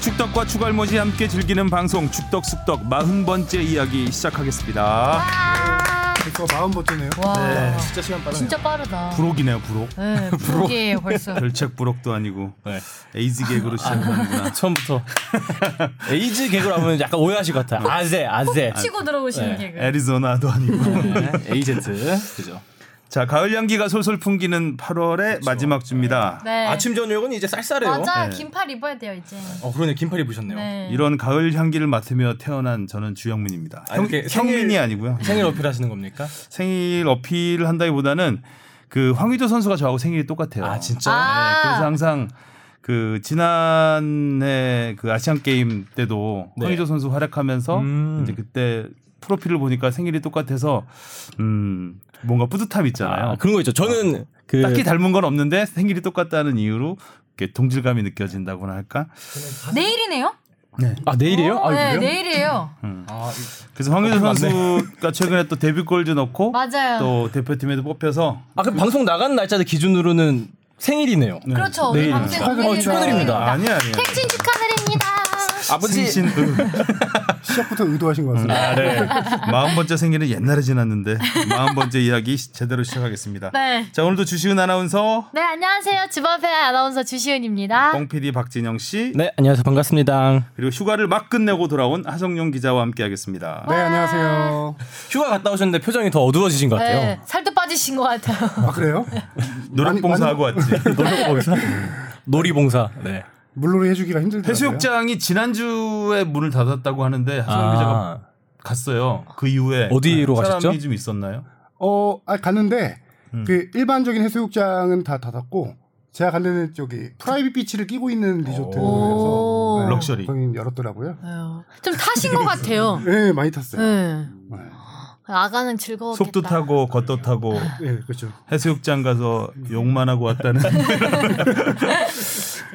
추덕과 추갈못이 함께 즐기는 방송 축덕숙덕 마흔 번째 이야기 시작하겠습니다. 벌써 마음 버티네요. 와 진짜 시간 빠르네. 진짜 빠르다. 부록이네요 부록. 네, 부기예요 벌써. 별책 부록도 아니고 네. 에이즈 개그로 시작하는구나. 아, 처음부터 에이즈 개그라고 하면 약간 오해하실 것 같아. 아재, 아재. 치고 들어오시는 네. 개그. 애리조나도 아니고. 네, 에이젠트. 그죠. 자 가을 향기가 솔솔 풍기는 8월의 마지막 주입니다. 네. 아침 저녁은 이제 쌀쌀해요. 맞아 네. 긴팔 입어야 돼요 이제. 어, 그러네. 긴팔 입으셨네요. 네. 이런 가을 향기를 맡으며 태어난 저는 주영민입니다. 아, 형, 이렇게 형민이 생일- 아니고요. 생일 어필하시는 겁니까? 생일 어필을 한다기보다는 그 황의조 선수가 저하고 생일이 똑같아요. 아, 진짜. 아. 네, 그래서 항상 그 지난해 그 아시안 게임 때도 네. 황의조 선수 활약하면서 음. 이제 그때 프로필을 보니까 생일이 똑같아서 음 뭔가 뿌듯함 있잖아요. 아, 그런 거 있죠. 저는 그 딱히 닮은 건 없는데 생일이 똑같다는 이유로 이렇게 동질감이 느껴진다고나 할까. 내일이네요? 아, 내일이에요? 어, 아, 네 그래요? 내일이에요. 아, 그래서 황의조 맞네. 선수가 최근에 또 데뷔 골도 넣고 맞아요. 또 대표팀에도 뽑혀서 아, 그럼 방송 나간 날짜들 기준으로는 생일이네요. 그렇죠. 내일. 방금 축하- 생일이에요. 어, 축하드립니다. 아니야 아니야. 생신 축하드립니다. 생신 그 으. 시작부터 의도하신 것 같습니다. 아, 네. 마흔 번째 생일은 옛날에 지났는데 마흔 번째 이야기 시- 제대로 시작하겠습니다. 네. 자 오늘도 주시은 아나운서, 네 안녕하세요 주바페 아나운서 주시은입니다. 뻥 PD 박진영 씨 네, 안녕하세요. 반갑습니다. 그리고 휴가를 막 끝내고 돌아온 하성룡 기자와 함께하겠습니다. 네, 안녕하세요. 휴가 갔다 오셨는데 표정이 더 어두워지신 것 같아요. 네, 살도 빠지신 것 같아요. 아, 그래요? 노력봉사하고 왔지. 놀이봉사? 놀이봉사. 네. 물놀이 해주기가 힘들더라고요. 해수욕장이 지난주에 문을 닫았다고 하는데 하성룡 기자가 아, 갔어요. 그 이후에 어디로 사람이 가셨죠? 좀 있었나요? 어, 아, 갔는데 음. 그 일반적인 해수욕장은 다 닫았고 제가 간 데는 저기 프라이빗 비치를 끼고 있는 리조트에서 오. 럭셔리. 거기 열었더라고요. 네. 아유, 좀 타신 것 같아요. 네, 많이 탔어요. 네. 네. 아가는 어, 즐거웠겠다. 속도 타고 겉도 타고 네, 그렇죠. 해수욕장 가서 욕만 하고 왔다는.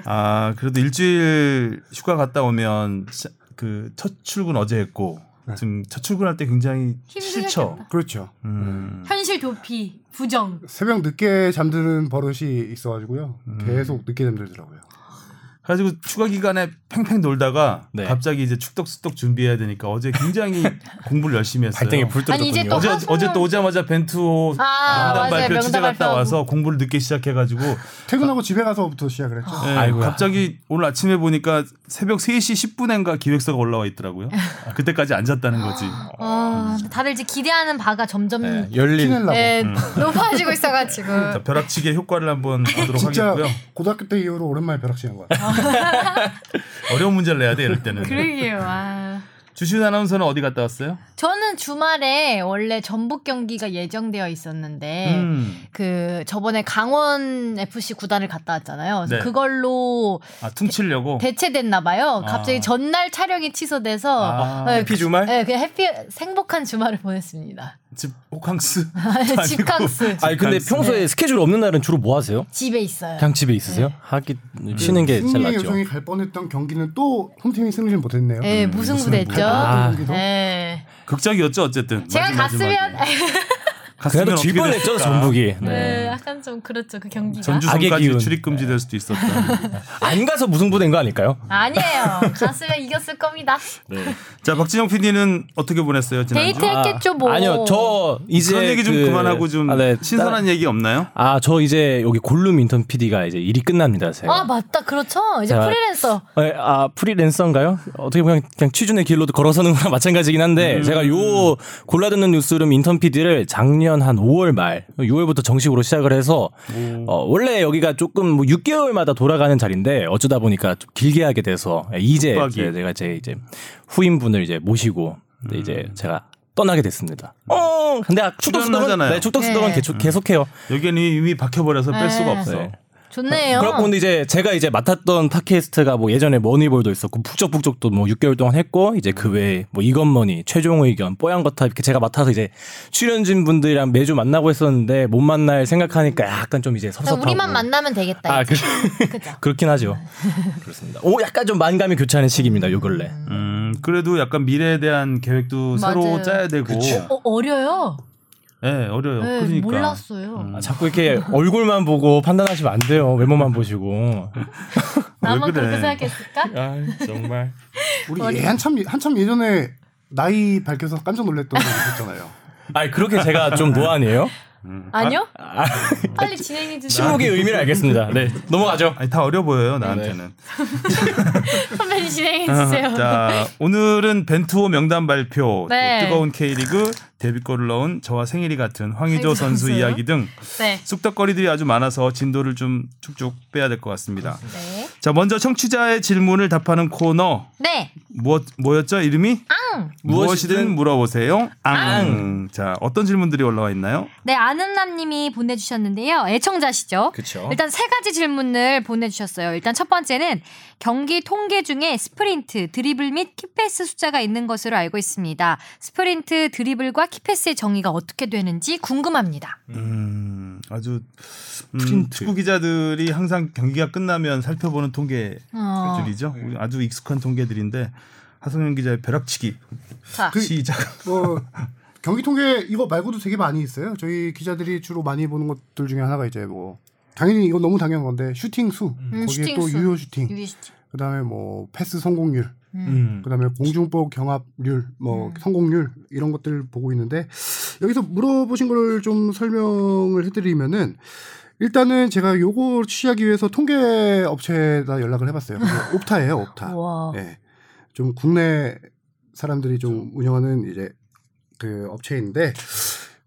아 그래도 일주일 휴가 갔다 오면 그 첫 출근 어제 했고 네. 지금 첫 출근할 때 굉장히 힘드셨겠다. 실쳐. 그렇죠. 음. 현실 도피 부정. 새벽 늦게 잠드는 버릇이 있어가지고요. 음. 계속 늦게 잠들더라고요. 그래가지고 휴가 기간에 팽팽 놀다가 네. 갑자기 이제 축덕숙덕 준비해야 되니까 어제 굉장히 공부를 열심히 했어요. 발등에 불 떨어졌군요. 아니, 이제 또 어제 하수면- 어제 또 오자마자 벤투 명단 아, 맞아요. 발표 취재 갔다 명단 발표하고. 와서 공부를 늦게 시작해가지고 퇴근하고 집에 가서부터 시작을 했죠. 예, 아이고야. 갑자기 오늘 아침에 보니까 새벽 3시 10분인가 기획서가 올라와 있더라고요. 그때까지 안 잤다는 거지. 음. 아, 다들 이제 기대하는 바가 점점 네, 네. 열린 티낼라고. 음. 높아지고 있어가지고. 자, 벼락치기의 효과를 한번 보도록 진짜 하겠고요. 고등학교 때 이후로 오랜만에 벼락치는 것 같아요. 어려운 문제를 내야 돼 이럴 때는. 그러게요. 아. 주시은 아나운서는 어디 갔다 왔어요? 저는 주말에 원래 전북 경기가 예정되어 있었는데 음. 그 저번에 강원 FC 구단을 갔다 왔잖아요. 그래서 네. 그걸로 아 퉁치려고. 대체됐나 봐요. 아. 갑자기 전날 촬영이 취소돼서 아, 네, 해피 주말? 네, 그냥 해피 행복한 주말을 보냈습니다. 집 호캉스. 집캉스 아니 근데 평소에 스케줄 없는 날은 주로 뭐 하세요? 집에 있어요. 그냥 집에 네. 있으세요? 네. 하기 음, 쉬는 게 제일 승리 낫죠. 요정이 갈 뻔했던 경기는 또 홈팀이 승리를 못했네요. 음, 네, 무승부됐죠. 아. 경기도? 네. 극적이었죠 어쨌든. 제가 마지막에. 갔으면 갔으면 그래도 질 어떻게 뻔했죠 됐을까? 전북이. 네. 네. 약간 좀 그렇죠 그 경기가 악의 전주성까지 기운. 출입 금지될 수도 있었다. 안 가서 무승부된 거 아닐까요? 아니에요 갔으면 이겼을 겁니다 네. 자 박진영 PD는 어떻게 보냈어요 지난주? 데이트 했겠죠 뭐 아니요 저 이제 그런 얘기 좀 그- 그... 만하고좀 아, 네. 신선한 얘기 없나요? 아 저 이제 여기 골룸 인턴 PD가 이제 일이 끝납니다. 제가. 아 맞다 그렇죠 이제 제가- 프리랜서 네, 아 프리랜서인가요? 어떻게 보면 그냥 취준의 길로도 걸어서는 거랑 마찬가지긴 한데 음. 제가 요 골라듣는 뉴스룸 인턴 PD를 작년 한 5월 말 6월부터 정식으로 시작을 해서 어, 원래 여기가 조금 뭐 6개월마다 돌아가는 자리인데 어쩌다 보니까 좀 길게 하게 돼서 예, 이제 촉박이. 이제 제가 제 이제 후임분을 이제 모시고 근데 이제 제가 떠나게 됐습니다. 어, 근데 아, 축덕수덕은 음. 출연하잖아요. 음. 네, 축덕수덕은 네. 계속, 계속해요. 여기는 이미 박혀버려서 뺄 네. 수가 없어. 네. 좋네요 그렇고 근데 이제 제가 이제 맡았던 팟캐스트가 뭐 예전에 머니볼도 있었고 북적북적도 뭐 6개월 동안 했고 이제 그 외에 뭐 이건머니 최종 의견 뽀얀거탑 이렇게 제가 맡아서 이제 출연진 분들이랑 매주 만나고 했었는데 못 만날 생각하니까 약간 좀 이제 그냥 섭섭하고 그러니까 우리만 만나면 되겠다 아, 이제. 그, 그죠 그렇긴 하죠 그렇습니다 오 약간 좀 만감이 교차하는 시기입니다 요 근래 음, 그래도 약간 미래에 대한 계획도 새로 맞아요. 짜야 되고. 어, 어려요 예, 어려요. 네, 그러니까. 몰랐어요 음. 아, 자꾸 이렇게 얼굴만 보고 판단하시면 안 돼요 외모만 보시고 나만 그래? 그렇게 생각했을까? 아 정말. 우리 예, 한참 한참 예전에 나이 밝혀서 깜짝 놀랐던 거 있었잖아요. 아 그렇게 제가 좀 노안이에요? 아니요? 빨리 진행해 주세요. 침묵의 의미를 알겠습니다. 네 넘어가죠. 아니 다 어려 보여요 나한테는. 선배님 진행해 주세요. 어, 자 오늘은 벤투호 명단 발표, 네. 또 뜨거운 K리그 데뷔골을 넣은 저와 생일이 같은 황의조 황의조 선수 선수요? 이야기 등 네. 쑥덕거리들이 아주 많아서 진도를 좀 쭉쭉 빼야 될 것 같습니다. 네. 자 먼저 청취자의 질문을 답하는 코너 네. 무엇 뭐였죠 이름이? 앙. 무엇이든, 무엇이든 물어보세요. 앙. 앙. 자 어떤 질문들이 올라와 있나요? 네, 아는남님이 보내주셨는데요. 애청자시죠? 그쵸. 일단 세 가지 질문을 보내주셨어요. 일단 첫 번째는 경기 통계 중에 스프린트, 드리블 및 키패스 숫자가 있는 것으로 알고 있습니다. 스프린트, 드리블과 키패스의 정의가 어떻게 되는지 궁금합니다. 음, 아주 음, 프린트. 축구 기자들이 항상 경기가 끝나면 살펴보는 통계 어. 줄이죠. 우리 아주 익숙한 통계들인데 하성현 기자의 벼락치기 자, 그 시작. 뭐 경기 통계 이거 말고도 되게 많이 있어요. 저희 기자들이 주로 많이 보는 것들 중에 하나가 이제 뭐 당연히 이건 너무 당연한 건데 슈팅 수 거기에 음, 슈팅 또 수. 유효 슈팅 유리시티. 그다음에 뭐 패스 성공률 음. 그다음에 공중볼 경합률 뭐 성공률 이런 것들 보고 있는데 여기서 물어보신 걸 좀 설명을 해드리면은 일단은 제가 요거 취하기 위해서 통계 업체에다 연락을 해봤어요. 그게 옵타예요, 옵타. 와. 예. 좀 국내 사람들이 좀 운영하는 이제 그 업체인데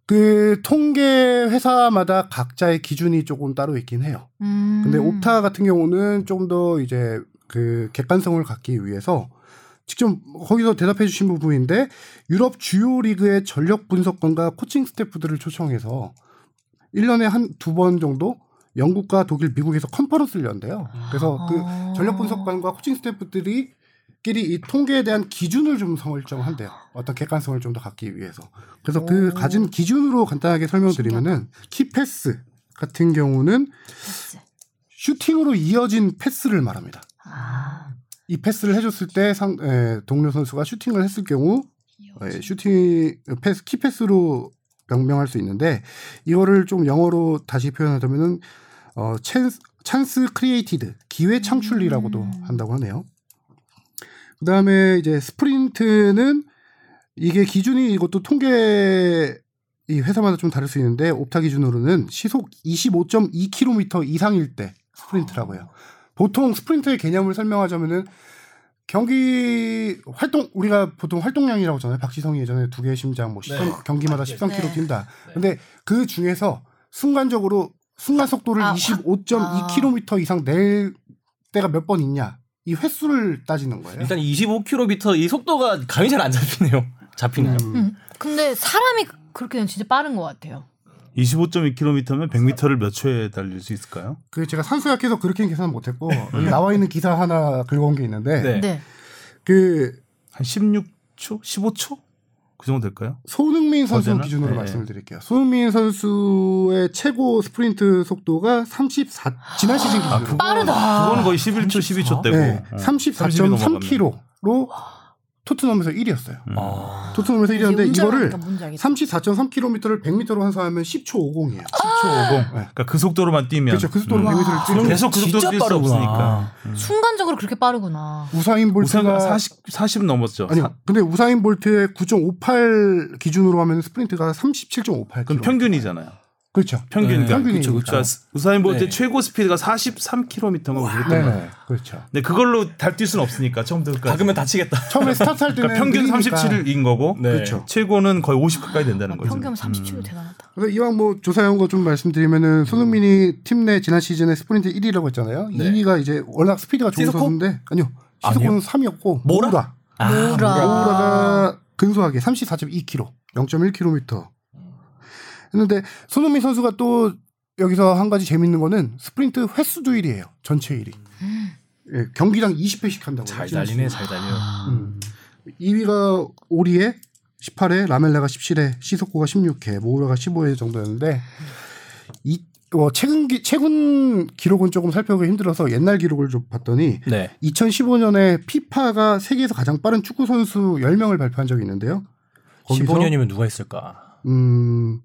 그 통계 회사마다 각자의 기준이 조금 따로 있긴 해요. 음. 근데 옵타 같은 경우는 좀 더 이제 그 객관성을 갖기 위해서 직접 거기서 대답해 주신 부분인데 유럽 주요 리그의 전력 분석관과 코칭 스태프들을 초청해서 1년에 한 두 번 정도 영국과 독일, 미국에서 컨퍼런스를 연대요. 그래서 그 아. 전력 분석관과 코칭 스태프들이 끼리 이 통계에 대한 기준을 좀 설정한대요. 어떤 객관성을 좀 더 갖기 위해서. 그래서 그 오. 가진 기준으로 간단하게 설명드리면은 키패스 같은 경우는 패스. 슈팅으로 이어진 패스를 말합니다. 아. 이 패스를 해줬을 때 상, 에, 동료 선수가 슈팅을 했을 경우 예, 슈팅 패스 키 패스로 명명할 수 있는데 이거를 좀 영어로 다시 표현하자면은 어 찬스 찬스 크리에이티드 기회 창출이라고도 음. 한다고 하네요. 그다음에 이제 스프린트는 이게 기준이 이것도 통계 이 회사마다 좀 다를 수 있는데 옵타 기준으로는 시속 25.2km 이상일 때 스프린트라고 해요. 보통 스프린트의 개념을 설명하자면은 경기 활동 우리가 보통 활동량이라고 하잖아요. 박지성이 예전에 두 개의 심장 뭐 13, 경기마다 13km 네. 뛴다. 근데 그 중에서 순간적으로 순간 속도를 아, 확- 25.2km 이상 낼 때가 몇 번 있냐. 이 횟수를 따지는 거예요. 일단 25km 이 속도가 감이 잘 안 잡히네요. 잡히나요? 음. 음. 근데 사람이 그렇게 되면 진짜 빠른 것 같아요. 25.2km면 100m를 몇 초에 달릴 수 있을까요? 그 제가 산수학해서 그렇게 계산 못 했고 여기 나와 있는 기사 하나 긁어온 게 있는데 네. 네. 그 한 16초, 15초 그 정도 될까요? 손흥민 선수 어제나? 기준으로 네. 말씀을 드릴게요. 손흥민 선수의 최고 스프린트 속도가 34 지난 시즌 기준으로 빠르다. 아, 그건 거의 11초, 12초 되고 네, 30이 34.3km로 토트넘에서 1위였어요. 아, 토트넘에서 1위였는데 이거를 뭔지 알겠다. 34.3km를 100m로 환산하면 10초 50이에요. 네. 10초 50. 그러니까 그 속도로만 뛰면 그렇죠. 그 속도로 음. 100m를 뛰는 계속 그 속도로 진짜 뛸수 빠르구나. 없으니까. 음. 순간적으로 그렇게 빠르구나. 우사인 우선 볼트가 40, 40 넘었죠. 아니요. 근데 우사인 볼트의 9.58 기준으로 하면 스프린트가 37.58. 그건 평균이잖아요. 그렇죠. 평균이니까. 네, 평균이니까. 그러니까 우사인 볼트 네. 의 최고 스피드가 43km가 그랬던 네, 거예요. 네. 그렇죠. 근데 그걸로 달 뛸 수는 없으니까 처음부터까지. 박으면 다치겠다. 처음에 스타트 할 때는 그러니까 평균 느리니까. 37인 거고 네. 그렇죠. 최고는 거의 50 가까이 된다는 거죠. 아, 음. 평균 음. 37도 대단하다. 그래서 이왕 뭐 조사해온 거 좀 말씀드리면은 손흥민이 팀 내 지난 시즌에 스프린트 1위라고 했잖아요. 2위가 이제 워낙 스피드가 좋은 시소코? 선수인데 아니요. 시소코는 3위였고 모라? 모우라. 모라. 모우라가 근소하게 34.2km, 0.1km 했는데 손흥민 선수가 또 여기서 한 가지 재밌는 거는 스프린트 횟수도 1위예요. 전체 1위. 예, 경기당 20회씩 한다고. 잘 달리네, 잘 달려. 음. 2위가 오리에 18회, 라멜라가 17회, 시소코가 16회, 모우라가 15회 정도였는데 이 어, 최근 기, 최근 기록은 조금 살펴보기 힘들어서 옛날 기록을 좀 봤더니 네. 2015년에 피파가 세계에서 가장 빠른 축구 선수 10명을 발표한 적이 있는데요. 거기서 15년이면 누가 있을까? 음,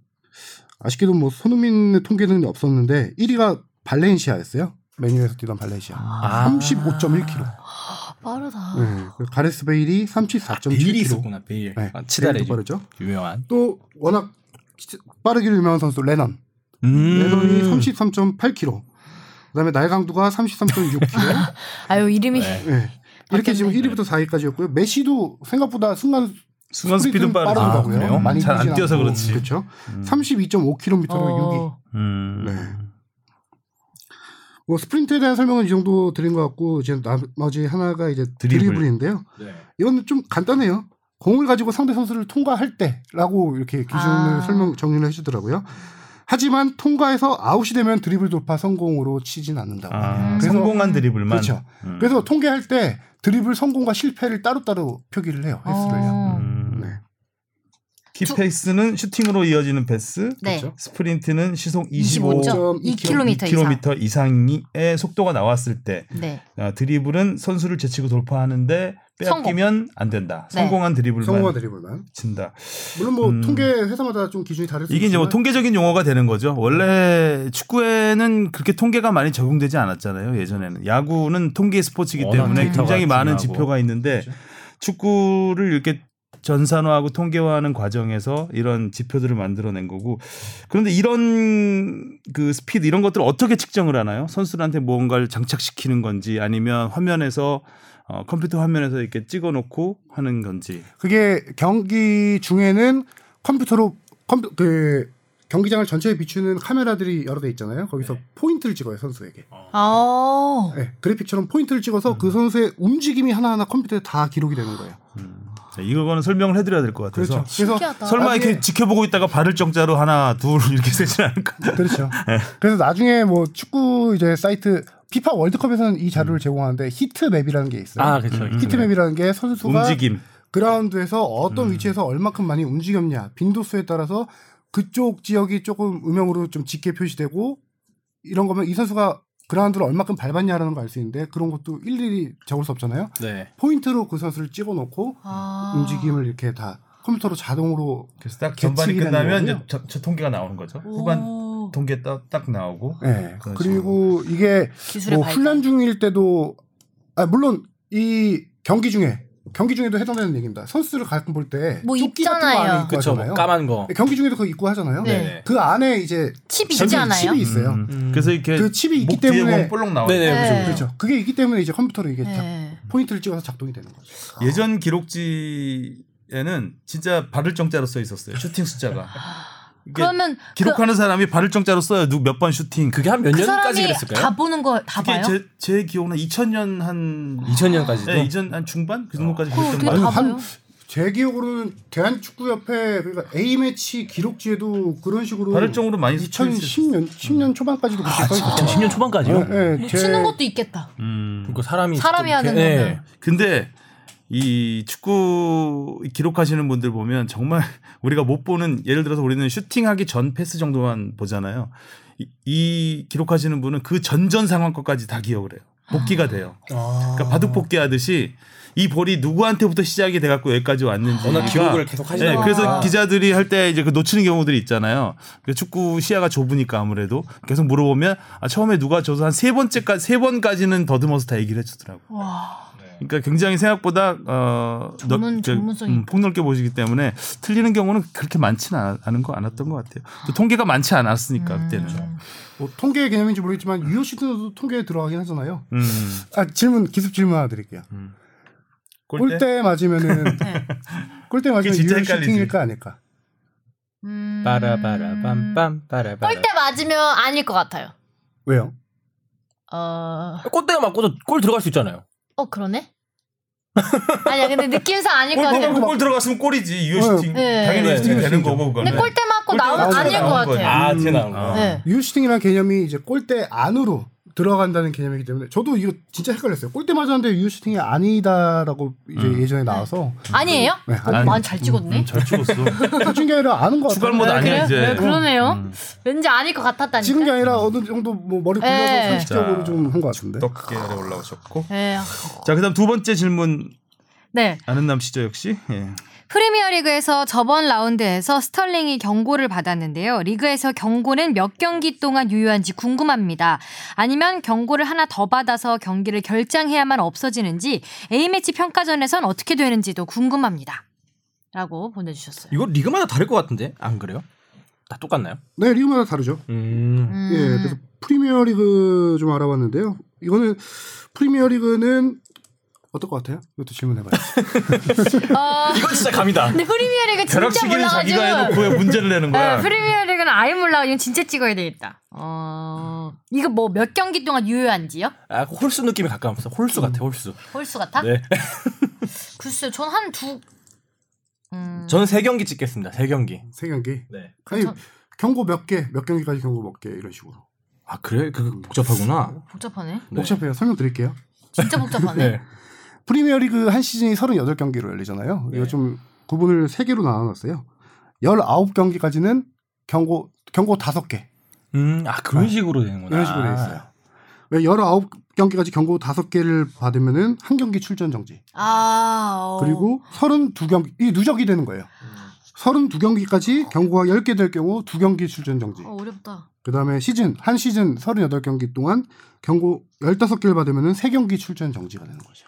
아쉽게도 뭐 손흥민의 통계는 없었는데 1위가 발렌시아였어요. 메뉴에서 뛰던 발레시아. 아. 35.1kg. 빠르다. 네. 가레스 베일이 34.7kg. 베일이 아, 있었구나 베일. 네. 아, 치달의 베일도 빠르죠. 유명한. 또 워낙 치- 빠르기로 유명한 선수 레넌. 음. 레넌이 33.8kg. 그다음에 날강두가 33.6kg. 아유 이름이 네. 네. 이렇게 지금 맞겠네. 1위부터 4위까지였고요. 메시도 생각보다 순간 순간 스피드 스프린트는 빠르더라고요. 아, 빠르더라고요. 많이 잘 안 뛰진 뛰어서 않고. 그렇지. 그렇죠. 음. 어. 32.5km로 6위. 음. 네. 뭐 스프린트에 대한 설명은 이 정도 드린 것 같고 이제 나머지 하나가 이제 드리블. 드리블. 인데요 이건 좀 간단해요. 공을 가지고 상대 선수를 통과할 때라고 이렇게 기준을 아. 설명 정리를 해주더라고요. 하지만 통과해서 아웃이 되면 드리블 돌파 성공으로 치진 않는다고. 네. 아, 그래서- 성공한 드리블만. 그렇죠. 음. 그래서 통계할 때 드리블 성공과 실패를 따로따로 표기를 해요. 횟수를요. 어. 음. 네. 키페이스는 슈팅으로 이어지는 패스, 네. 그렇죠. 스프린트는 시속 25km 25.2km 이상. 이상의 속도가 나왔을 때 네. 아, 드리블은 선수를 제치고 돌파하는데 빼앗기면 안 된다. 네. 성공한 드리블만 성공과 드리블만. 친다. 물론 뭐 음. 통계 회사마다 좀 기준이 다를 수 이게 이제 뭐 있지만 그렇죠. 통계적인 용어가 되는 거죠. 원래 축구에는 그렇게 통계가 많이 적용되지 않았잖아요. 예전에는 야구는 통계 스포츠이기 워낙 때문에 데이터가 굉장히 많은 중요하고. 그렇죠. 지표가 있는데 축구를 이렇게 전산화하고 통계화하는 과정에서 이런 지표들을 만들어낸 거고 그런데 이런 그 스피드 이런 것들을 어떻게 측정을 하나요? 선수들한테 무언가를 장착시키는 건지 아니면 화면에서 어, 컴퓨터 화면에서 이렇게 찍어놓고 하는 건지 그게 경기 중에는 컴퓨터로 컴퓨 그 경기장을 전체에 비추는 카메라들이 여러 대 있잖아요. 거기서 포인트를 찍어요 선수에게. 아. 네, 그래픽처럼 포인트를 찍어서 그 선수의 움직임이 하나하나 컴퓨터에 다 기록이 되는 거예요. 자, 네, 이거는 설명을 해드려야 될 것 같아서 그렇죠. 그래서 그래서 신기하다. 설마 나중에- 이렇게 지켜보고 있다가 발을 정자로 하나 둘 이렇게 세진 않을까? 그렇죠. 그래서 나중에 뭐 축구 이제 사이트 피파 월드컵에서는 이 자료를 제공하는데 히트맵이라는 게 있어요. 아 그렇죠. 히트맵이라는 게 선수가 움직임 그라운드에서 어떤 음. 위치에서 얼마큼 많이 움직였냐 빈도수에 따라서 그쪽 지역이 조금 음영으로 좀 짙게 표시되고 이런 거면 이 선수가 그라운드를 얼마큼 밟았냐라는 걸 알 수 있는데 그런 것도 일일이 적을 수 없잖아요. 네. 포인트로 그 선수를 찍어놓고 아. 움직임을 이렇게 다 컴퓨터로 자동으로 그래서 딱 계측이 전반이 되는 끝나면 이제 거군요. 저, 저 통계가 나오는 거죠. 오. 후반 통계 딱, 딱 나오고 네, 예. 그런 그렇죠. 그리고 이게 기술의 뭐 발달. 훈련 중일 때도 아 물론 이 경기 중에 경기 중에도 해당되는 얘기입니다. 선수를 가끔 볼 때 뭐 조끼 같은 거 안에 입잖아요. 입고 그렇죠. 하잖아요. 까만 거. 경기 중에도 그거 입고 하잖아요. 네. 네네. 그 안에 이제 칩 전부 있지 않아요? 칩이 있어요. 음. 음. 그래서 이렇게 그 칩이 있기 목 뒤에 때문에 보면 볼록 나와요. 네네. 그렇죠. 네. 그렇죠. 그게 있기 때문에 이제 컴퓨터로 이게 딱 네. 포인트를 찍어서 작동이 되는 거죠. 예전 기록지에는 진짜 발을 정자로 써 있었어요. 슈팅 숫자가. 이게 그러면 그, 기록하는 사람이 발을 정자로 써요. 누 몇 번 슈팅. 그게 한 몇 그 년까지 사람이 그랬을까요? 다 보는 걸 다 그게 봐요? 제, 제 기억은 2000년 한 2000년까지도. 네, 이전 한 중반 그 정도까지 음. 그걸 그랬던 어떻게 거 다 같아요. 봐요? 제 기억으로는 대한축구협회 그러니까 A 매치 기록지에도 그런 식으로 발을 정으로 많이 써 있었어요. 아, 2010년 10년 초반까지도 그렇게 써 있었죠. 2010년 초반까지요? 예, 예, 뭐 제- 치는 것도 있겠다. 음. 그러니까 사람이 사람이 직접 하는 이렇게- 거는. 근데 이 축구 기록하시는 분들 보면 정말 우리가 못 보는 예를 들어서 우리는 슈팅하기 전 패스 정도만 보잖아요. 이, 이 기록하시는 분은 그 전전 상황 것까지 다 기억을 해요. 복귀가 돼요. 아. 그러니까 바둑 복귀하듯이 이 볼이 누구한테부터 시작이 돼갖고 여기까지 왔는지. 워낙 기억을 계속 하시다 네, 보니까. 그래서 기자들이 할 때 이제 그 놓치는 경우들이 있잖아요. 그 축구 시야가 좁으니까 아무래도 계속 물어보면 아, 처음에 누가 줘서 한 세 번째까지 세 번까지는 더듬어서 다 얘기를 해주더라고. 요 와. 그러니까 굉장히 생각보다 어 전문- 넓- 저- 전문성이 있다. 폭넓게 보시기 때문에 틀리는 경우는 그렇게 많지는 않- 않은 거 않았던 것 같아요. 또 통계가 많지 않았으니까 음. 그때는. 네. 뭐 통계 개념인지 모르겠지만 유효 시도도 통계에 들어가긴 하잖아요. 음. 아 질문 기습 질문 하나 드릴게요. 골대, 맞으면은 네. 골대 맞으면 진짜 유효 헷갈리지. 슈팅일까 아닐까? 음. 빠라바라밤밤 빠라바라. 골대 맞으면 아닐 것 같아요. 왜요? 어. 골대가 맞고도 골 들어갈 수 있잖아요. 어 그러네. 아니야 근데 느낌상 아닐 것 같아요. 골 들어갔으면 골이지 유효 슈팅 네. 당연히 슈팅 네. 되는 거고 근데 그거는. 골대 맞고 골대 나오면 맞고 아닐 것 나오는 거지. 같아요. 아, 튀어 나온 아. 거. 네. 유효 슈팅이라는 개념이 이제 골대 안으로 들어간다는 개념이기 때문에 저도 이거 진짜 헷갈렸어요. 골대 맞았는데 유효 슈팅이 아니다라고 이제 음. 네. 예전에 나와서 아니에요? 네, 어, 아니- 많이 잘 찍었네. 음, 잘 찍었어. 찍은 게 아니라 아는 것 추가할 같아요. 못 아니야 그래요? 네, 이제. 음. 그러네요. 왠지 아닐 것 같았다니까. 찍은 네, 게 아니라 어느 정도 뭐 머리 굴려서 네. 상식적으로 자. 좀 한 것 같은데. 떡계열에 올라오셨고. 네. 자 그다음 두 번째 질문 네. 아는 남 씨죠 역시. 예. 프리미어리그에서 저번 라운드에서 스털링이 경고를 받았는데요. 리그에서 경고는 몇 경기 동안 유효한지 궁금합니다. 아니면 경고를 하나 더 받아서 경기를 결장해야만 없어지는지 A매치 평가전에선 어떻게 되는지도 궁금합니다. 라고 보내주셨어요. 이거 리그마다 다를 것 같은데 안 그래요? 다 똑같나요? 네, 리그마다 다르죠. 음. 음. 예, 그래서 프리미어 리그 좀 알아봤는데요. 이거는 프리미어 리그는 어떨 것 같아요? 이것도 질문해봐요. 어, 이건 진짜 감이다. 근데 프리미어리그 진짜 벼락치기는 자기가 몰라가지고. 해놓고 왜 문제를 내는 네, 거야? 프리미어리그는 아예 몰라. 이건 진짜 찍어야 되겠다. 어, 이거 뭐 몇 경기 동안 유효한지요? 아 홀수 느낌이 가까웠어. 홀수 같아 홀수. 홀수 같아? 네. 글쎄요, 전 한 두. 음, 저는 세 경기 찍겠습니다. 세 경기. 세 경기. 네. 아니, 그쵸. 경고 몇 개, 몇 경기까지 경고 몇 개 이런 식으로. 아 그래? 그 복잡하구나. 복잡하네. 네. 복잡해요. 설명 드릴게요. 진짜 복잡하네. 프리미어 리그 한 시즌이 38경기로 열리잖아요. 네. 이거 좀 구분을 세개로 나눠놨어요. 19경기까지는 경고, 경고 다섯 개 음, 아 그런 식으로 되는구나. 이런 식으로 돼 있어요. 왜 19경기까지 경고 다섯 개를 받으면은 한 경기 출전 정지. 아. 어. 음. 그리고 32경기, 이 누적이 되는 거예요. 32경기까지 경고가 10개 될 경우 두경기 출전 정지. 어, 어렵다. 그 다음에 시즌, 한 시즌 38경기 동안 경고 15개를 받으면 세경기 출전 정지가 되는 거죠.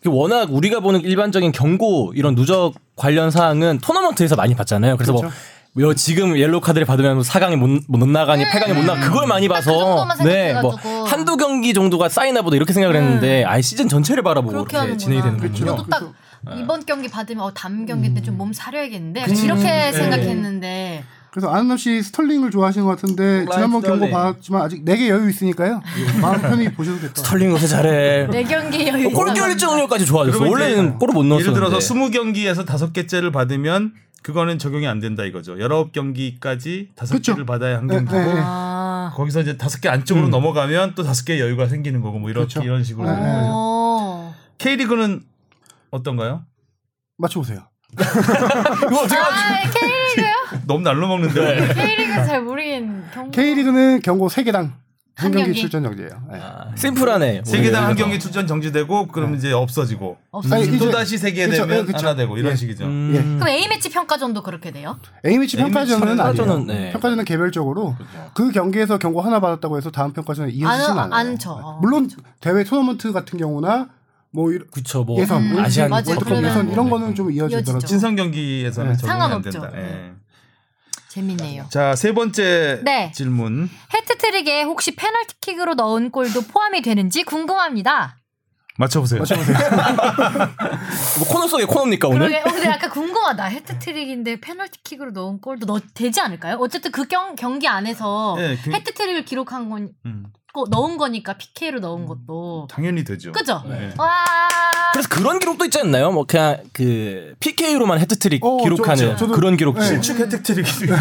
이게 그 워낙 우리가 보는 일반적인 경고 이런 누적 관련 사항은 토너먼트에서 많이 봤잖아요. 그래서 그렇죠. 뭐 여- 지금 옐로 카드를 받으면 4강에 못, 못 나가니 8강에 못 나가 그걸 많이 네. 딱그 봐서 정도만 뭐 생각해가지고. 네. 한두 경기 정도가 쌓이나 보다 이렇게 생각을 했는데 아예 시즌 전체를 바라보고 그렇게 그렇게 하는구나. 뭐 진행이 되는 그렇죠. 거군요. 이것도 딱 이번 경기 받으면 어, 다음 경기 때 좀 몸 사려야겠는데 이렇게 생각했는데 그래서 아는 씨 스털링을 좋아하시는 것 같은데 라이트 지난번 경고 스털링. 봤지만 아직 4개 여유 있으니까요. 마음 편히 보셔도 될 것 같아요. 털링 요새 잘해. 내네 경기 여유. 어, 골 있어가지고. 결정력까지 좋아졌어. 그러면 이제 원래는 골을 못 넣었었는데. 예를 들어서 20경기에서 5개째를 받으면 그거는 적용이 안 된다 이거죠. 19경기까지 그쵸. 5개를 받아야 한 네, 경기고 네, 네. 아. 거기서 이제 5개 음. 안쪽으로 넘어가면 또 5개의 여유가 생기는 거고 뭐 이런 그렇죠. 이런 식으로. 네, 아. 네. 어. K리그는 어떤가요? 맞춰보세요. 이거 어떻게 아, K리그요? 너무 날로 네. 먹는데. K리그는 잘 모르겠는 경. K리그는 경고 3개당 한 한 경기 경기. 출전 정지예요. 예. 아, 심플하네. 세 개당 한 오히려. 경기 출전 정지되고 그럼 네. 이제 없어지고 없어요. 아니, 또 이제- 다시 세 개 그쵸, 되면 예, 그쵸. 하나 되고 이런 예. 식이죠. 그렇죠. 음. 예. 그럼 A 매치 평가전도 그렇게 돼요? A매치 평가전은 평가전은, 아니에요. 네. 평가전은 개별적으로 그 경기에서 경고 하나 받았다고 해서 다음 평가전에 이어지진 안- 않아요. 안 쳐. 어, 물론 대회 토너먼트 같은 경우나 뭐 이런 그쵸 뭐 예선, 음, 아시안 맞아요. 월드컵 그러면- 예선 이런 네. 거는 좀 이어지더라도 이어지죠. 친선 경기에서는 네. 적용이 안 상관없죠. 된다. 예. 네. 재밌네요. 자, 세 번째 네. 질문. 헤트트릭에 혹시 페널티킥으로 넣은 골도 포함이 되는지 궁금합니다. 맞춰 보세요. 뭐 코너 속의 코너입니까 오늘? 그러게, 어, 근데 약간 궁금하다. 헤트트릭인데 페널티킥으로 넣은 골도 넣, 되지 않을까요? 어쨌든 그 경, 경기 안에서 예, 그- 헤트트릭을 기록한 건 음, 거- 넣은 거니까 PK로 넣은 것도 당연히 되죠. 그죠? 네. 와. 그래서 그런 기록도 있지 않나요? 뭐 그냥 그 PK로만 헤트트릭 어, 기록하는 저- 저- 저도- 그런 기록도 네. 실축 혜택트릭이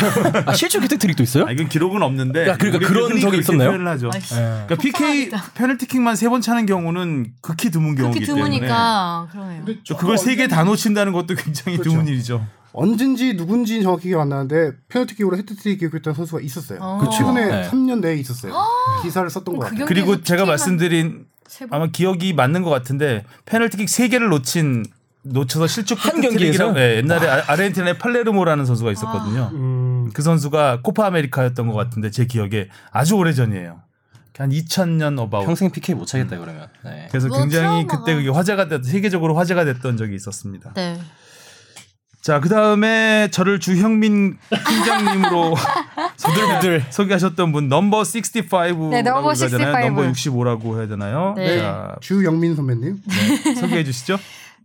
아 실축 헤트트릭도 있어요? 아, 이건 기록은 없는데. 야, 그러니까 우리들이 그런 흔히 적이 그렇게 있었나요? 표현을 하죠. 아이씨, 그러니까 PK 페널티킥만 세 번 차는 경우는 극히 드문 경우이기 그렇게 때문에. 드무니까 그러네요. 저 어, 그걸 세 개 다 놓친다는 것도 굉장히 그렇죠. 드문 일이죠. 언젠지 누군지 정확히 기억 안 나는데 페널티킥으로 헤드트릭 기록했던 선수가 있었어요. 어. 그 최근에 네. 3년 내에 있었어요. 기사를 썼던 것 그 같아요. 경기에서 그리고 제가 PK 가 말씀드린 세 번. 아마 기억이 맞는 것 같은데 페널티킥 세 개를 놓친 놓쳐서 실축 한 경기에서? 아. 헤트트릭이라고- 예, 옛날에 아- 아르헨티나의 팔레르모라는 선수가 있었거든요. 음, 그 선수가 코파 아메리카였던 것 같은데 제 기억에 아주 오래 전이에요. 한 2000년 어바웃. 평생 PK 못 차겠다 그러면. 네. 그래서 그거 굉장히 뭐 트라우마가. 그때 그게 화제가 됐 세계적으로 화제가 됐던 적이 있었습니다. 네. 자, 그다음에 저를 주형민 팀장님으로 부들부들. 소개하셨던 분 넘버 65라고 네, 넘버 읽어잖아요. 65. 넘버 65라고 해야 되나요? 네. 자, 주영민 선배님. 네, 소개해 주시죠.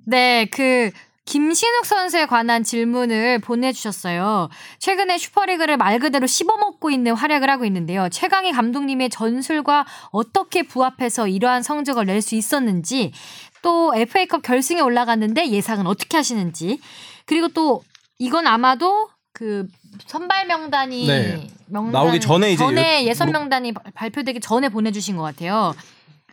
네, 그 김신욱 선수에 관한 질문을 보내주셨어요. 최근에 슈퍼리그를 말 그대로 씹어먹고 있는 활약을 하고 있는데요. 최강희 감독님의 전술과 어떻게 부합해서 이러한 성적을 낼 수 있었는지, 또 FA컵 결승에 올라갔는데 예상은 어떻게 하시는지, 그리고 또 이건 아마도 그 선발 명단이 네. 명단 나오기 전에 이제 전에 여- 예선 뭐- 명단이 발표되기 전에 보내주신 것 같아요.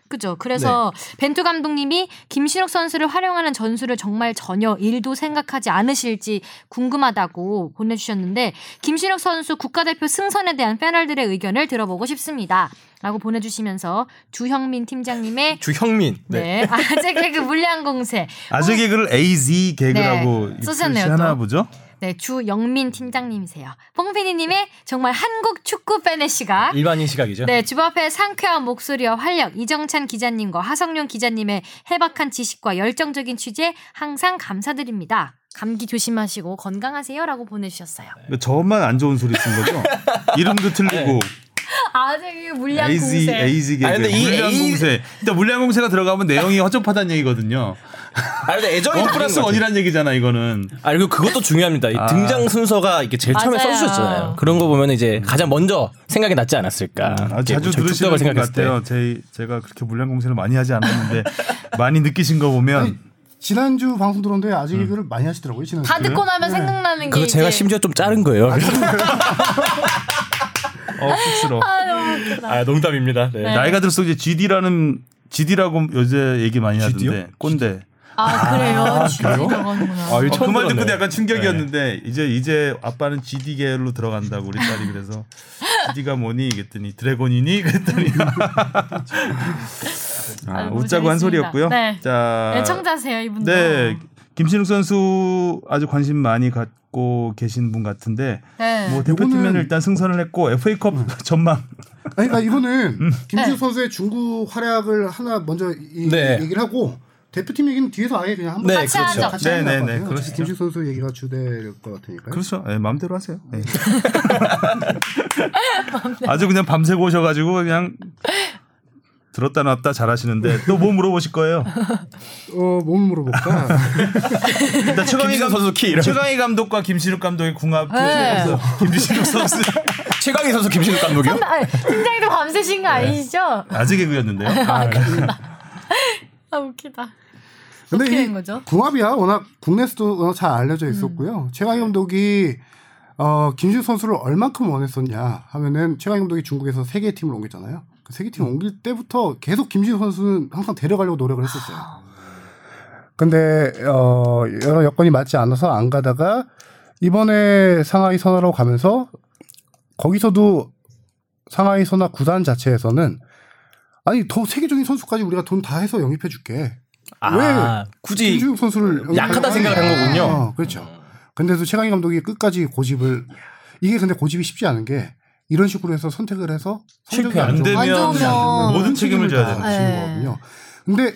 그죠. 그래서 네. 벤투 감독님이 김신욱 선수를 활용하는 전술을 정말 전혀 일도 생각하지 않으실지 궁금하다고 보내주셨는데 김신욱 선수 국가대표 승선에 대한 패널들의 의견을 들어보고 싶습니다. 라고 보내주시면서 주형민 팀장님의 주형민. 네. 아재 개그 물량 공세. 아재 개그를 AZ 개그라고 어. 네, 이 쓰셨네요, 하나 또. 보죠. 네, 주영민 팀장님이세요. 뽕피디님의 정말 한국 축구 팬의 시각. 일반인 시각이죠. 네, 주 앞에 상쾌한 목소리와 활력, 이정찬 기자님과 하성룡 기자님의 해박한 지식과 열정적인 취재 항상 감사드립니다. 감기 조심하시고 건강하세요라고 보내주셨어요. 그러니까 저만 안 좋은 소리 쓴 거죠. 이름도 틀리고 아주 네. 물량 AZ 공세. AZ 개그 아니, 근데 이 A- 물량공세. 일단 물량공세가 들어가면 내용이 허접하다는 얘기거든요. 아, 근데 애정이 원 더 플러스 것 같아요. 원이란 얘기잖아 이거는. 아 그리고 그것도 중요합니다. 이 등장 순서가 이게 제일 처음에 맞아요. 써주셨잖아요. 그런 거 보면 이제 가장 먼저 생각이 났지 않았을까. 아, 이렇게 자주 네, 저희 들으시는 축덕을 분 생각했을 때. 같아요. 제, 제가 그렇게 물량공세를 많이 하지 않았는데 많이 느끼신 거 보면 아니, 지난주 방송 들었는데 음. 아직 이거를 많이 하시더라고요. 지난주. 다 듣고 나면 생각나는 게 그거 이제 제가 심지어 좀 자른 거예요. 어 쑥스러워. 아, 너무 웃기다. 아 농담입니다. 네. 나이가 들수록 이제 GD라는 GD라고 요새 얘기 많이 GD 요? 하던데 꼰대. 아 그래요. 진짜 들어가는구나. 이거 어, 그 처음 말 듣고 들었네. 약간 충격이었는데 이제 이제 아빠는 GD 계열로 들어간다고 우리 딸이 그래서 GD가 뭐니 그랬더니 드래곤이니 그랬더니 아, 아이고, 웃자고 한 재밌습니다. 소리였고요. 네. 자, 애청자세요 이분도. 아. 네 김신욱 선수 아주 관심 많이 갖고 계신 분 같은데 네. 뭐 대표팀에는 요거는- 일단 승선을 했고 FA컵 전망 아니, 그러니까 음. 이거는 네. 김신욱 선수의 중국 활약을 하나 먼저 이, 네. 얘기를 하고 대표팀 얘기는 뒤에서 아예 그냥 한번 네, 같이 그렇죠. 하죠. 같이 하는 네, 것 네, 네, 같아요. 그러시죠. 김신욱 선수 얘기가 주될 것 같으니까요. 그렇죠. 예, 마음대로 하세요. 예. 아주 그냥 밤새고 오셔가지고 그냥 들었다 놨다 잘하시는데 또 뭐 물어보실 거예요? 어, 뭘 물어볼까? 일단 최강희 김신욱 감- 선수 키 이런 최강희 감독과 김신욱 감독의 궁합. 네. 김신욱 선수 최강희 선수 김신욱 감독이요? 아, 팀장님도 밤새신 거 아니시죠? 아직 개그였는데요. 아 웃기다. 근데 어떻게 이 된 거죠? 음. 궁합이야 워낙 국내에서도 워낙 잘 알려져 있었고요. 최강희 감독이 어, 김신욱 선수를 얼만큼 원했었냐 하면은 최강희 감독이 중국에서 세 개의 팀을 옮겼잖아요. 그 세 개 음. 팀 옮길 때부터 계속 김신욱 선수는 항상 데려가려고 노력을 했었어요. 아. 근데 어, 여러 여건이 맞지 않아서 안 가다가 이번에 상하이 선화로 가면서 거기서도 상하이 선화 구단 자체에서는 아니 더 세계적인 선수까지 우리가 돈 다 해서 영입해 줄게. 아, 굳이 어, 김주욱 선수를 약하다 영입하려고 생각을 한 하는데. 거군요. 어, 그렇죠. 근데도 최강희 감독이 끝까지 고집을 이게 근데 고집이 쉽지 않은 게 이런 식으로 해서 선택을 해서 성적이 실패 안 좋으면 뭐 되면 안 좋으면 모든 책임을 져야 다 되는 거지. 지는 네. 거거든요. 근데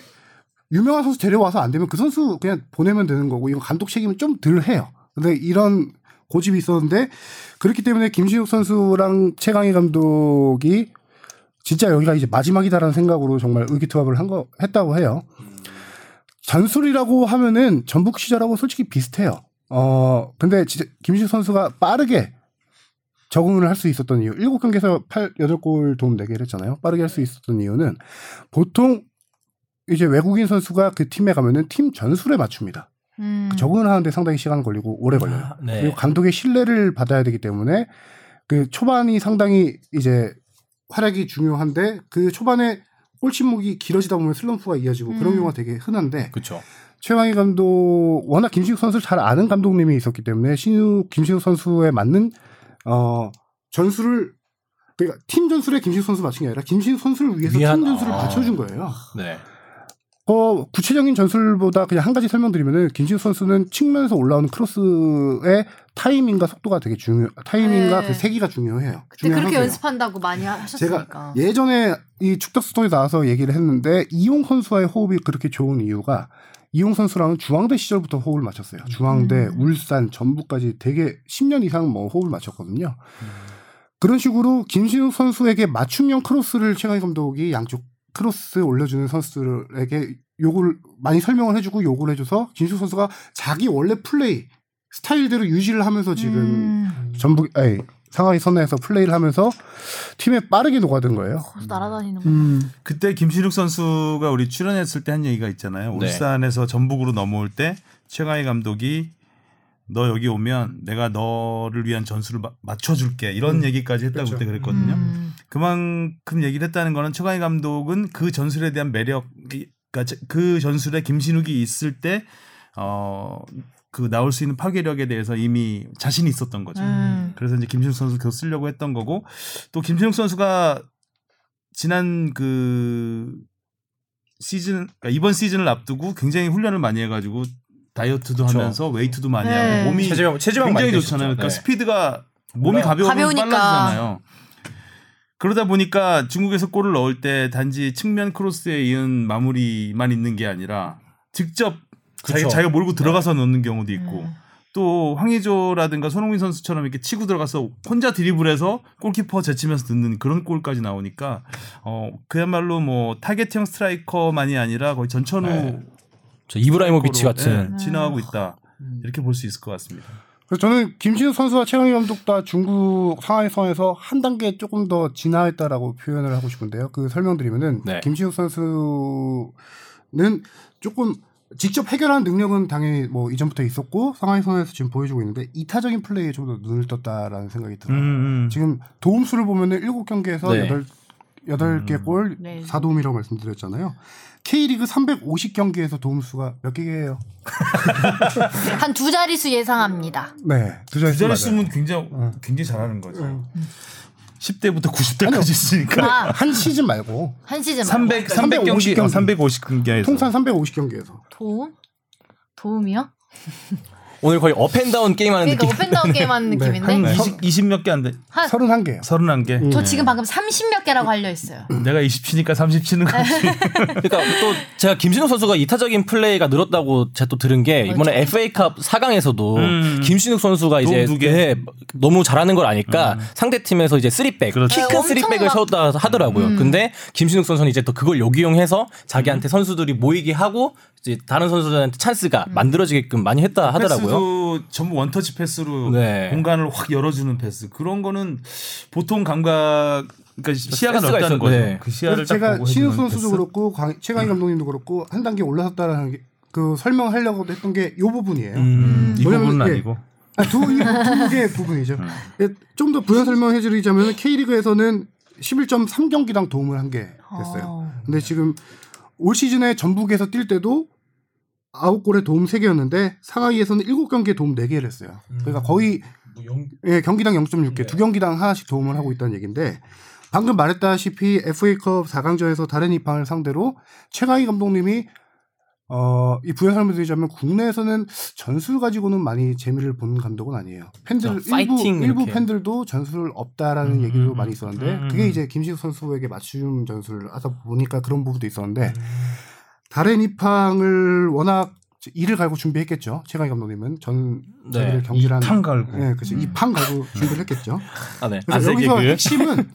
유명한 선수 데려와서 안 되면 그 선수 그냥 보내면 되는 거고 이거 감독 책임은 좀 덜 해요. 근데 이런 고집이 있었는데 그렇기 때문에 김신욱 선수랑 최강희 감독이 진짜 여기가 이제 마지막이다라는 생각으로 정말 의기투합을 한 거 했다고 해요. 잔술이라고 하면은 전북 시절하고 솔직히 비슷해요. 어 근데 진짜 김신욱 선수가 빠르게 적응을 할 수 있었던 이유. 7경기에서 8, 8골 도움 4개를 했잖아요. 빠르게 할 수 있었던 이유는 보통 이제 외국인 선수가 그 팀에 가면은 팀 전술에 맞춥니다. 음. 그 적응을 하는데 상당히 시간 걸리고 오래 걸려요. 아, 네. 그리고 감독의 신뢰를 받아야 되기 때문에 그 초반이 상당히 이제 활약이 중요한데 그 초반에 골침묵이 길어지다 보면 슬럼프가 이어지고 그런 음. 경우가 되게 흔한데 그렇죠. 최강희 감독 워낙 김신욱 선수를 잘 아는 감독님이 있었기 때문에 신욱 김신욱 선수에 맞는 어 전술을 그러니까 팀 전술에 김신욱 선수 맞춘 게 아니라 김신욱 선수를 위해서 위한- 팀 전술을 아. 맞춰준 거예요. 네. 어, 구체적인 전술보다 그냥 한 가지 설명드리면은 김신욱 선수는 측면에서 올라오는 크로스의 타이밍과 속도가 되게 중요 타이밍과 네. 그 세기가 중요해요. 그때 그렇게 중요한 선수예요. 연습한다고 많이 하셨으니까. 제가 예전에 이 축덕 스토리 나와서 얘기를 했는데 이용 선수와의 호흡이 그렇게 좋은 이유가 이용 선수랑은 중앙대 시절부터 호흡을 맞췄어요. 중앙대, 음. 울산, 전북까지 되게 10년 이상 뭐 호흡을 맞췄거든요. 음. 그런 식으로 김신욱 선수에게 맞춤형 크로스를 최강희 감독이 양쪽 크로스 올려주는 선수들에게 요구를 많이 설명을 해주고 요구를 해줘서 김신욱 선수가 자기 원래 플레이 스타일대로 유지를 하면서 지금 음. 전북 아니 상하이 선에서 플레이를 하면서 팀에 빠르게 녹아든 거예요. 거기서 날아다니는 거. 음. 그때 김신욱 선수가 우리 출연했을 때 한 얘기가 있잖아요. 네. 울산에서 전북으로 넘어올 때 최강희 감독이 너 여기 오면 내가 너를 위한 전술을 마- 맞춰줄게 이런 음. 얘기까지 했다고 그렇죠. 그때 그랬거든요. 음. 그만큼 얘기를 했다는 거는 최강희 감독은 그 전술에 대한 매력, 그러니까 그 전술에 김신욱이 있을 때 어. 그 나올 수 있는 파괴력에 대해서 이미 자신이 있었던 거죠. 음. 그래서 이제 김신욱 선수 계속 쓰려고 했던 거고 또 김신욱 선수가 지난 그 시즌 그러니까 이번 시즌을 앞두고 굉장히 훈련을 많이 해가지고 다이어트도 그쵸. 하면서 웨이트도 많이 네. 하고 몸이 체지방 체지방 많이 굉장히 드시죠. 좋잖아요. 그러니까 네. 스피드가 몸이 가벼우면 그러니까. 가벼우니까. 빨라지잖아요. 그러다 보니까 중국에서 골을 넣을 때 단지 측면 크로스에 이은 마무리만 있는 게 아니라 직접 네. 자기, 그쵸. 자기가 몰고 들어가서 넣는 경우도 있고 음. 또 황의조라든가 손흥민 선수처럼 이렇게 치고 들어가서 혼자 드리블해서 골키퍼 제치면서 듣는 그런 골까지 나오니까 어 그야말로 뭐 타겟형 스트라이커만이 아니라 거의 전천후 네. 저 이브라이모비치 골로, 같은 네. 예, 진화하고 있다 음. 이렇게 볼 수 있을 것 같습니다. 그래서 저는 김신우 선수와 최강희 감독 다 중국 상하이선에서 한 단계 조금 더 진화했다라고 표현을 하고 싶은데요. 그 설명드리면은 네. 김신우 선수는 조금 직접 해결하는 능력은 당연히 뭐 이전부터 있었고 상하이선에서 지금 보여주고 있는데 이타적인 플레이에 좀 더 눈을 떴다라는 생각이 들어요. 지금 도움수를 보면은 7경기에서 네. 여덟 8개 골 네. 4도움이라고 말씀드렸잖아요. K리그 350경기에서 도움수가 몇 개예요? 한 두 자릿수 예상합니다. 네. 두 자릿수 기다릴 맞아요. 어. 음. 수면 굉장히 굉장히 잘하는 거죠. 응. 10대부터 90대까지 있으니까 아, 한 시즌 말고 한 시즌 말고. 300 300 경기 350 경기. 350 경기에서 통산 350경기에서 도움? 도움이요? 오늘 거의 업앤다운 게임하는 그러니까 느낌. 오펜다운 게임 하는 느낌인데 네. 한 20, 20 몇 개 안 돼. 한, 31개. 31개. 음. 저 지금 방금 30몇 개라고 하려 했어요. 내가 20 치니까 30 치는 거지. 뭐- 그러니까 또 제가 김신욱 선수가 이타적인 플레이가 늘었다고 제가 또 들은 게 이번에 FA컵 4강에서도 음. 김신욱 선수가 이제 두 개. 음. 네, 너무 잘하는 걸 아니까 상대 팀에서 이제 3백 그렇죠. 네, 키큰 엄청 3백을 막- 세웠다 하더라고요. 음. 근데 김신욱 선수는 이제 또 그걸 요기용해서 자기한테 음. 선수들이 모이게 하고 이제 다른 선수들한테 찬스가 음. 만들어지게끔 많이 했다 하더라고요. 패스도 전부 원터치 패스로 네. 공간을 확 열어주는 패스. 그런 거는 보통 감각, 그러니까 시야가 센스가 넓다는 있었- 거죠. 네. 그 시야를 그래서 딱 제가 보고 신우 해주는 선수도 패스. 그렇고 음. 강- 최강희 감독님도 그렇고 한 단계 올라섰다라는 게, 그 설명하려고 했던 게 이 부분이에요. 음, 이 왜냐면 부분은 이게 아니고. 아, 두, 이- 두 개의 부분이죠. 음. 네, 좀 더 부연 설명해드리자면 K리그에서는 11.3경기당 도움을 한 게 됐어요. 어. 근데 지금 올 시즌에 전북에서 뛸 때도 9골에 도움 3개였는데 상하이에서는 7경기에 도움 4개를 했어요. 음. 그러니까 거의 예, 경기당 0.6개, 두 네. 경기당 하나씩 도움을 하고 있다는 얘기인데 방금 말했다시피 FA컵 4강전에서 다른 이방을 상대로 최강희 감독님이 어, 이 부연 설명드리자면 국내에서는 전술 가지고는 많이 재미를 본 감독은 아니에요. 팬들 그렇죠. 일부 파이팅 일부 이렇게. 팬들도 전술 없다라는 얘기도 많이 있었는데 음, 음, 그게 음. 이제 김신욱 선수에게 맞춤 전술을 하다 보니까 그런 부분도 있었는데 음. 다른 이팡을 워낙 이를 갈고 준비했겠죠. 최강희 감독님은 전 네. 자기를 경질한 탕 갈고. 네, 그렇죠. 음. 이판 가고 준비를 했겠죠. 아, 네. 그래서 아재 여기서 개그. 핵심은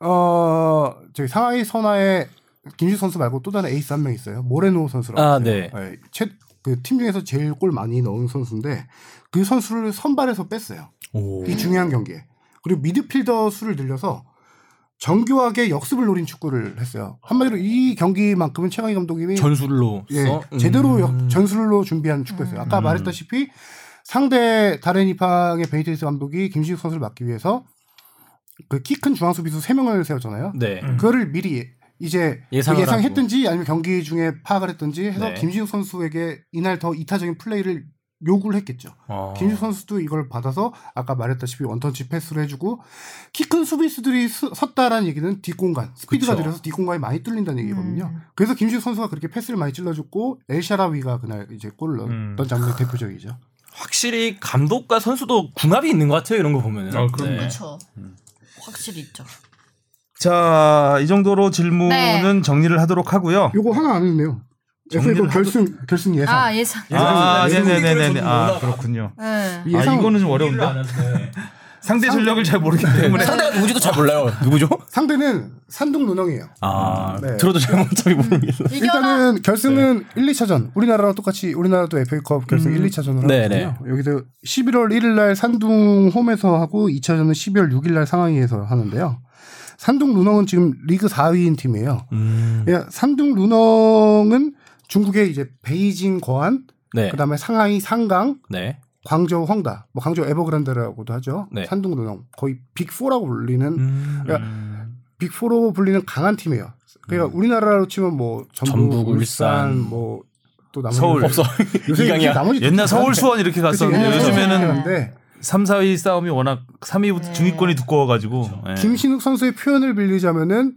어 저기 상하이 선화에 김지 선수 말고 또 다른 에이스 한 명 있어요. 모레노 선수라고. 아, 있어요. 네. 예, 최- 그 팀 중에서 제일 골 많이 넣은 선수인데 그 선수를 선발해서 뺐어요. 그- 오. 이 중요한 경기에. 그리고 미드필더 수를 늘려서 정교하게 역습을 노린 축구를 했어요. 한마디로 이 경기만큼은 최강희 감독님이 전술로 예, 써? 음. 제대로 역- 전술로 준비한 축구였어요. 아까 말했다시피 상대 다른 이팡의 베이테스 감독이 김신욱 선수를 막기 위해서 그 키 큰 중앙 수비수 3명을 세웠잖아요. 네. 음. 그거를 미리 이제 예상을 예상했든지 아니면 경기 중에 파악을 했든지 해서 네. 김신욱 선수에게 이날 더 이타적인 플레이를 요구를 했겠죠. 어. 김신욱 선수도 이걸 받아서 아까 말했다시피 원턴치 패스를 해주고 키 큰 수비수들이 스- 섰다라는 얘기는 뒷공간 스피드가 그쵸. 들려서 뒷공간이 많이 뚫린다는 얘기거든요. 음. 그래서 김신욱 선수가 그렇게 패스를 많이 찔러줬고 엘샤라위가 그날 이제 골을 넣었던 음. 장면이 대표적이죠. 확실히 감독과 선수도 궁합이 있는 것 같아요. 이런 거 보면은. 네. 아, 그럼요. 그렇죠. 확실히 있죠. 자, 이 정도로 질문은 네. 정리를 하도록 하고요. 요거 하나 안 했네요. 정리를 FA컵 그 결승 결승 예상. 아 예상. 아, 예상- 예상- 네네네네. 아, 예상- 그렇군요. 네. 아, 예상- 이거는 좀 어려운데. 상대 전력을 잘 모르기 네. 때문에. 상대가 누구지도 잘 몰라요. 누구죠? 상대는 산둥 논영이에요. 아, 네. 들어도 잘 어차피 모르겠어요. 이겨라. 일단은 결승은 네. 1, 2차전. 우리나라랑 똑같이 우리나라도 FA컵 결승 1, 2차전으로 네, 하거든요. 여기도 11월 1일 날 산둥 홈에서 하고 2차전은 12월 6일 날 상하이에서 하는데요. 산둥 루넝은 지금 리그 4위인 팀이에요. 음. 음. 예, 산둥 루넝은 중국의 이제 베이징 거안, 네. 그다음에 상하이 상강, 네. 광저우 헝다, 뭐 광저우 에버그란데라고도 하죠. 네. 산둥노농 거의 빅4라고 불리는 음. 그러니까 빅4로 불리는 강한 팀이에요. 음. 그러니까 우리나라로 치면 뭐 전북, 전북, 울산, 울산, 뭐 또 나머지 서울. 없어. 요새 이렇게 이강이야. 나머지 옛날 서울 수원 이렇게 갔었는데 네. 옛날 서울 요즘에는 수원. 데 3, 4위 싸움이 워낙 3위부터 네. 중위권이 두꺼워가지고 네. 예. 김신욱 선수의 표현을 빌리자면은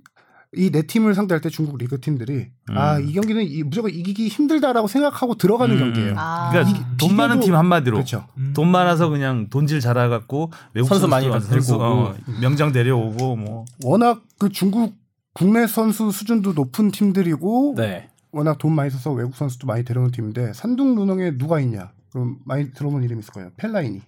이 네 팀을 상대할 때 중국 리그 팀들이 아 이 경기는 이- 무조건 이기기 힘들다라고 생각하고 들어가는 음. 경기예요. 아. 그러니까 이게 돈 많은 비교도- 팀 한마디로 그렇죠. 돈 많아서 그냥 돈질 잘해갖고 외국 선수 많이 선수들 데리고 선수, 오고. 어, 명장 데려오고 뭐 워낙 그 중국 국내 선수 수준도 높은 팀들이고 네. 워낙 돈 많이 써서 외국 선수도 많이 데려온 팀인데 산둥 루농에 누가 있냐? 그럼 많이 들어본 이름 있을 거예요. 펠라이니.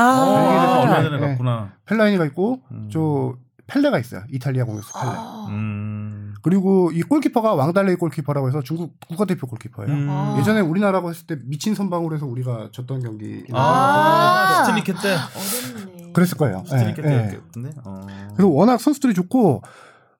아, 얼마 아. 전에 네. 갔구나. 펠라이니가 있고 음. 저 펠레가 있어요. 이탈리아 공격수 펠레. 음. 그리고 이 골키퍼가 왕달레이 골키퍼라고 해서 중국 국가대표 골키퍼예요. 음. 아. 예전에 우리나라고 했을 때 미친 선방으로 해서 우리가 졌던 경기 아, 아. 스틸리케 때 어렵네. 그랬을 거예요. 스틸리케 예, 예. 때 근데 어. 그래서 워낙 선수들이 좋고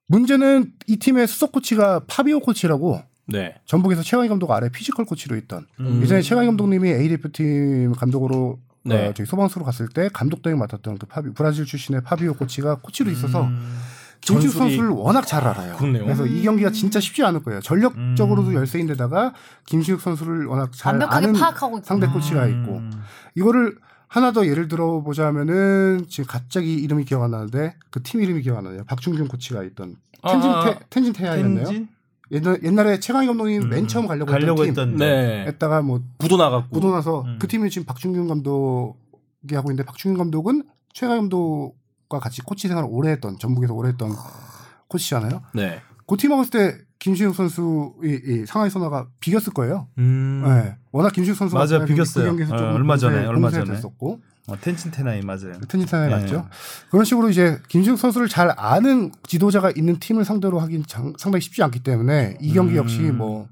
문제는 이 팀의 수석 코치가 파비오 코치라고 네. 전북에서 최강희 감독 아래 피지컬 코치로 있던 음. 예전에 최강희 감독님이 A 대표팀 감독으로 네. 어, 저기 소방수로 갔을 때 감독 대행 맡았던 그 파비 브라질 출신의 파비오 코치가 코치로 있어서 음. 김치욱 전술이- 선수를 워낙 잘 알아요. 그렇네요. 래서이 경기가 진짜 쉽지 않을 거예요. 전력적으로도 음. 열세인데다가 김치욱 선수를 워낙 잘 완벽하게 아는 파악하고 있구나. 상대 코치가 있고 음. 이거를 하나 더 예를 들어 보자면은 지금 갑자기 이름이 기억 안 나는데 그 팀 이름이 기억 안 나네요. 박준균 코치가 있던 텐진 아, 태, 텐진 태아였나요? 텐진? 옛날, 옛날에 최강희 감독님 음. 맨 처음 가려고, 가려고 했던 했던 팀. 네. 했다가 뭐 구도 나갔고. 굳어 나서 음. 그 팀이 지금 박준균 감독이 하고 있는데 박준균 감독은 최강희 감독과 같이 코치 생활을 오래 했던 전북에서 오래 했던 코치잖아요. 네. 그 팀하고 있을 때 김신욱 선수의 이 상하이 선화가 비겼을 거예요. 음. 네. 워낙 김신욱 선수가 맞아요. 그 비겼어요. 경기에서 좀 어, 얼마 전에, 공세- 얼마 전에. 공세됐었고. 그 어, 텐진 테나이 맞아요. 테니스에 예. 맞죠. 그런 식으로 이제 김신욱 선수를 잘 아는 지도자가 있는 팀을 상대로 하긴 장- 상당히 쉽지 않기 때문에 이 경기 역시 음. 뭐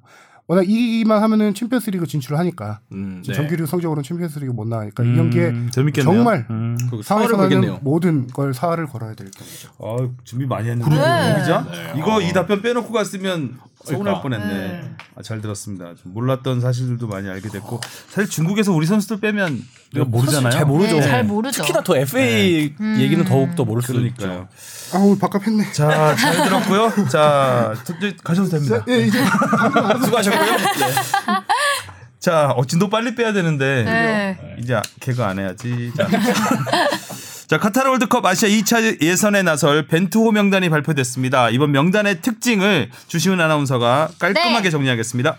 워낙 이기기만 하면은 챔피언스리그 진출을 하니까 음, 네. 정규리그 성적으로는 챔피언스리그 못 나가니까 이 음, 경기에 재밌겠네요. 정말 음. 상황에서 그 사활을 걸겠네요. 나는 모든 걸 사활을 걸어야 될 경기죠. 아, 준비 많이 했는데. 네. 어. 그러자 이거 이 답변 빼놓고 갔으면 서운할 그러니까. 뻔했네. 네. 아, 잘 들었습니다. 좀 몰랐던 사실들도 많이 알게 됐고 사실 중국에서 우리 선수들 빼면 우리가 모르잖아요. 네. 잘 모르죠. 네, 잘 모르죠. 특히나 더 FA 얘기는 더욱 더 모를 수도 그러니까요. 있죠. 아 오늘 밥값 했네. 자, 잘 들었고요. 자, 저쪽 가셔도 됩니다. 예 이제 수고하셨고요. 네. 자, 어, 진도 빨리 빼야 되는데 네. 이제 개그 안 해야지. 자. 자, 카타르 월드컵 아시아 2차 예선에 나설 벤투호 명단이 발표됐습니다. 이번 명단의 특징을 주시은 아나운서가 깔끔하게 네. 정리하겠습니다.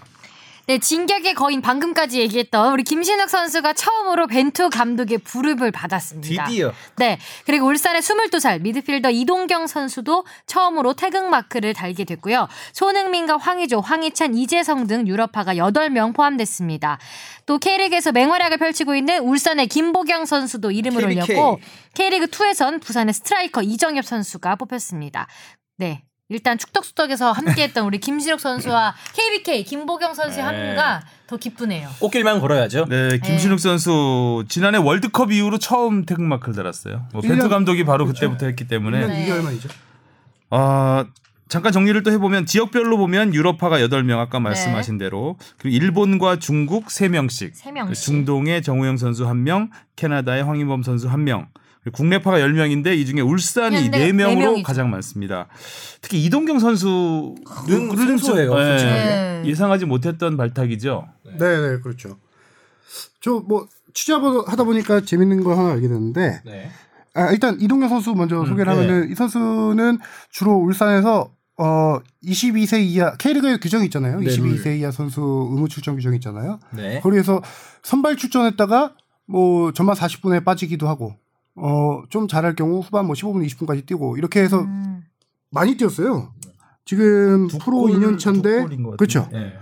네, 진격의 거인 방금까지 얘기했던 우리 김신욱 선수가 처음으로 벤투 감독의 부름을 받았습니다. 드디어. 네. 그리고 울산의 22살 미드필더 이동경 선수도 처음으로 태극 마크를 달게 됐고요. 손흥민과 황의조, 황희찬, 이재성 등 유럽파가 8명 포함됐습니다. 또 K리그에서 맹활약을 펼치고 있는 울산의 김보경 선수도 이름을 KBK. 올렸고 K리그 2에선 부산의 스트라이커 이정엽 선수가 뽑혔습니다. 네. 일단 축덕수덕에서 함께했던 우리 김시록 선수와 KBK 김보경 선수의 합류가 더 기쁘네요. 꽃길만 걸어야죠. 예. 네, 김신욱 선수 지난해 월드컵 이후로 처음 태극마크를 달았어요. 뭐 벤투 일년- 감독이 바로 그때부터 했기 때문에 네. 2개월만이죠. 아, 잠깐 정리를 또 해보면 지역별로 보면 유럽파가 8명 아까 말씀하신 대로 그리고 일본과 중국 3명씩 네. 세 명씩. 중동의 정우영 선수 1명 캐나다의 황인범 선수 1명 국내파가 10명인데 이 중에 울산이 근데 4명으로 네 명이죠. 가장 많습니다. 특히 이동경 선수는 선수예요, 좀, 예, 솔직하게. 예상하지 못했던 발탁이죠. 네네 그렇죠. 저 뭐 취재하다 보니까 재밌는 거 하나 알게 됐는데 네. 아, 일단 이동경 선수 먼저 음, 소개를 네. 하면은 이 선수는 주로 울산에서 어 22세 이하 K리그에 규정이 있잖아요. 네, 22세 이하 선수 의무 출전 규정이 있잖아요. 네. 거기에서 선발 출전했다가 뭐 전반 40분에 빠지기도 하고 어 좀 잘할 경우 후반 뭐 15분 20분까지 뛰고 이렇게 해서 음. 많이 뛰었어요. 지금 두 프로 골, 2년 두 차인데 골인 것 같은데. 그렇죠. 네.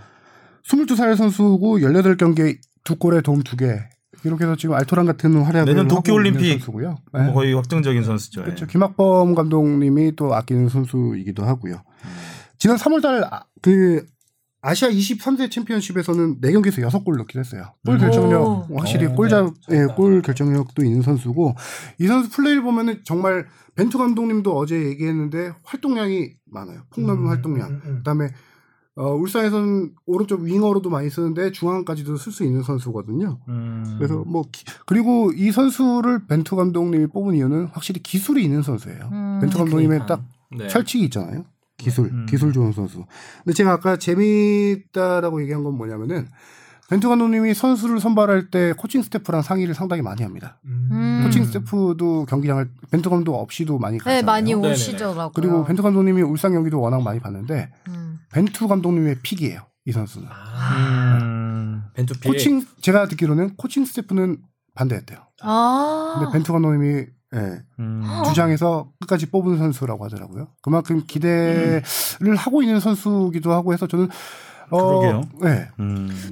22살 선수고 18경기에 두 골에 도움 두 개. 이렇게서 지금 알토란 같은 활약을 내년 하고 도쿄올림픽 있는 선수고요. 네. 뭐 거의 확정적인 선수죠. 그렇죠. 예. 김학범 감독님이 또 아끼는 선수이기도 하고요. 지난 3월달 그 아시아 23세 챔피언십에서는 4경기에서 6골 넣기도 했어요. 골 음. 결정력 오. 확실히 어, 골자 네. 예, 골 결정력도 있는 선수고 이 선수 플레이를 보면은 정말 음. 음. 벤투 감독님도 어제 얘기했는데 활동량이 많아요. 폭넓은 활동량. 그다음에 어, 울산에서는 오른쪽 윙어로도 많이 쓰는데 중앙까지도 쓸 수 있는 선수거든요. 음. 그래서 음. 뭐 기- 그리고 이 선수를 벤투 감독님이 뽑은 이유는 확실히 기술이 있는 선수예요. 음, 벤투 감독님의 그러니까. 딱 네. 철칙이 있잖아요. 기술, 음. 기술 좋은 선수. 근데 제가 아까 재미있다라고 얘기한 건 뭐냐면은 벤투 감독님이 선수를 선발할 때 코칭 스태프랑 상의를 상당히 많이 합니다. 음. 코칭 스태프도 경기장을 벤투 감독 없이도 많이 가잖아요. 네, 많이 네네네. 오시더라고요. 그리고 벤투 감독님이 울산 경기도 워낙 많이 봤는데 음. 벤투 감독님의 픽이에요. 이 선수는. 예. 음. 아. 벤투피 코칭 제가 듣기로는 코칭 스태프는 반대했대요. 아. 근데 벤투 감독님이 예, 어? 주장에서 끝까지 뽑은 선수라고 하더라고요. 그만큼 기대를 하고 있는 선수기도 하고 해서 저는 어, 음. 그러게요. 네.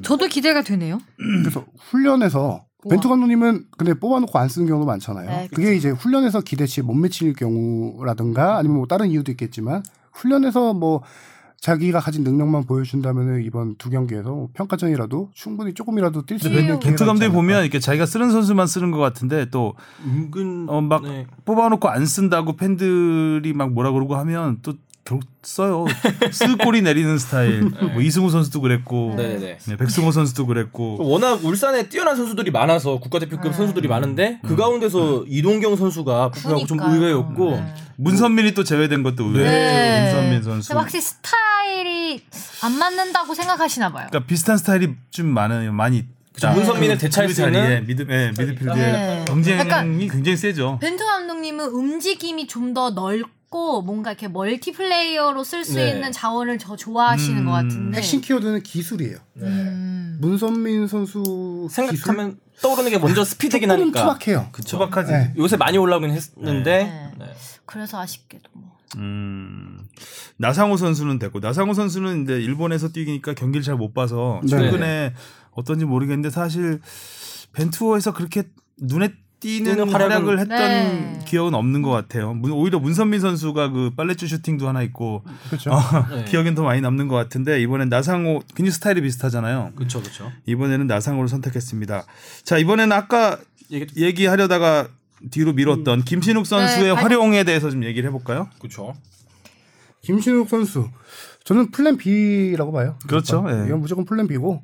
저도 기대가 되네요. 그래서 훈련에서 우와. 벤투 감독님은 근데 뽑아놓고 안 쓰는 경우도 많잖아요. 네, 그게 이제 훈련에서 기대치에 못 미칠 경우라든가 아니면 뭐 다른 이유도 있겠지만 훈련에서 뭐 자기가 가진 능력만 보여준다면 이번 두 경기에서 뭐 평가전이라도 충분히 조금이라도 뛸 수 근데 있는 기회가 벤- 네. 벤투 그 감독이 있지 않을까. 보면 이렇게 자기가 쓰는 선수만 쓰는 것 같은데 또 은근 어, 막 네. 뽑아놓고 안 쓴다고 팬들이 막 뭐라 그러고 하면 또 결국 써요. 쓰골이 내리는 스타일. 뭐 이승우 선수도 그랬고, 네네네. 뭐 네, 백승호 선수도 그랬고. 워낙 울산에 뛰어난 선수들이 많아서 국가대표급 네. 선수들이 많은데 그 가운데서 이동경 선수가 부하고 좀 그러니까요. 의외였고 네. 문선민이 또 제외된 것도 의외예요. 네. 문선민 선수. 근데 확실히 스타일이 안 맞는다고 생각하시나 봐요. 그러니까 비슷한 스타일이 좀 많아요. 많이. 있다. 문선민을 대체할 그 수 있는 자리에 미드 예, 미드필드에 네. 경쟁이 약간 굉장히 세죠. 벤투 감독님은 움직임이 좀 더 넓고 뭔가 이렇게 멀티플레이어로 쓸 수 네. 있는 자원을 더 좋아하시는 음, 것 같은데. 핵심 키워드는 기술이에요. 네. 네. 음. 문선민 선수 기술? 생각하면 떠오르는 게 먼저 스피드긴 조금은 하니까 투박해요. 그쵸. 소박하지. 네. 요새 많이 올라오긴 했는데 네. 네. 그래서 아쉽게도 뭐. 음, 나상호 선수는 됐고 나상호 선수는 이제 일본에서 뛰니까 경기를 잘 못 봐서 네. 최근에 어떤지 모르겠는데 사실 벤투어에서 그렇게 눈에 띄는 띄는 활약을 활약은- 했던 네. 기억은 없는 것 같아요. 문- 오히려 문선민 선수가 그 빨래줄 슈팅도 하나 있고 그렇죠. 네. 기억엔 더 많이 남는 것 같은데 이번엔 나상호 굉장히 스타일이 비슷하잖아요. 그쵸 그쵸 이번에는 나상호를 선택했습니다. 자 이번에는 아까 이게 얘기하려다가 뒤로 미뤘던 김신욱 선수의 네, 아니- 활용에 대해서 좀 얘기를 해볼까요? 그쵸 김신욱 선수. 저는 플랜 B라고 봐요. 그렇죠, 그러니까 예. 이건 무조건 플랜 B고.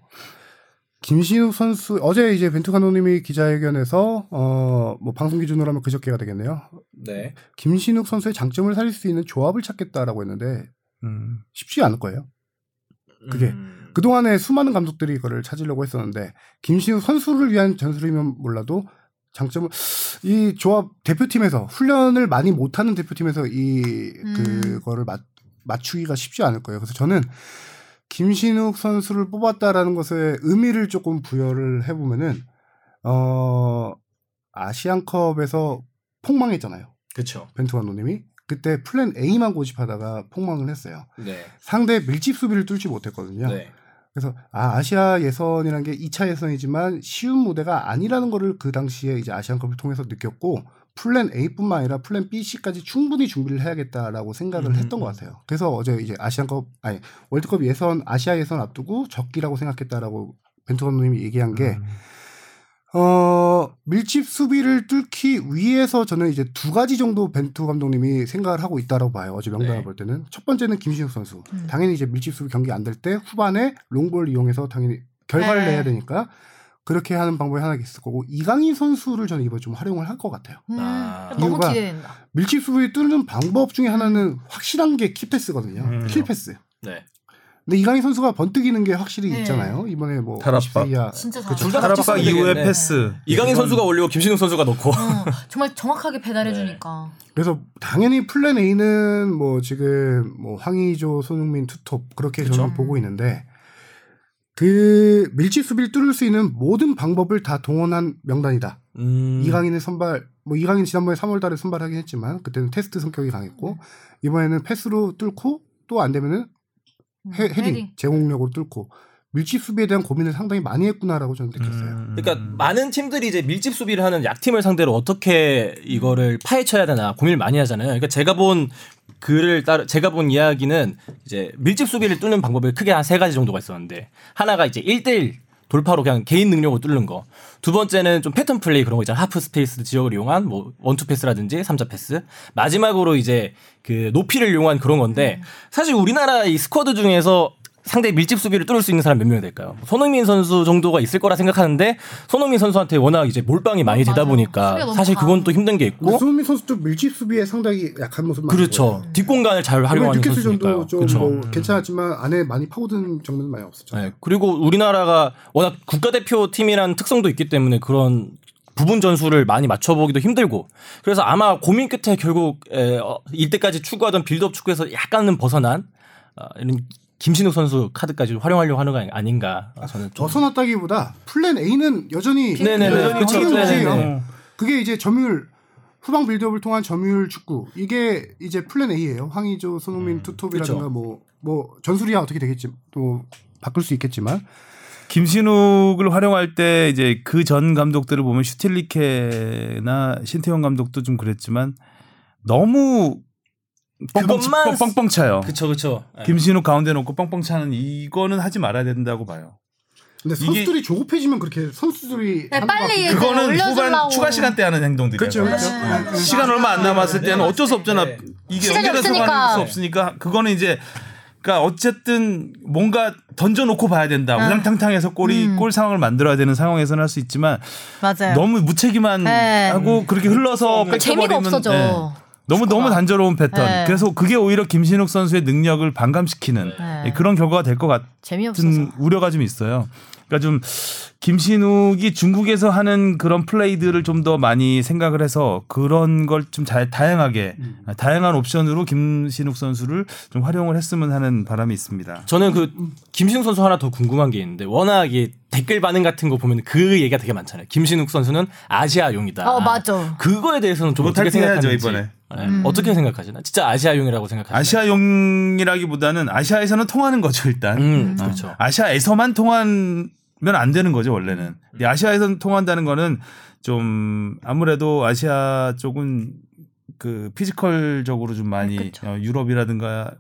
김신욱 선수 어제 이제 벤투 감독님이 기자회견에서 어뭐 방송 기준으로 하면 그저께가 되겠네요. 네 김신욱 선수의 장점을 살릴 수 있는 조합을 찾겠다라고 했는데 음. 쉽지 않을 거예요. 그게 음. 그동안에 수많은 감독들이 이거를 찾으려고 했었는데 김신욱 선수를 위한 전술이면 몰라도 장점을 이 조합 대표팀에서 훈련을 많이 못하는 대표팀에서 이 음. 그거를 맞, 맞추기가 쉽지 않을 거예요. 그래서 저는 김신욱 선수를 뽑았다라는 것의 의미를 조금 부여를 해보면은 어 아시안컵에서 폭망했잖아요. 그쵸 벤투 감독님이 그때 플랜 A만 고집하다가 폭망을 했어요. 네. 상대 밀집 수비를 뚫지 못했거든요. 네. 그래서 아, 아시아 예선이란 게 2차 예선이지만 쉬운 무대가 아니라는 거를 그 당시에 이제 아시안컵을 통해서 느꼈고 플랜 A뿐만 아니라 플랜 B, C까지 충분히 준비를 해야겠다라고 생각을 음, 했던 것 같아요. 그래서 어제 이제 아시안컵 아니 월드컵 예선 아시아 예선 앞두고 적기라고 생각했다라고 벤투 감독님이 얘기한 게 음. 어, 밀집 수비를 뚫기 위해서 저는 이제 두 가지 정도 벤투 감독님이 생각을 하고 있다라고 봐요. 어제 명단을 네. 볼 때는 첫 번째는 김신욱 선수. 음. 당연히 이제 밀집 수비 경기 안 될 때 후반에 롱볼 이용해서 당연히 결과를 네. 내야 되니까 그렇게 하는 방법이 하나 있을 거고 이강인 선수를 저는 이번 에좀 활용을 할 것 같아요. 음, 아. 너무 이유가- 기대된다. 밀집 수비 뚫는 방법 중에 하나는 확실한 게 키패스거든요. 음. 킬패스. 네. 근데 이강인 선수가 번뜩이는 게 확실히 네. 있잖아요. 이번에 뭐 탈압박. 14이야. 진짜 그쵸. 잘한다. 둘다 같이 타락박 쓰면 이후에 되겠네. 음. 패스. 이강인 선수가 올리고 김신욱 선수가 넣고 어, 정말 정확하게 배달해 네. 주니까. 그래서 당연히 플랜 A는 뭐 지금 뭐 황의조, 손흥민 투톱 그렇게 저는 그렇죠. 그쵸. 보고 있는데 그 밀집 수비를 뚫을 수 있는 모든 방법을 다 동원한 명단이다. 음. 이강인의 선발 뭐 이강인 지난번에 3월달에 선발하긴 했지만 그때는 테스트 성격이 강했고 이번에는 패스로 뚫고 또 안 되면은 음, 헤, 딩 제공력으로 뚫고 밀집 수비에 대한 고민을 상당히 많이 했구나라고 저는 느꼈어요. 음. 그러니까 많은 팀들이 이제 밀집 수비를 하는 약팀을 상대로 어떻게 이거를 파헤쳐야 되나 고민을 많이 하잖아요. 그러니까 제가 본 글을 따라 제가 본 이야기는 이제 밀집 수비를 뚫는 방법이 크게 한 세 가지 정도가 있었는데 하나가 이제 1대1 돌파로 그냥 개인 능력으로 뚫는 거. 두 번째는 좀 패턴 플레이 그런 거 있잖아요. 하프 스페이스 지역을 이용한 뭐 원투 패스라든지 삼자 패스. 마지막으로 이제 그 높이를 이용한 그런 건데 사실 우리나라 이 스쿼드 중에서 상대 밀집 수비를 뚫을 수 있는 사람 몇 명이 될까요? 뭐 손흥민 선수 정도가 있을 거라 생각하는데 손흥민 선수한테 워낙 이제 몰빵이 많이 맞아요. 되다 수비가 보니까 너무 사실 그건 또 힘든 게 근데 있고 손흥민 아, 선수도 밀집 수비에 상당히 약한 모습 많이 어? 그렇죠. 보여요. 뒷공간을 잘 이번에 활용하는 뉴캐슬 선수니까요. 전도 그렇죠. 좀뭐 괜찮았지만 안에 많이 파고드는 장면은 많이 없었죠. 네, 그리고 우리나라가 워낙 국가대표 팀이라는 특성도 있기 때문에 그런 부분 전술을 많이 맞춰보기도 힘들고 그래서 아마 고민 끝에 결국 에, 어, 이때까지 추구하던 빌드업 축구에서 약간은 벗어난 아, 이런 김신욱 선수 카드까지 활용하려고 하는 거 아니- 아닌가 저는 좀 벗어났다기보다 플랜 A는 여전히 네네네. 여전히 그렇죠. 확인되지요. 어. 네네네. 그게 이제 점유율 후방 빌드업을 통한 점유율 축구 이게 이제 플랜 A예요. 황의조, 손흥민, 투톱이라든가 그렇죠. 뭐 뭐 전술이야 어떻게 되겠지 또 바꿀 수 있겠지만 김신욱을 활용할 때 이제 그 전 감독들을 보면 슈틸리케나 신태용 감독도 좀 그랬지만 너무 뻥뻥, 치- 그것만 뻥뻥 차요. 그쵸 그쵸 네. 김신욱 가운데 놓고 뻥뻥 차는 이거는 하지 말아야 된다고 봐요. 근데 선수들이 조급해지면 그렇게 선수들이 네, 하는 빨리 것 같아요. 얘기해. 그거- 그거는 올려주려고. 후반 추가 시간 때 하는 행동들이에요. 그렇죠 거의. 그렇죠. 네. 네. 시간 얼마 안 남았을 때는 어쩔 수 없잖아. 네. 이게 시간이 연결해서 없으니까. 가는 수 없으니까 그거는 이제 그러니까 어쨌든 뭔가 던져놓고 봐야 된다. 네. 우당탕탕해서 골이 음. 골 상황을 만들어야 되는 상황에서는 할 수 있지만 맞아요. 너무 무책임만 네. 하고 그렇게 흘러서 뺏겨버리면 그러니까 아, 재미가 없어져. 예. 너무 너무 단조로운 패턴. 네. 그래서 그게 오히려 김신욱 선수의 능력을 반감시키는 네. 예, 그런 결과가 될 것 같. 재미없어서. 같은 우려가 좀 있어요. 그러니까 좀 김신욱이 중국에서 하는 그런 플레이들을 좀 더 많이 생각을 해서 그런 걸 좀 잘 다양하게 음. 다양한 옵션으로 김신욱 선수를 좀 활용을 했으면 하는 바람이 있습니다. 저는 그 김신욱 선수 하나 더 궁금한 게 있는데 워낙 이 댓글 반응 같은 거 보면 그 얘기가 되게 많잖아요. 김신욱 선수는 아시아용이다. 어, 맞아. 음. 그거에 대해서는 좀 그거 어떻게 탈피해야죠, 생각하는지 이번에. 네, 어떻게 생각하시나? 진짜 아시아용이라고 생각하시나요? 아시아용이라기보다는 아시아에서는 통하는 거죠 일단. 음, 그렇죠. 아시아에서만 통하면 안 되는 거죠 원래는. 음. 근데 아시아에서 통한다는 거는 좀 아무래도 아시아 쪽은 그 피지컬적으로 좀 많이 어, 유럽이라든가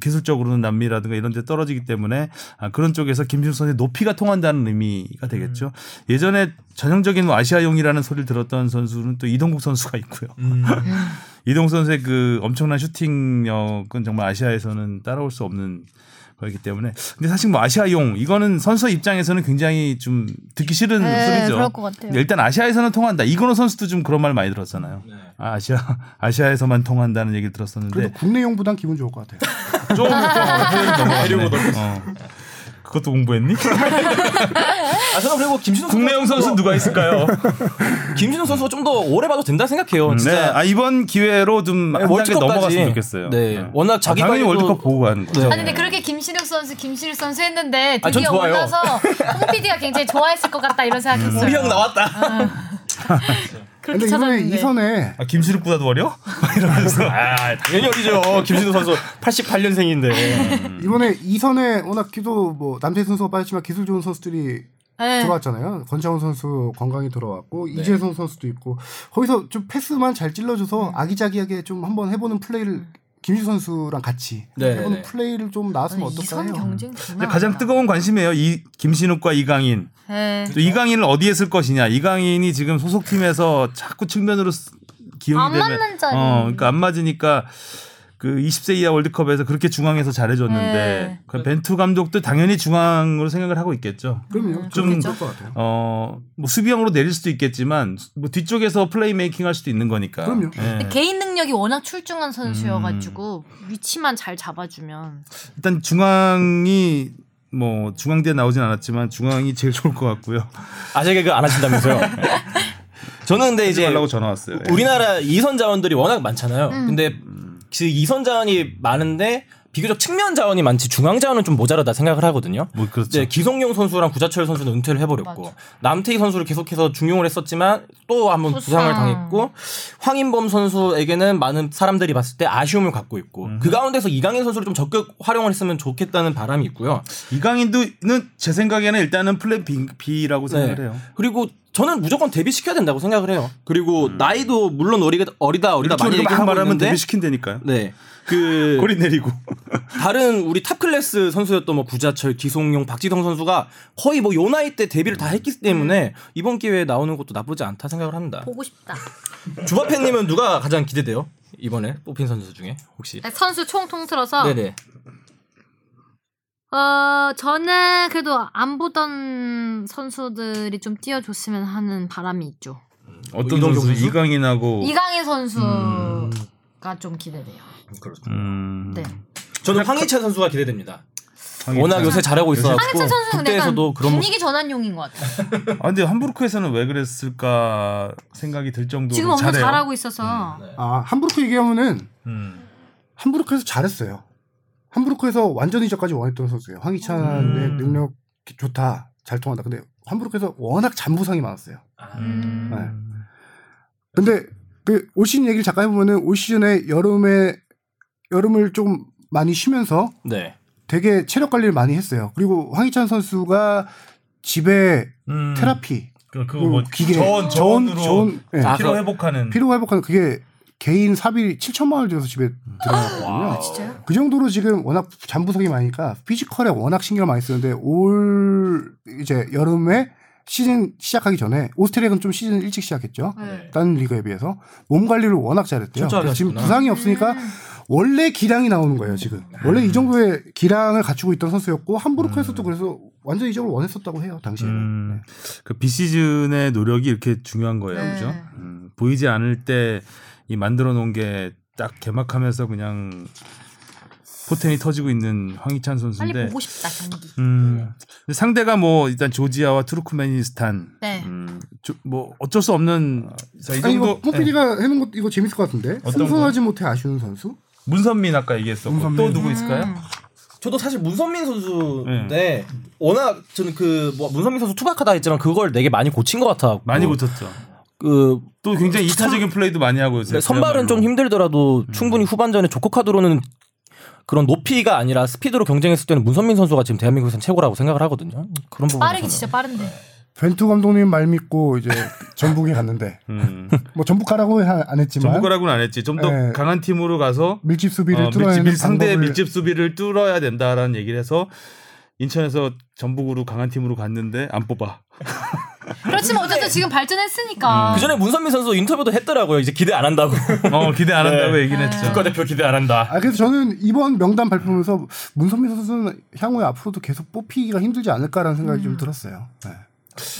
기술적으로는 남미라든가 이런 데 떨어지기 때문에 아, 그런 쪽에서 김준수 선수의 높이가 통한다는 의미가 되겠죠. 예전에 전형적인 뭐 아시아용이라는 소리를 들었던 선수는 또 이동국 선수가 있고요. 이동 선수의 그 엄청난 슈팅력은 정말 아시아에서는 따라올 수 없는 거기 때문에 근데 사실 뭐 아시아용 이거는 선수 입장에서는 굉장히 좀 듣기 싫은 네, 소리죠. 그럴 것 같아요. 일단 아시아에서는 통한다. 이건호 선수도 좀 그런 말 많이 들었잖아요. 아, 아시아 아시아에서만 통한다는 얘기를 들었었는데 그래도 국내용보단 기분 좋을 것 같아요. 좀 데려오던 어. 그것도 공부했니? 아, 저는 그리고 김신욱 뭐 어, 국내용 선수 누가 있을까요? 김신욱 선수가 좀 더 오래 봐도 된다 생각해요. 네. 진짜 네, 아 이번 기회로 좀 한 단계 월드컵까지. 넘어갔으면 좋겠어요. 아, 네. 워낙 자기 당연히 관리도- 월드컵 보고 가는 거죠. 네. 아니 근데 그렇게 김신욱 선수, 김신욱 선수 했는데 아, 전 드디어 좋아요. 올라서 홍 PD가 굉장히 좋아했을 것 같다 이런 생각했어요. 우리 형 나왔다. 근데 그렇게 이번에 찾았는데. 이선에 아, 김신욱보다도 어려? 막 이러면서 아, 당연히 어리죠. 김신욱 선수 88년생인데. 네. 이번에 이선에 워낙 기도 뭐 남태희 선수가 빠졌지만 기술 좋은 선수들이 네. 들어왔잖아요. 권창훈 선수 건강이 들어왔고 이재성 선수도 있고 거기서 좀 패스만 잘 찔러줘서 아기자기하게 좀 한번 해보는 플레이를 김주 선수랑 같이 네, 해보는 네, 네. 플레이를 좀 나왔으면 어떨까 이선 해요. 경쟁 정말 근데 가장 뜨거운 관심이에요. 이 김신욱과 이강인. 네. 또 이강인을 어디에 쓸 것이냐. 이강인이 지금 소속팀에서 자꾸 측면으로 쓰- 기용이 안 되면 맞는 자리. 어, 그러니까 안 맞으니까 그 20세 이하 월드컵에서 그렇게 중앙에서 잘해줬는데 네. 그 벤투 감독도 당연히 중앙으로 생각을 하고 있겠죠. 그럼요. 좀- 좀 좋을 것 같아요. 어, 뭐 수비형으로 내릴 수도 있겠지만 뭐 뒤쪽에서 플레이메이킹 할 수도 있는 거니까. 그럼요. 예. 네. 근데 개인 능력이 워낙 출중한 선수여가지고 위치만 잘 잡아주면 일단 중앙이 뭐 중앙대 나오진 않았지만 중앙이 제일 좋을 것 같고요. 아재 개그 안 하신다면서요. 저는 근데 이제 하려고 전화 왔어요. 예. 네. 우리나라 이선 자원들이 워낙 많잖아요. 근데 그 이선 자원이 많은데 비교적 측면 자원이 많지 중앙 자원은 좀 모자라다 생각을 하거든요. 뭐 그렇죠. 이제 기성용 선수랑 구자철 선수는 은퇴를 해버렸고 남태희 선수를 계속해서 중용을 했었지만 또 한번 부상. 부상을 당했고 황인범 선수에게는 많은 사람들이 봤을 때 아쉬움을 갖고 있고 음. 그 가운데서 이강인 선수를 좀 적극 활용을 했으면 좋겠다는 바람이 있고요. 이강인도는 제 생각에는 일단은 플랜 B, 네. B라고 생각을 해요. 음. 그리고 저는 무조건 데뷔시켜야 된다고 생각을 해요. 그리고 나이도 물론 어리다 어리다 어리다 많이 이렇게 얘기하고 말하면 있는데 데뷔시킨다니까요. 네. 그 골이 내리고. 다른 우리 탑 클래스 선수였던 뭐 구자철, 기송용, 박지성 선수가 거의 뭐 요 나이 때 데뷔를 다 했기 때문에 이번 기회에 나오는 것도 나쁘지 않다 생각을 합니다. 보고 싶다. 주바팬님은 누가 가장 기대돼요? 이번에 뽑힌 선수 중에 혹시? 아. 선수 총 통틀어서 네네. 어, 저는 그래도 안 보던 선수들이 좀 뛰어줬으면 하는 바람이 있죠. 어떤 이강인 선수 선수? 이강인하고 이강인 선수가 좀 기대돼요. 어, 그렇죠. 음. 네. 저는 황희찬 선수가 기대됩니다. 황희찬. 워낙 요새 잘하고 있어 황희찬 갖고 선수는 근데 약간 국대에서도 그런 모습 분위기 전환용인 것 같아요. 아 근데 함부르크에서는 왜 그랬을까 생각이 들 정도로 지금 엄청 잘해요. 잘하고 있어서 아 함부르크 얘기하면은 음. 함부르크에서 잘했어요. 함부르크에서 완전 이적까지 원했던 선수예요. 황희찬의 음. 능력 좋다, 잘 통한다. 근데 함부르크에서 워낙 잔부상이 많았어요. 음. 네. 근데 그 올 시즌 얘기를 잠깐 해보면은 올 시즌에 여름에 여름을 좀 많이 쉬면서 네. 되게 체력 관리를 많이 했어요. 그리고 황희찬 선수가 집에 음. 테라피, 그, 그거 그리고 뭐 기계, 저온 저온으로 예. 아, 피로 그거- 회복하는 피로 회복하는 그게 개인 사비 7천만 원을 들여서 집에 들어갔거든요. 아, 진짜요? 그 정도로 지금 워낙 잔부상이 많으니까 피지컬에 워낙 신경 을 많이 쓰는데 올 이제 여름에 시즌 시작하기 전에 오스트리아는 좀 시즌 일찍 시작했죠. 네. 다른 리그에 비해서 몸 관리를 워낙 잘했대요. 진짜 잘하셨구나. 지금 부상이 없으니까 음. 원래 기량이 나오는 거예요 지금. 음. 원래 이 정도의 기량을 갖추고 있던 선수였고 함부르크에서도 음. 그래서 완전 이적을 원했었다고 해요 당시에. 음. 는 그 비시즌의 노력이 이렇게 중요한 거예요, 네. 그죠? 음, 보이지 않을 때 이 만들어 놓은 게 딱 개막하면서 그냥 포텐이 터지고 있는 황희찬 빨리 선수인데 보고 싶다 경기. 음, 근데 상대가 뭐 일단 조지아와 투르크메니스탄 네. 음, 조- 뭐 어쩔 수 없는 자, 이 아니 이거 정도 네. 뽀피디가 해놓은 것 이거 재밌을 것 같은데 어떤 승선하지 못해 아쉬운 선수? 문선민 아까 얘기했었고 문선민. 또 누구 있을까요? 음. 저도 사실 문선민 네. 선수인데 워낙 저는 그뭐 문선민 선수 투박하다 했지만 그걸 되게 많이 고친 것 같아. 많이 붙었죠. 그 뭐. 또 굉장히 이타적인 플레이도 많이 하고 요새 네, 음. 선발은 그야말로. 좀 힘들더라도 충분히 후반전에 조코카드로는 그런 높이가 아니라 스피드로 경쟁했을 때는 문선민 선수가 지금 대한민국에서 최고라고 생각을 하거든요. 그런 부분 빠르기 진짜 네. 빠른데. 벤투 감독님 말 믿고 이제 전북에 갔는데 음. 뭐 전북 가라고 하- 안 했지만 전북가라고는 안 했지. 좀 더 예. 네. 강한 팀으로 가서 밀집 수비를 어, 밀집- 뚫어내는 밀- 상대의 방법을 밀집 수비를 뚫어야 된다라는 얘기를 해서 인천에서 전북으로 강한 팀으로 갔는데 안 뽑아. 그렇지만 어쨌든 지금 발전했으니까. 그 전에 문선민 선수 인터뷰도 했더라고요. 이제 기대 안 한다고. 어 기대 안 한다고 얘기는 했죠. 국가대표 기대 안 한다. 아 그래서 저는 이번 명단 발표하면서 문선민 선수는 향후에 앞으로도 계속 뽑히기가 힘들지 않을까라는 생각이 좀 들었어요. 네.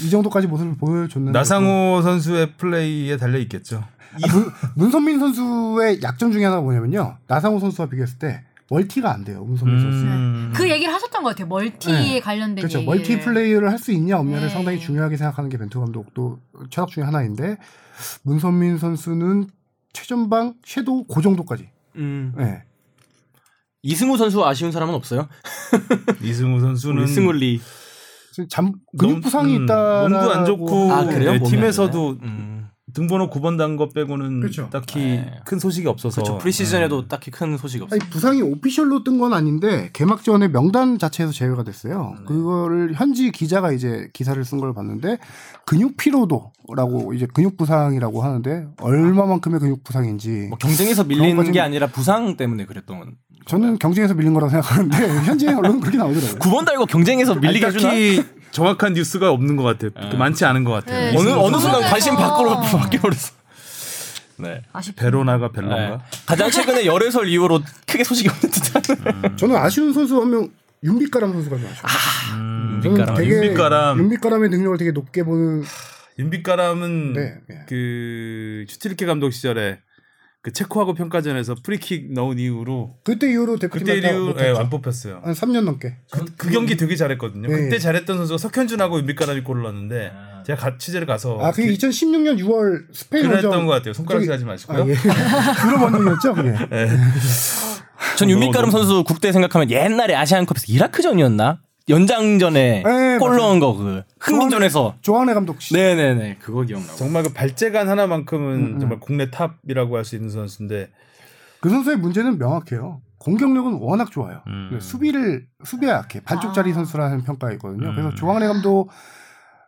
이 정도까지 모습을 보여줬는데 나상호 선수의 플레이에 달려 있겠죠. 아, 문, 문선민 선수의 약점 중에 하나가 뭐냐면요. 나상호 선수와 비교했을 때 멀티가 안 돼요. 문선민 선수. 음, 그 얘기를 하셨던 것 같아요. 멀티에 네. 관련된 그렇죠. 얘기를. 멀티 플레이를 할 수 있냐 없냐를 네. 상당히 중요하게 생각하는 게 벤투 감독도 철학 중에 하나인데 문선민 선수는 최전방 섀도우 그 정도까지. 음. 네. 이승우 선수 아쉬운 사람은 없어요. 이승우 선수는 네. 이승울리. 지금 잠 근육 부상이 음, 있다. 몸도 안 좋고 아, 그래요? 네, 몸이 안 팀에서도 좋나요? 음. 등번호 9번 단 것 빼고는 그렇죠. 딱히 네. 큰 소식이 없어서 그렇죠. 프리시즌에도 딱히 큰 소식이 아니 없어요. 부상이 오피셜로 뜬 건 아닌데 개막전에 명단 자체에서 제외가 됐어요. 네. 그거를 현지 기자가 이제 기사를 쓴 걸 봤는데 근육 피로도라고 이제 근육 부상이라고 하는데 얼마만큼의 근육 부상인지 뭐 경쟁에서 그런 거 밀리는 좀- 게 아니라 부상 때문에 그랬던 건. 저는 경쟁에서 밀린 거라고 생각하는데 현지 언론 은 그렇게 나오더라고요. 9번 달고 경쟁에서 음. 밀리게 아니, 해주나? 딱히 정확한 뉴스가 없는 것 같아요. 그 많지 않은 것 같아요. 네. 어느 이승우 어느 순간 선수에서- 관심 밖으로 바뀌어버렸어. 네. 아쉽다. 베로나가 벨로인가? 네. 가장 최근에 열애설 이후로 크게 소식이 없는 듯한. 음. 저는 아쉬운 선수 한 명 윤빛가람 선수가 좀 아쉬워요. 음, 저는 되게 윤빛가람. 윤빛가람의 능력을 되게 높게 보는 윤빛가람은 네, 예. 네. 그 슈틸리케 감독 시절에 그 체코하고 평가전에서 프리킥 넣은 이후로 그때 이후로 대표팀 그때 이후 예, 안 한 뽑혔어요. 3년 넘게 그, 그 경기 되게 잘했거든요. 예, 그때 예. 잘했던 선수가 석현준하고 윤빛가람이 골을 넣었는데 제가 가, 취재를 가서 아 그게 2016년 6월 스페인 그랬던 원정 것 같아요. 손가락질 하지 마시고요. 네. 아, 예. 그런 원정이었죠 그게 전 윤빛가름 뭐, 선수 국대 생각하면 옛날에 아시안컵에서 이라크전이었나? 연장전에 네, 골 맞아요. 넣은 거 그. 흥민전에서. 조한해 감독 시 네네네. 그거 기억나고. 정말 그 발재간 하나만큼은 음, 정말 국내 탑이라고 할 수 있는 선수인데 그 선수의 문제는 명확해요. 공격력은 워낙 좋아요. 음. 근데 수비를 수비에 약해. 반쪽짜리 아. 선수라는 평가이거든요. 그래서 음. 조항래 감독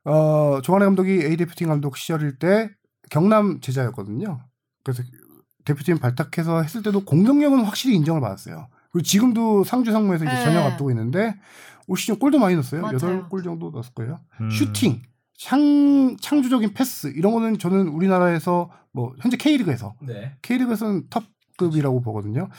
어 조항래 감독이 A 대표팀 감독 시절일 때 경남 제자였거든요. 그래서 대표팀 발탁해서 했을 때도 공격력은 확실히 인정을 받았어요. 그리고 지금도 상주 상무에서 이제 네. 전역 앞두고 있는데 올 시즌 골도 많이 넣었어요. 맞아요. 여덟 골 정도 넣었을 거예요. 음. 슈팅, 창, 창조적인 패스 이런 거는 저는 우리나라에서 뭐 현재 K리그에서 네. K리그에서는 탑 급이라고 보거든요.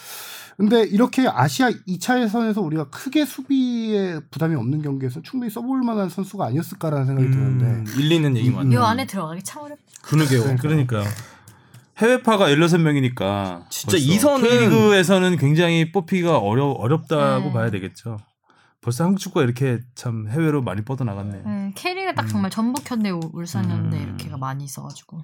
근데 이렇게 아시아 2차 예선에서 우리가 크게 수비에 부담이 없는 경기에서 충분히 써볼 만한 선수가 아니었을까라는 음. 생각이 음. 드는데 일리는 얘기만. 요 안에 들어가기 참 어렵. 그러게요. 그러니까 해외파가 16명이니까 진짜 이선은- K리그에서는 굉장히 뽑히기가 어려 어렵다고 음. 봐야 되겠죠. 벌써 한국 축구가 이렇게 참 해외로 많이 뻗어나갔네. 요 네, K리그 딱 정말 전북 현대 우- 울산 현대 음. 이렇게가 많이 있어가지고.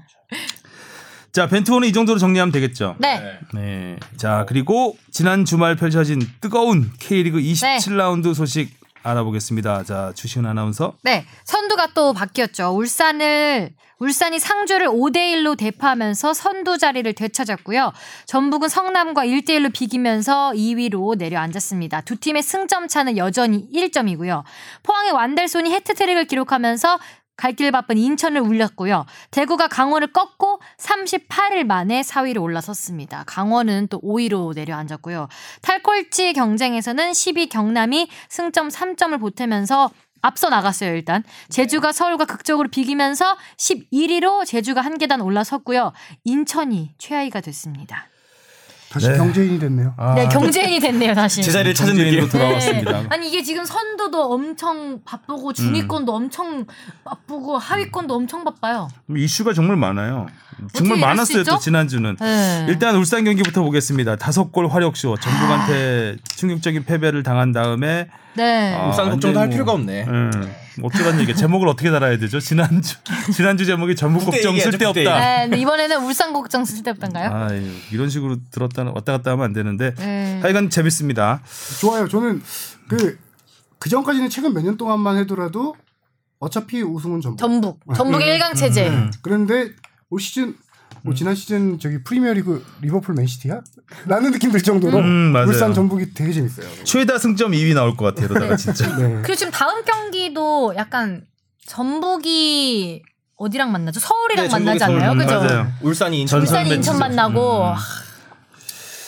자, 벤투호는 이 정도로 정리하면 되겠죠. 네. 네. 자, 그리고 지난 주말 펼쳐진 뜨거운 K리그 네. 27라운드 소식 알아보겠습니다. 자, 주시은 아나운서. 네, 선두가 또 바뀌었죠. 울산을 울산이 상주를 5대 1로 대파하면서 선두 자리를 되찾았고요. 전북은 성남과 1대 1로 비기면서 2위로 내려앉았습니다. 두 팀의 승점 차는 여전히 1점이고요. 포항의 완달손이 해트트릭을 기록하면서 갈 길 바쁜 인천을 울렸고요. 대구가 강원을 꺾고 38일 만에 4위로 올라섰습니다. 강원은 또 5위로 내려앉았고요. 탈꼴찌 경쟁에서는 10위 경남이 승점 3점을 보태면서 앞서 나갔어요, 일단. 제주가 서울과 극적으로 비기면서 11위로 제주가 한 계단 올라섰고요. 인천이 최하위가 됐습니다. 다시 네. 경제인이 됐네요. 네, 경제인이 됐네요, 다시. 아, 제자리를 찾은 정재인으로 느낌. 돌아왔습니다. 네. 아니 이게 지금 선도도 엄청 바쁘고 중위권도 엄청 바쁘고 하위권도 엄청 바빠요. 이슈가 정말 많아요. 정말 이럴 수 많았어요, 있죠? 또 지난주는. 네. 일단 울산 경기부터 보겠습니다. 다섯 골 화력쇼. 전북한테 충격적인 패배를 당한 다음에 네. 아, 울산 걱정도 할 완전히 필요가 뭐, 없네. 음, 어쩌란 얘기. 제목을 어떻게 달아야 되죠? 지난주 지난주 제목이 전북 국대 걱정 얘기하죠, 쓸데없다. 국대. 네, 근데 이번에는 울산 걱정 쓸데없던가요? 아유, 예. 이런 식으로 들었다 왔다 갔다 하면 안 되는데 네. 하여간 재밌습니다. 좋아요. 저는 그 그전까지는 최근 몇 년 동안만 해도라도 어차피 우승은 전북. 전북. 전북의 음. 일강 체제. 그런데 올 시즌 뭐 지난 시즌 저기 프리미어리그 리버풀 맨시티야? 라는 느낌 들 정도로 음, 맞아요. 울산 전북이 되게 재밌어요. 최다 승점 2위 나올 것 같아요. 이러다가 진짜. 네. 그리고 지금 다음 경기도 약간 전북이 어디랑 만나죠? 서울이랑 네, 전북이 만나지 않나요? 서울. 그죠? 맞아요. 울산이 인천. 전선 울산이 배치죠. 인천 음. 만나고 하,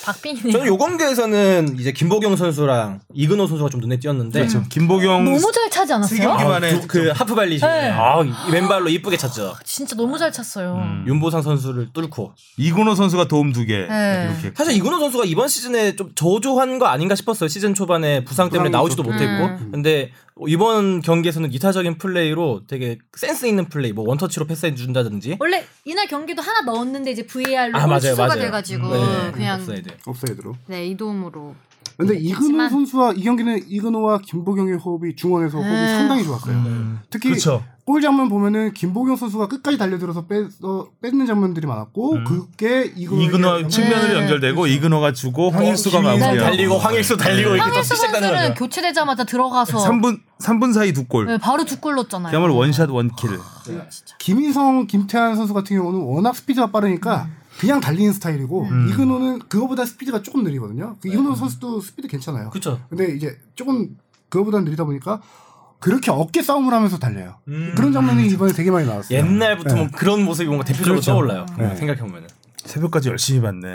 박빙이네. 저는 요 경기에서는 이제 김보경 선수랑 이근호 선수가 좀 눈에 띄었는데 네, 그렇죠. 김보경 너무 잘 차지 않았어요? 수경기만- 이번에 그 하프 발리시 네. 아, 이 왼발로 이쁘게 찼죠. 진짜 너무 잘 찼어요. 음. 윤보상 선수를 뚫고 이근호 선수가 도움 두 개. 네. 이렇게. 사실 이근호 선수가 이번 시즌에 좀 저조한 거 아닌가 싶었어요. 시즌 초반에 부상 때문에 부상이 나오지도 있었죠. 못했고. 근데 이번 경기에서는 기타적인 플레이로 되게 센스 있는 플레이, 뭐 원터치로 패스해 준다든지. 원래 이날 경기도 하나 넣었는데 이제 VAR로 아, 맞아요, 취소가 맞아요. 돼가지고 네, 그냥 없어야 돼. 업사이드로. 네 이돔으로 근데 이근호 하지만- 선수와 이 경기는 이근호와 김보경의 호흡이 중앙에서 호흡이 음. 상당히 좋았어요. 네. 특히 그렇죠. 골 장면 보면은 김보경 선수가 끝까지 달려들어서 뺏, 어, 뺏는 장면들이 많았고 그게 이근호 음. 이근호 측면으로 네. 연결되고 이근호가 주고 황일수가 김민수 네. 마무리하고 그렇죠. 달리고 황일수 달리고 이렇게 또 황일수 시작되는 선수는 거죠. 교체되자마자 들어가서 3분 3분 사이 두 골. 네, 바로 두 골 넣었잖아요. 그야말로 원샷 원킬. 김인성, 김태환 선수 같은 경우는 워낙 스피드가 빠르니까 음. 그냥 달리는 스타일이고 음. 이근호는 그거보다 스피드가 조금 느리거든요. 네. 그 이근호 선수도 스피드 괜찮아요. 그쵸. 근데 이제 조금 그거보다 느리다 보니까 그렇게 어깨 싸움을 하면서 달려요. 음. 그런 장면이 이번에 되게 많이 나왔어요. 옛날부터 뭐 그런 모습이 뭔가 대표적으로 떠올라요. 생각해 보면은. 새벽까지 열심히 봤네.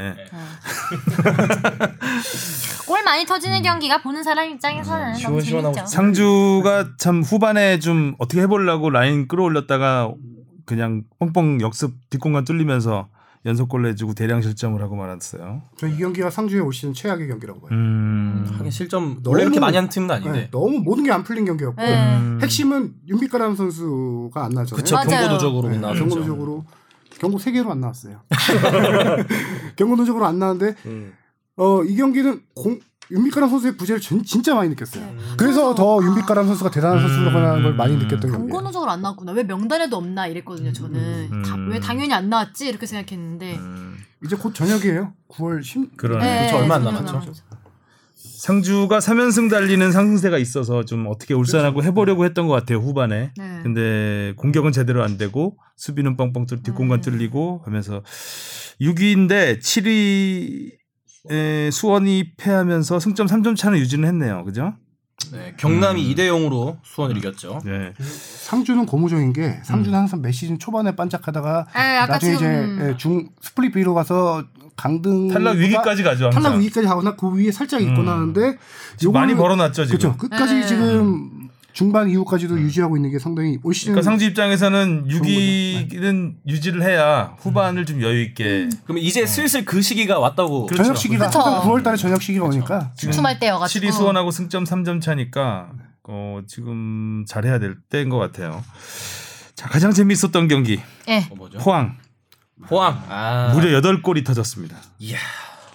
골 많이 터지는 경기가 보는 사람 입장에서는 너무 음. 시원시원하고 재밌죠. 상주가 참 후반에 좀 어떻게 해보려고 라인 끌어올렸다가 그냥 뻥뻥 역습 뒷공간 뚫리면서 연속골 내주고 대량 실점을 하고 말았어요. 저이 경기가 상주에 올 시즌 최악의 경기라고 봐요. 음. 하긴 실점 원래 이렇게 너무- 많이 한 팀은 아닌데. 네, 너무 모든 게 안 풀린 경기였고 네. 음. 핵심은 윤빛가람 선수가 안 나잖아요. 그쵸. 맞아요. 경고도적으로 못 네, 나왔죠. 경고적으로 경고 세 개로 안 나왔어요. 경고적으로 안 나왔는데 음. 어, 이 경기는 공 윤빛가람 선수의 부재를 진, 진짜 많이 느꼈어요. 네. 그래서 더 윤빛가람 선수가 대단한 선수라는 걸 음. 많이 느꼈던 경기예요. 경고노적으로 안 나왔구나. 왜 명단에도 없나 이랬거든요. 저는 다- 음. 왜 당연히 안 나왔지 이렇게 생각했는데. 음. 이제 곧 저녁이에요. 9월 그렇죠. 10. 그러네. 네, 그쵸, 얼마 안 전혀 남았죠. 남았죠. 상주가 3연승 달리는 상승세가 있어서 좀 어떻게 울산하고 해보려고 했던 것 같아요 후반에. 네. 근데 공격은 제대로 안 되고 수비는 뻥뻥 뚫 뒷공간 네. 뚫리고 하면서 6위인데 7위 에 수원이 패하면서 승점 3점 차는 유지는 했네요. 그죠? 네, 경남이 2대 0으로 수원을 이겼죠. 네. 상주는 고무적인 게 상주는 음. 항상 매 시즌 초반에 반짝하다가 에, 네, 아까 나중에 지금- 이제 예, 중 스플릿 B로 가서 강등 탈락 위기까지 가죠. 항상. 탈락 위기까지 가거나 그 위에 살짝 있거나 하는데 요거는- 많이 벌어놨죠, 지금. 음. 그쵸. 끝까지 네. 지금 중반 이후까지도 유지하고 있는 게 상당히 올 시즌 그러니까 상주 입장에서는 6위는 유지를 해야 후반을 좀 여유 있게 음. 그러면 이제 슬슬 그 시기가 왔다고. 저녁 시기가 그렇죠. 항상 9월 달에 저녁 시기가 오니까 주춤할 때여가지고. 7위 수원하고 승점 3점 차니까 어, 지금 잘해야 될 때인 것 같아요. 자 가장 재미있었던 경기 예. 어, 뭐죠? 포항 포항. 아. 무려 8골이 터졌습니다. 이야.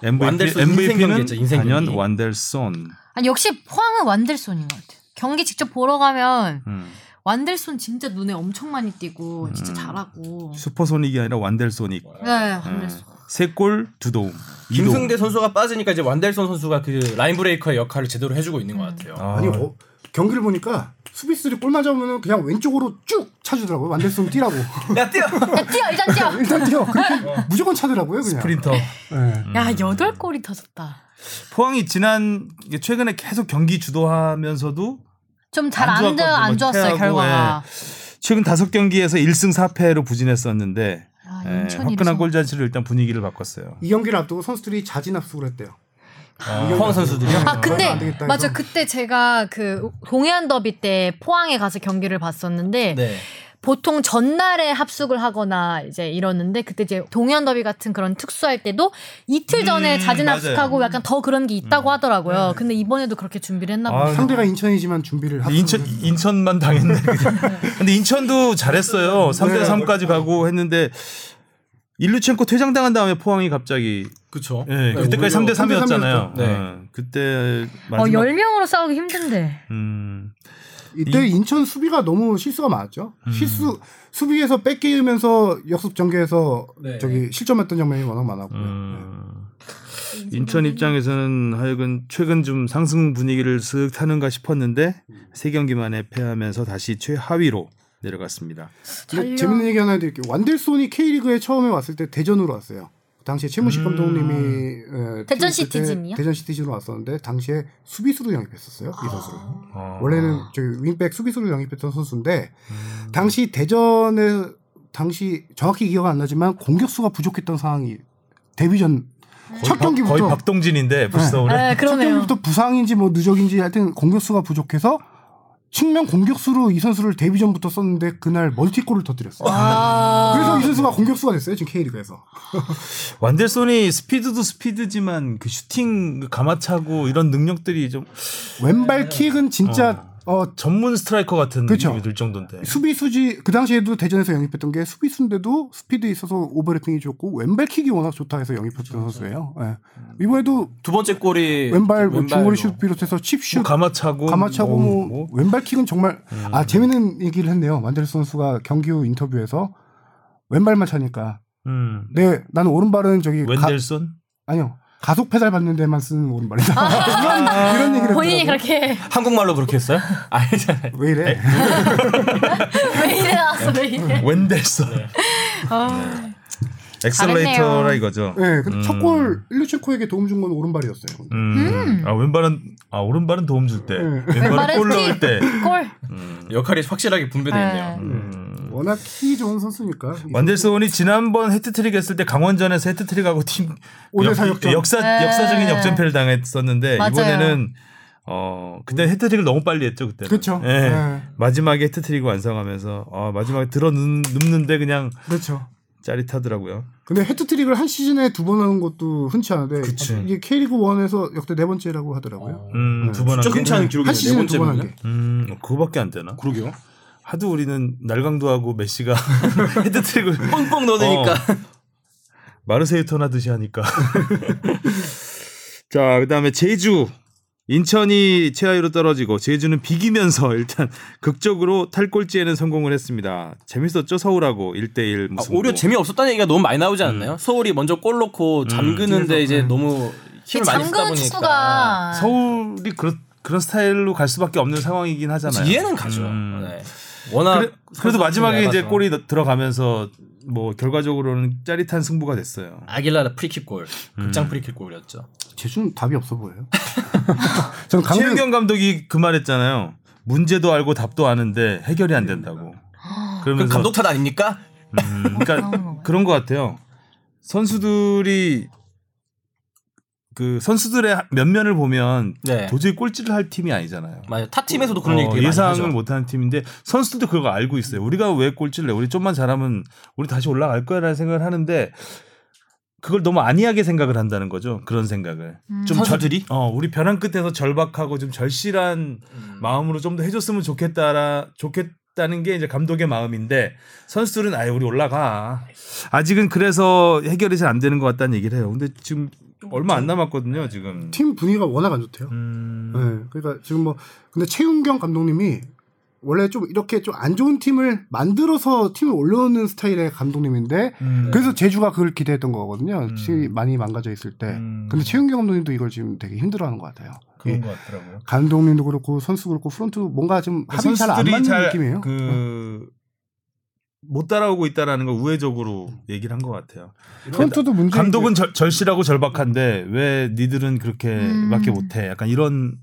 MVP, 완델손 인생 MVP는 경기였죠, 인생 단연 경기. 완델손. 아니 역시 포항은 완델손인 것 같아요. 경기 직접 보러 가면 음. 완델손 진짜 눈에 엄청 많이 띄고 진짜 잘하고. 음. 슈퍼소닉이 아니라 완델소닉. 네, 완델손. 세골 두 도움. 이 도움. 김승대 선수가 빠지니까 이제 완델son 선수가 그 라인 브레이커의 역할을 제대로 해주고 있는 것 같아요. 아, 아니 어, 경기를 보니까 수비수들이 골 맞으면 그냥 왼쪽으로 쭉 차주더라고요. 만델슨 뛰라고 야 뛰어. 야, 뛰어 일단 뛰어. 음. 일단 뛰어 그렇게 무조건 차더라고요 그냥. 프린터. 예. 야 여덟 골이 터졌다. 네. 포항이 지난 이게 최근에 계속 경기 주도하면서도 좀 잘 안 안 안 좋았거든요. 좋았어요 퇴하고, 예. 결과가. 최근 다섯 경기에서 1승 4패로 부진했었는데 아, 예, 인천이 화끈한 이래서. 골잔치로 일단 분위기를 바꿨어요. 이 경기를 앞두고 선수들이 자진 압수를 했대요. 네. 포항 선수들이. 아 안 근데 되겠다 맞아 해서. 그때 제가 그 동해안 더비 때 포항에 가서 경기를 봤었는데 네. 보통 전날에 합숙을 하거나 이제 이러는데 그때 이제 동해안 더비 같은 그런 특수할 때도 이틀 전에 음, 자진 맞아요. 합숙하고 약간 더 그런 게 있다고 하더라고요. 근데 이번에도 그렇게 준비를 했나 봐요. 아, 상대가 인천이지만 준비를 아, 합숙을 인천 했어요. 인천만 당했네. 그냥. 근데 인천도 잘했어요. 3대 네. 3까지 가고 했는데 일루첸코 퇴장당한 다음에 포항이 갑자기 그렇죠. 예, 그때까지 3대 3이었잖아요. 예, 네. 그때 어, 마지막 10명으로 싸우기 힘든데. 음, 이때 인천 수비가 너무 실수가 많았죠. 실수 수비에서 뺏기면서 역습 전개에서 네. 저기 실점했던 장면이 워낙 많았고요. 음. 인천 입장에서는 하여간 최근 좀 상승 분위기를 슥 타는가 싶었는데 세 경기 만에 패하면서 다시 최하위로 내려갔습니다. 근데 재밌는 얘기 하나 해드릴게요. 완델손이 K리그에 처음에 왔을 때 대전으로 왔어요. 그 당시에 최문식 감독님이 에, 대전 팀 있을 때 시티즌이요? 대전 시티즌으로 왔었는데 당시에 수비수로 영입했었어요. 아. 이 선수를. 어. 원래는 저기 윙백 수비수로 영입했던 선수인데 음. 당시 대전에 당시 정확히 기억 안 나지만 공격수가 부족했던 상황이 데뷔전 첫 박- 경기부터 거의 박동진인데 벌써 오늘 네, 그러네요. 첫경기부터 부상인지 뭐 누적인지 하여튼 공격수가 부족해서 측면 공격수로 이 선수를 데뷔 전부터 썼는데 그날 멀티골을 터뜨렸어요. 아. 그래서 이 선수가 공격수가 됐어요 지금 K리그에서. 완델손이 스피드도 스피드지만 그 슈팅 그 감아차고 이런 능력들이 좀 왼발 네. 킥은 아. 진짜 어, 전문 스트라이커 같은 그쵸. 느낌이 들 정도인데 수비수지 그 당시에도 대전에서 영입했던 게 수비수인데도 스피드에 있어서 오버래핑이 좋고 왼발 킥이 워낙 좋다 해서 영입했던 선수예요. 예. 이번에도 두 번째 골이 왼발 뭐 중거리 왼발로. 슛 비롯해서 칩슛 뭐 감아차고 가마차고 뭐, 뭐, 뭐. 왼발 킥은 정말 아 재밌는 얘기를 했네요. 만델스 선수가 경기 후 인터뷰에서 왼발만 차니까 음. 네 나는 오른발은 저기 가, 웬델손 아니요 가속 페달 받는 데만 쓰는 오른발이다 이런, 이런 얘기를 아. 본인이 했더라고요. 그렇게 한국말로 그렇게 했어요? 아니잖아요. 왜 이래 왜 이래 나왔어, 왜 이래. 웬델손 아, 엑셀레이터라 이거죠. 네, 근데 첫골 일루첸코에게 도움 준 건 오른발이었어요. 음. 아 왼발은 아 오른발은 도움 줄 때, 네. 왼발은 왼발은 골 킥. 넣을 때. 골. 역할이 확실하게 분배돼 있네요. 네. 워낙 키 좋은 선수니까 완델손이 지난번 헤트트릭 했을 때 강원전에서 헤트트릭하고 팀 오대 역- 사 역전. 역사 네. 역사적인 역전패를 당했었는데 맞아요. 이번에는 어 그때 헤트트릭을 너무 빨리 했죠 그때. 그쵸. 예. 네. 마지막에 헤트트릭 완성하면서 아 마지막에 들어 눕- 눕는데 그냥 그렇죠. 짜릿하더라고요. 근데 헤트트릭을 한 시즌에 두 번 하는 것도 흔치 않은데 그치. 이게 K리그 1에서 역대 네 번째라고 하더라고요. 음, 두 번 한 진짜 게. 괜찮은 기록이네요. 한 시즌에 두 번 한 게. 음, 그거밖에 안 되나? 그러게요. 하도 우리는 날강도하고 메시가 헤드트릭을 뻥뻥 넣으니까. 마르세유턴 하듯이 하니까. 자, 그다음에 제주 인천이 최하위로 떨어지고 제주는 비기면서 일단 극적으로 탈꼴찌에는 성공을 했습니다. 재밌었죠 서울하고 1대1 아, 무승부. 오히려 재미 없었다는 얘기가 너무 많이 나오지 않나요? 서울이 먼저 골 넣고 잠그는데 이제 너무 힘을 많이 쓰다 잠그는 보니까 축구가 아. 서울이 그렇 그런 스타일로 갈 수밖에 없는 상황이긴 하잖아요. 이해는 가죠. 음. 네. 워낙 그래, 그래도 마지막에 이제 선수들이 골이 너- 들어가면서 뭐 결과적으로는 짜릿한 승부가 됐어요. 아길라라 프리킥 골, 극장 프리킥 골이었죠. 제주는 답이 없어 보여요. 저는 강릉 최은경 감독이 그 말했잖아요. 문제도 알고 답도 아는데 해결이 안 된다고. 그 그러면서 감독 탓 아닙니까? 음, 그러니까 그런 것 같아요. 선수들이 그 선수들의 하- 면면을 보면 네. 도저히 꼴찌를 할 팀이 아니잖아요. 맞아요. 타 팀에서도 그런 어, 얘기 되게 많이 하죠. 예상을 못하는 팀인데 선수들도 그거 알고 있어요. 우리가 왜 꼴찌를 해? 우리 좀만 잘하면 우리 다시 올라갈 거야라는 생각을 하는데 그걸 너무 안이하게 생각을 한다는 거죠. 그런 생각을 음. 좀 선수들이? 절, 어 우리 벼랑 끝에서 절박하고 좀 절실한 음. 마음으로 좀 더 해줬으면 좋겠다라 좋겠다는 게 이제 감독의 마음인데 선수들은 아예 우리 올라가 아직은 그래서 해결이 잘 안 되는 것 같다는 얘기를 해요. 근데 지금 얼마 안 남았거든요. 지금 팀 분위기가 워낙 안 좋대요. 음, 네, 그러니까 지금 뭐 근데 최윤경 감독님이 원래 좀 이렇게 좀 안 좋은 팀을 만들어서 팀을 올려놓는 스타일의 감독님인데 음. 네. 그래서 제주가 그걸 기대했던 거거든요. 음. 팀이 많이 망가져 있을 때. 음. 네. 근데 최윤경 감독님도 이걸 지금 되게 힘들어하는 것 같아요. 그런 예. 음. 것 같더라고요. 감독님도 그렇고 선수 그렇고 프론트도 뭔가 좀 네, 합이 잘 안 맞는 느낌이에요. 그러니까 네. 그... 못 따라오고 있다라는 걸 우회적으로 얘기를 한 것 같아요. 프론트도 문제 그러니까 감독은 절, 절실하고 절박한데 왜 니들은 그렇게밖에 음. 못해? 약간 이런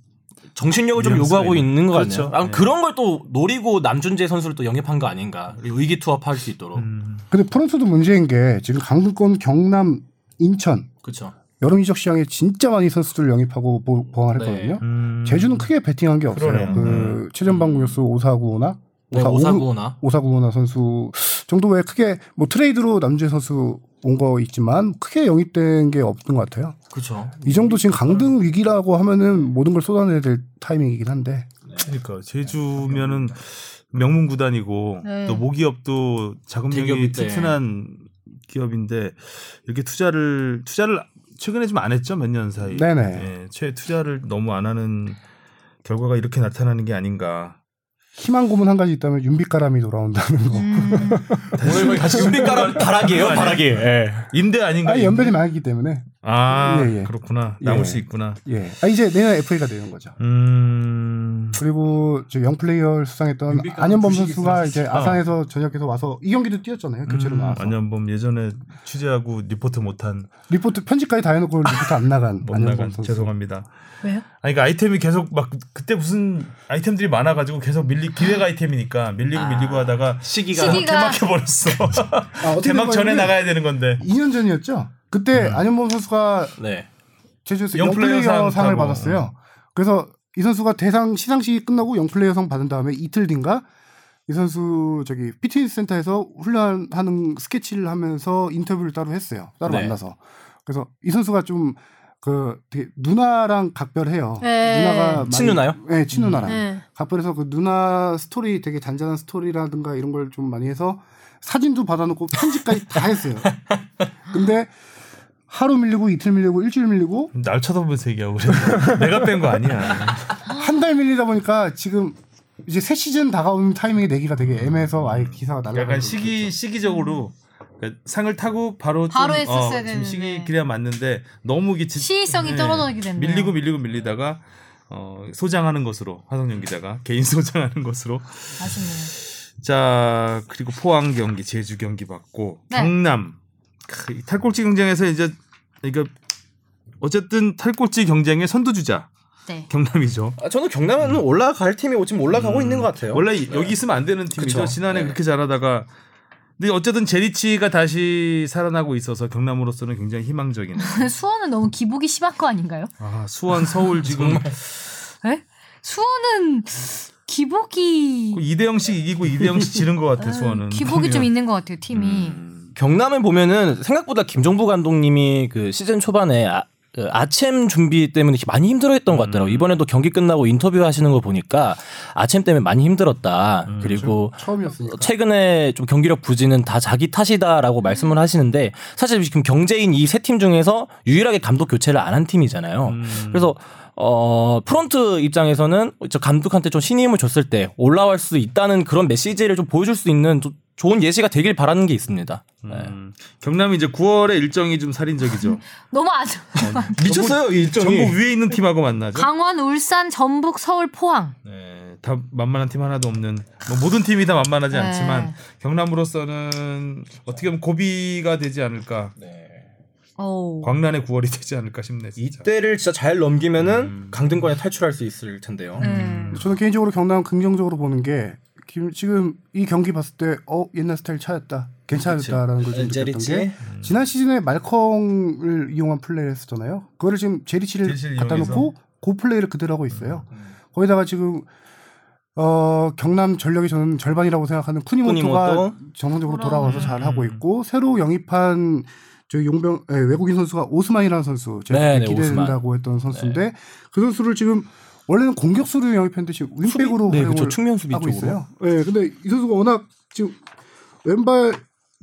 정신력을 좀 뉘앙스가 요구하고 있는. 있는 것 그렇죠. 같아요. 아, 예. 그런 걸 또 노리고 남준재 선수를 또 영입한 거 아닌가. 의기투합할 수 있도록. 음. 근데 프론트도 문제인 게 지금 강등권 경남, 인천 그렇죠. 여름 이적 시장에 진짜 많이 선수들 을 영입하고 보- 보강을 네. 했거든요. 음. 제주는 크게 베팅한 게 없어요. 그러네요. 음. 그 최전방 공격수 오사구나 그러니까 네, 오사고나. 오사구나 선수 정도 외에 크게 뭐 트레이드로 남재 선수 온 거 있지만 크게 영입된 게 없는 것 같아요. 그렇죠. 이 정도 지금 강등 위기라고 하면은 모든 걸 쏟아내야 될 타이밍이긴 한데 그러니까 네, 제주면은 명문 구단이고 네. 또 모기업도 자금력이 대기업인데. 튼튼한 기업인데 이렇게 투자를 투자를 최근에 좀 안 했죠 몇 년 사이. 네네 예, 최 투자를 너무 안 하는 결과가 이렇게 나타나는 게 아닌가. 희망 고문 한 가지 있다면 윤빛가람이 돌아온다는 거. 음. 뭐 오늘 다시 준비가람 바라기예요, 바라기. 예. 임대 아닌가? 아니 연변이 많았기 때문에 아 예, 예. 그렇구나. 나올 예. 수 있구나. 예. 아 이제 내년 FA가 되는 거죠. 음. 그리고 저 영플레이어 수상했던 뮤비가 안현범 주식이 선수가 있어요. 이제 아산에서 전역해서 와서 이 경기도 뛰었잖아요. 교체로 음, 그 나와서 안현범 예전에 취재하고 리포트 못한 리포트 편집까지 다 해놓고 리포트 안 나간 못 안현범 나간 선수. 죄송합니다. 왜요? 아니 그러니까 아이템이 계속 막 그- 그때 무슨 아이템들이 많아가지고 계속 밀리 기획 아이템이니까 밀리고 밀리고 하다가 시기가. 시기가- 개막해 버렸어. 아, 어떻게 된 개막 전에 거냐면 나가야 되는 건데. 2년 전이었죠. 그때 안현범 선수가 네. 제주에서 영플레이어 영플레이어 상을 상하고. 받았어요. 그래서 이 선수가 대상 시상식이 끝나고 영플레이어 상 받은 다음에 이틀 뒤인가 이 선수 저기 피트니스 센터에서 훈련하는 스케치를 하면서 인터뷰를 따로 했어요. 따로 네. 만나서. 그래서 이 선수가 좀 그 되게 누나랑 각별해요. 네. 누나가 많이- 친누나요? 네, 친누나랑. 네. 각별해서 그 누나 스토리 되게 잔잔한 스토리라든가 이런 걸 좀 많이 해서 사진도 받아놓고 편집까지 다 했어요. 근데 하루 밀리고 이틀 밀리고 일주일 밀리고 날 쳐다보면서 얘기하고 그래. 내가 뺀 거 아니야. 한 달 밀리다 보니까 지금 이제 새 시즌 다가오는 타이밍에 내기가 되게 애매해서 아예 기사가 날라가. 약간 시기 시기적으로 그러니까 상을 타고 바로 좀, 바로 어, 했었어야 좀 되는데. 시기 그래야 맞는데 너무 이게 지- 시의성이 떨어지게 됐네요. 밀리고 밀리고 밀리다가 어, 소장하는 것으로 화성영 기자가 개인 소장하는 것으로 아쉽네요. 자 그리고 포항 경기 제주 경기 받고 네. 경남 크, 이 탈꼴찌 경쟁에서 이제 그러니까 어쨌든 탈꼴찌 경쟁의 선두주자 네. 경남이죠. 아, 저는 경남은 올라갈 팀이 지금 올라가고 음. 있는 것 같아요. 원래 네. 여기 있으면 안 되는 팀이죠. 그쵸. 지난해 네. 그렇게 잘하다가 근데 어쨌든 제리치가 다시 살아나고 있어서 경남으로서는 굉장히 희망적이네. 수원은 너무 기복이 심한 거 아닌가요? 아 수원 서울 지금 에? 수원은 기복이 음, 그 이대영씩 이기고 이대영씩 지는 것 같아 수원은. 기복이 좀 있는 것 같아요 팀이. 음. 경남을 보면은 생각보다 김종부 감독님이 그 시즌 초반에 아, 그 아침 준비 때문에 이렇게 많이 힘들어했던 것 같더라고. 요 이번에도 경기 끝나고 인터뷰 하시는 거 보니까 아침 때문에 많이 힘들었다. 그리고 그렇죠. 처음이었으니까. 최근에 좀 경기력 부진은 다 자기 탓이다라고 음. 말씀을 하시는데 사실 지금 경제인 이 세 팀 중에서 유일하게 감독 교체를 안 한 팀이잖아요. 음. 그래서 어 프론트 입장에서는 저 감독한테 좀 신임을 줬을 때 올라올 수 있다는 그런 메시지를 좀 보여줄 수 있는 좀 좋은 예시가 되길 바라는 게 있습니다. 네. 음. 경남이 이제 9월에 일정이 좀 살인적이죠. 너무 안 미쳤어요, 이 일정이. 전국 위에 있는 팀하고 만나죠. 강원, 울산, 전북, 서울, 포항. 네, 다 만만한 팀 하나도 없는 뭐 모든 팀이 다 만만하지 네. 않지만 경남으로서는 어떻게 보면 고비가 되지 않을까. 네. 오. 광란의 9월이 되지 않을까 싶네. 진짜. 이때를 진짜 잘 넘기면은 음. 강등권에 탈출할 수 있을 텐데요. 음. 네. 저는 개인적으로 경남 긍정적으로 보는 게 김- 지금 이 경기 봤을 때 어 옛날 스타일 찾았다. 괜찮았다라는 걸 좀 느꼈던 게 음. 지난 시즌에 말컹을 이용한 플레이를 했었잖아요. 그거를 지금 제리치를 제리치를 갖다 이용해서? 음, 놓고 그 플레이를 그대로 하고 있어요. 거기다가 지금 어, 경남 전력이 저는 절반이라고 생각하는 쿠니모토가 쿠니모토. 정상적으로 음. 그럼. 돌아와서 음, 잘 하고 있고 새로 영입한 저 용병 에, 외국인 선수가 오스만이라는 선수 제가 네, 네, 기대된다고 했던 선수인데 그 선수를 지금 원래는 공격수로 영입했는데 지금 윙백으로 네, 활용을 그렇죠. 측면 수비 하고 쪽으로. 있어요. 네, 근데 이 선수가 워낙 지금 왼발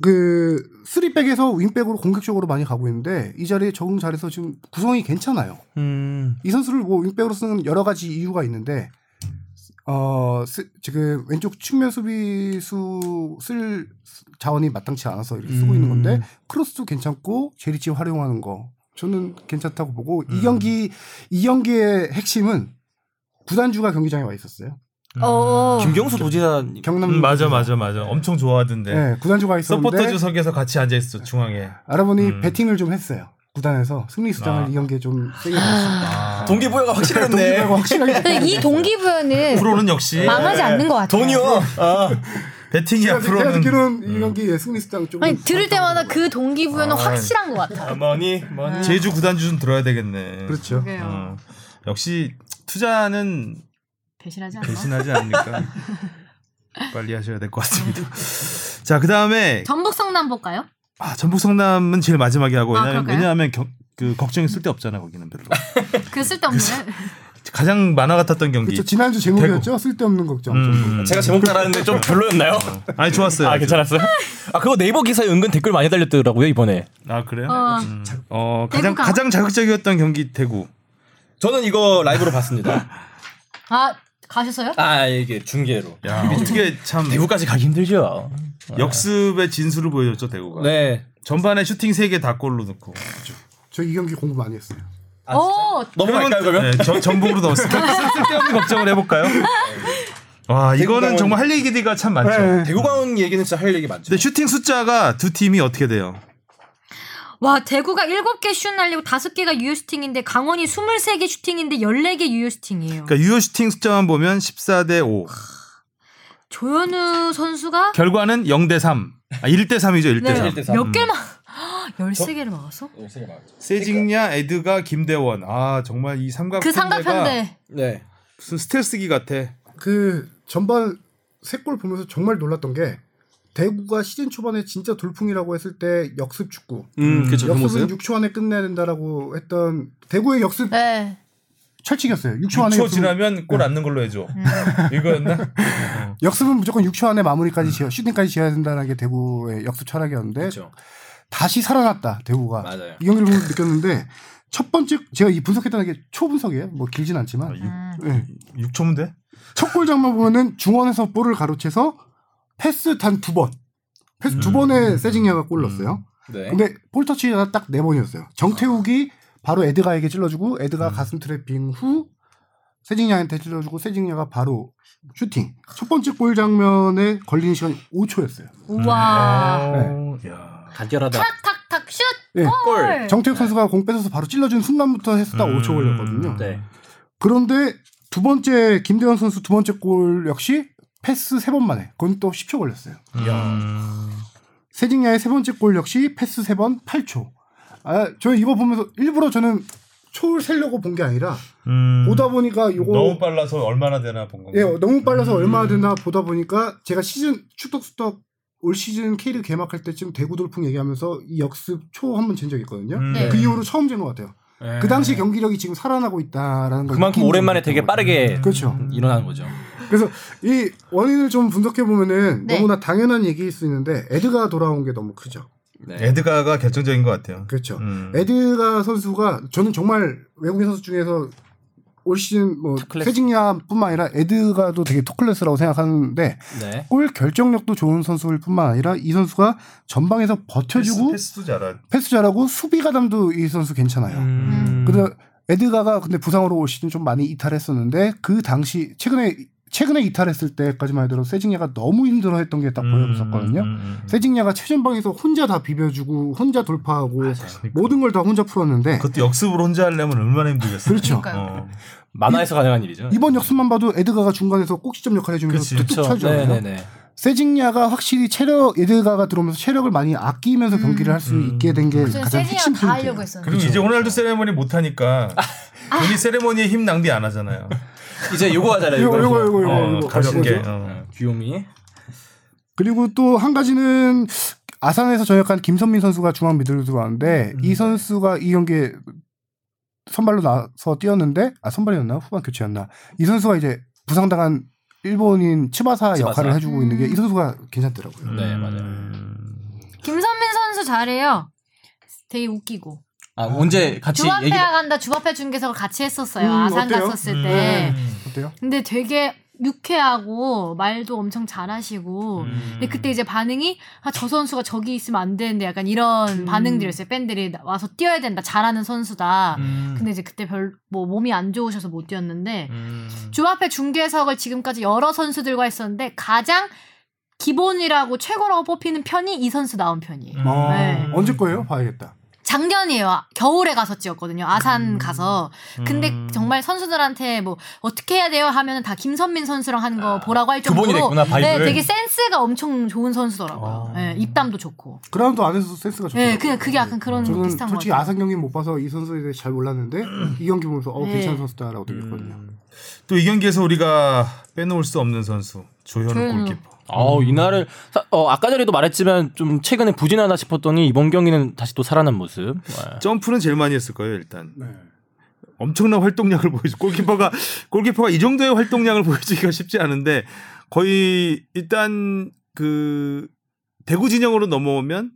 그 쓰리백에서 윙백으로 공격적으로 많이 가고 있는데 이 자리에 적응 잘해서 지금 구성이 괜찮아요. 음. 이 선수를 뭐 윙백으로 쓰는 여러 가지 이유가 있는데 어 쓰- 지금 왼쪽 측면 수비수 쓸 자원이 마땅치 않아서 이렇게 쓰고 있는 건데 크로스도 괜찮고 제리치 활용하는 거 저는 괜찮다고 보고 이 경기 이 경기의 핵심은 구단주가 경기장에 와 있었어요. 어, 김경수 도지사 경남 아, 음, 맞아 맞아 맞아. 엄청 좋아하던데. 네, 구단주가 있었는데 서포터 주석에서 같이 앉아 있어 중앙에. 알아보니 음. 배팅을 좀 했어요. 구단에서 승리 수장을 아. 이 경기에 좀 세게 봤습니다. 아. 동기부여가 확실했네. 동기부여가 확실하게 근데 이 동기부여는 프로는 역시 네. 망하지 않는 것 같아요. 돈이요. 아. 배팅이 제가 앞으로는 음. 듣기로는 이 경기에 승리 수장 좀 아니 들을 때마다 그 동기부여는 아, 확실한 것 음. 같아요. 머니 뭐. 음. 머니. 음. 제주 구단주 좀 들어야 되겠네. 그렇죠. 어. 역시 투자는 배신하지 않아. 배신하지 않으니까 빨리 하셔야 될 것 같습니다. 자, 그 다음에 전북 성남 볼까요? 아, 전북 성남은 제일 마지막에 하고 아, 왜냐면, 그럴까요? 왜냐하면 겨- 그 걱정이 쓸데 없잖아 거기는 별로. 그 쓸데없는. 가장 만화 같았던 경기. 그렇죠. 지난주 제목이었죠. 쓸데없는 걱정. 음. 제가 제목 따라하는데 좀 별로였나요? 아니 좋았어요. 아 괜찮았어요? 아 그거 네이버 기사에 은근 댓글 많이 달렸더라고요 이번에. 아 그래요? 어. 음. 어, 가장 대구가? 가장 자극적이었던 경기 대구. 저는 이거 라이브로 봤습니다. 아 가셨어요? 아 이게 중계로. 야, 어떻게 참 대구까지 가기 힘들죠. 역습의 진수를 보여줬죠 대구가. 네. 전반에 슈팅 3개 다 골로 넣고. 저 이 경기 공부 많이 했어요. 오 넘어갈까요 그러면? 네, 전- 전북으로 넣었어요. 쓸데없는 걱정을 해볼까요? 와 이거는 대구가 네. 정말 할 얘기가 참 많죠. 대구광운 얘기는 진짜 할 얘기 많죠. 근데 슈팅 숫자가 두 팀이 어떻게 돼요? 와 대구가 7개 슛 날리고 5개가 유효 슈팅인데 강원이 23개 슈팅인데 14개 유효 슈팅이에요. 그러니까 유효 슈팅 숫자만 보면 14대 5. 조현우 선수가 결과는 0대 3. 아, 1대 3이죠. 1대 네, 3. 일대 삼. 몇 개를 막 13개를 막았어? 네, 세게 말하죠. 세징야, 에드가, 김대원. 아, 정말 이 삼각 그 상대가 삼각편대 네. 무슨 스텔스기 같아. 그 전반 세 골 보면서 정말 놀랐던 게 대구가 시즌 초반에 진짜 돌풍이라고 했을 때 역습 축구. 음, 그쵸, 그 역습은 모습. 6초 안에 끝내야 된다라고 했던 대구의 역습 네. 철칙이었어요. 6초 안에 6초 역습은, 지나면 골 안 넣는 걸로 해줘. 이거였나? 역습은 무조건 6초 안에 마무리까지 지어 슈팅까지 지어야 된다는 게 대구의 역습 철학이었는데 그렇죠. 다시 살아났다 대구가 맞아요. 이 경기를 보면서 느꼈는데 첫 번째 제가 이 분석했다는 게 초분석이에요. 뭐 길진 않지만 음. 아, 예. 6초면 돼? 첫 골 장면 보면은 중원에서 볼을 가로채서 패스 단 두 번. 패스 음. 두 번에 세징야가 골 넣었어요. 네. 근데 볼 터치가 딱 네 번이었어요. 정태욱이 바로 에드가에게 찔러주고 에드가 음. 가슴 트래핑 후 세징야한테 찔러주고 세징야가 바로 슈팅. 첫 번째 골 장면에 걸리는 시간이 5초였어요. 우와. 음. 어, 야. 네. 간결하다. 탁탁탁 슛. 예. 네. 골. 정태욱 선수가 공 뺏어서 바로 찔러준 순간부터 해서 딱 5초 걸렸거든요. 네. 그런데 두 번째 김대현 선수 두 번째 골 역시 패스 세 번 만에 그건 또 10초 걸렸어요. 음. 세징야의 세 번째 골 역시 패스 세 번 8초. 아, 저 이거 보면서 일부러 저는 초를 세려고 본 게 아니라 음. 보다 보니까 요거 너무 빨라서 얼마나 되나 본 건가? 예, 너무 빨라서 얼마나 되나 보다 보니까 제가 시즌 축덕수덕 올 시즌 K리그 개막할 때쯤 대구 돌풍 얘기하면서 이 역습 초 한번 잰 적이 있거든요. 음. 네. 네. 그 이후로 처음 잰 것 같아요. 네. 그 당시 경기력이 지금 살아나고 있다라는 걸 그만큼 느낀 오랜만에 적이 되게 있던 거죠. 빠르게 그렇죠. 일어나는 거죠. 그래서 이 원인을 좀 분석해 보면은 네. 너무나 당연한 얘기일 수 있는데 에드가 돌아온 게 너무 크죠. 네. 네. 에드가가 결정적인 것 같아요. 그렇죠. 음. 에드가 선수가 저는 정말 외국인 선수 중에서 올 시즌 뭐 톱클래스. 세징야뿐만 아니라 에드가도 되게 톱클래스라고 생각하는데 네. 골 결정력도 좋은 선수일 뿐만 아니라 이 선수가 전방에서 버텨주고 패스, 패스도 잘하. 잘하고 수비 가담도 이 선수 괜찮아요. 음. 그 근데 에드가가 근데 부상으로 올 시즌 좀 많이 이탈했었는데 그 당시 최근에 최근에 이탈했을 때까지만 해도 세징야가 너무 힘들어했던 게 딱 아, 음. 보여졌었거든요. 세징야가 최전방에서 혼자 다 비벼주고 혼자 돌파하고 모든 걸 다 혼자 풀었는데 그것도 역습으로 혼자 하려면 얼마나 힘들겠어요. 그렇죠. 어. 그러니까요. 만화에서 가능한 일이죠. 그렇죠. 이번 역습만 봐도 에드가가 중간에서 꼭지점 역할을 해주면서 그치. 뚝뚝 쳐주잖아요. 네네네. 세징야가 확실히 체력 에드가가 들어오면서 체력을 많이 아끼면서 경기를 할 수 있게 된 게 저는 가장 핵심 음. 세리랑 다 포인트예요. 하려고 했었는데. 그리고 이제 호날두 세레머니 못 하니까 본인 세레머니에 힘 낭비 안 하잖아요. 이제 요거 하잖아요. 요거, 요거, 요거, 요거, 어, 요거. 가볍게. 가볍게. 어. 귀요미. 그리고 또 한 가지는 아산에서 저역한 김선민 선수가 중앙 미드로 들어왔는데 이 선수가 이 경기에 선발로 나서 뛰었는데 아 선발이었나 후반 교체였나 이 선수가 이제 부상당한 일본인 츠바사, 츠바사. 역할을 해주고 있는 게 이 음. 선수가 괜찮더라고요. 네, 맞아요. 음. 김선민 선수 잘해요. 되게 웃기고. 아, 언제 같이 주합회야 얘기 간다 주합회 중계석을 같이 했었어요. 음, 네. 아산 어때요? 갔었을 때. 음. 어때요? 근데 되게 유쾌하고 말도 엄청 음. 잘하시고. 근데 음. 그때 이제 반응이 아 저 선수가 저기 있으면 안 되는데 약간 이런 반응들이었어요. 팬들이 나- 와서 뛰어야 된다. 잘하는 선수다. 음. 근데 이제 그때 별 뭐 몸이 안 좋으셔서 못 뛰었는데 음. 주합회 중계석을 지금까지 여러 선수들과 했었는데 가장 기본이라고 최고라고 뽑히는 편이 이 선수 나온 편이에요. 어, 네. 언제 거예요? 봐야겠다. 작년이에요. 아, 겨울에 가서 찍었거든요. 음. 아산 가서. 근데 정말 선수들한테 뭐 어떻게 해야 돼요 하면은 다 김선민 선수랑 한 거 보라고 할 정도로 교본이 아, 됐구나, 아. 바이브를. 네, 되게 센스가 엄청 좋은 선수더라고요. 네, 입담도 좋고. 그라운드 안에서 센스가 좋더라고요. 네, 그냥 그게 약간 그런 저는 비슷한 거 솔직히 같아요. 아산 경기 못 봐서 이 선수에 대해 잘 몰랐는데 음. 이 경기 보면서 어 네. 괜찮은 선수다라고 느꼈거든요. 또이 경기에서 우리가 빼놓을 수 없는 선수 조현우 조현우. 골키퍼. 어우 이날을 사- 어, 아까 전에도 말했지만 좀 최근에 부진하다 싶었더니 이번 경기는 다시 또 살아난 모습. 네. 점프는 제일 많이 했을 거예요 일단. 엄청난 활동량을 보여주. 골키퍼가 골키퍼가 이 정도의 활동량을 보여주기가 쉽지 않은데 거의 일단 그 대구 진영으로 넘어오면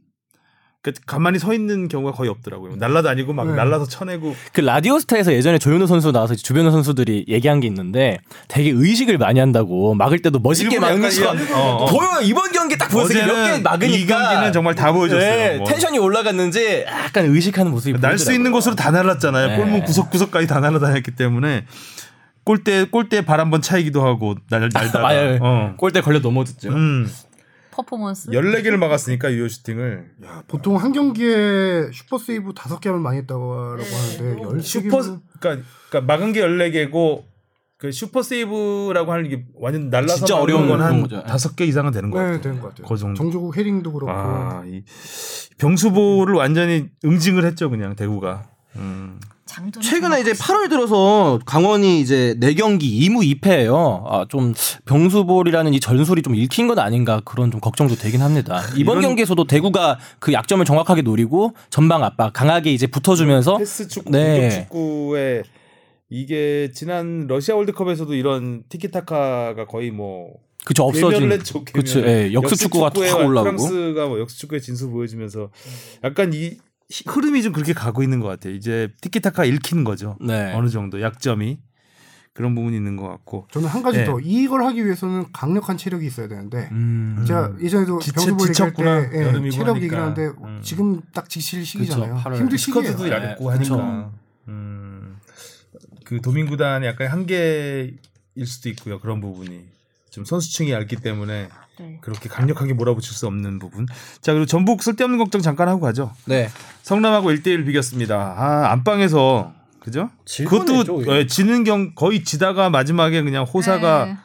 그 가만히 서 있는 경우가 거의 없더라고요. 날라다니고 막 네. 날라서 쳐내고 그 라디오스타에서 예전에 조현우 선수 나와서 주변 선수들이 얘기한 게 있는데 되게 의식을 많이 한다고 막을 때도 멋있게 일부러 막는 약간 거. 이런- 어, 어. 보여요. 이번 경기 딱 보여서 몇개 어제는 막으니까 이 경기는 정말 다 보여줬어요. 네, 뭐. 텐션이 올라갔는지 약간 의식하는 모습이 날 수 있는 보이더라고요. 곳으로 다 날랐잖아요. 네. 골문 구석구석까지 다 날아다녔기 때문에 골대 골대 발 한번 차이기도 하고 날 날다가 맞아요. 어. 골대 걸려 넘어졌죠. 음. 퍼포먼스. 14개를 막았으니까 유효 슈팅을 야, 아, 보통 한 경기에 슈퍼 세이브 다섯 개면 많이 했다고 네. 하는데 열 슈퍼 슈퍼 그러니까, 그러니까 막은 게 14개고 그 슈퍼 세이브라고 하는 게 완전 날라서 진짜 어려운 그런 건한 거죠. 네. 다섯 개 이상은 되는 거 네, 같아요. 되는 것 같아요. 그 정도. 정조국 헤링도 그렇고 아, 이 병수보를 완전히 응징을 했죠, 그냥 대구가. 음. 장돈. 최근에 이제 8월 들어서 강원이 이제 4경기 2무 2패예요. 아, 좀 병수볼이라는 이 전술이 좀 읽힌 건 아닌가 그런 좀 걱정도 되긴 합니다. 이번 이런- 경기에서도 대구가 그 약점을 정확하게 노리고 전방 압박 강하게 이제 붙어주면서 패스 축구, 네. 공격 축구에 이게 지난 러시아 월드컵에서도 이런 티키타카가 거의 뭐 그쵸 없어진 죠 그쵸 예, 역습 축구가 툭 올라오고 프랑스가 뭐 역습 축구의 진수 보여주면서 약간 이 히- 흐름이 좀 그렇게 가고 있는 것 같아요. 이제 티키타카 읽히는 거죠. 네. 어느 정도 약점이 그런 부분이 있는 것 같고 저는 한 가지 네. 더 이걸 하기 위해서는 강력한 체력이 있어야 되는데 음. 제가 예전에도 지쳐- 병수볼 얘기할 지쳤구나. 때 예, 여름이고 체력 하니까. 얘기를 하는데 음. 지금 딱 지칠 시기잖아요. 팔월. 힘들 스쿼드도 시기예요. 야- 얇고 네, 그쵸. 하니까 음, 그 도민구단의 약간 한계일 수도 있고요. 그런 부분이 좀 선수층이 얇기 때문에 네. 그렇게 강력하게 몰아붙일 수 없는 부분. 자 그리고 전북 쓸데없는 걱정 잠깐 하고 가죠. 네. 성남하고 1대1 비겼습니다. 아, 안방에서 그죠? 그것도 예, 지는 경 거의 지다가 마지막에 그냥 호사가 네.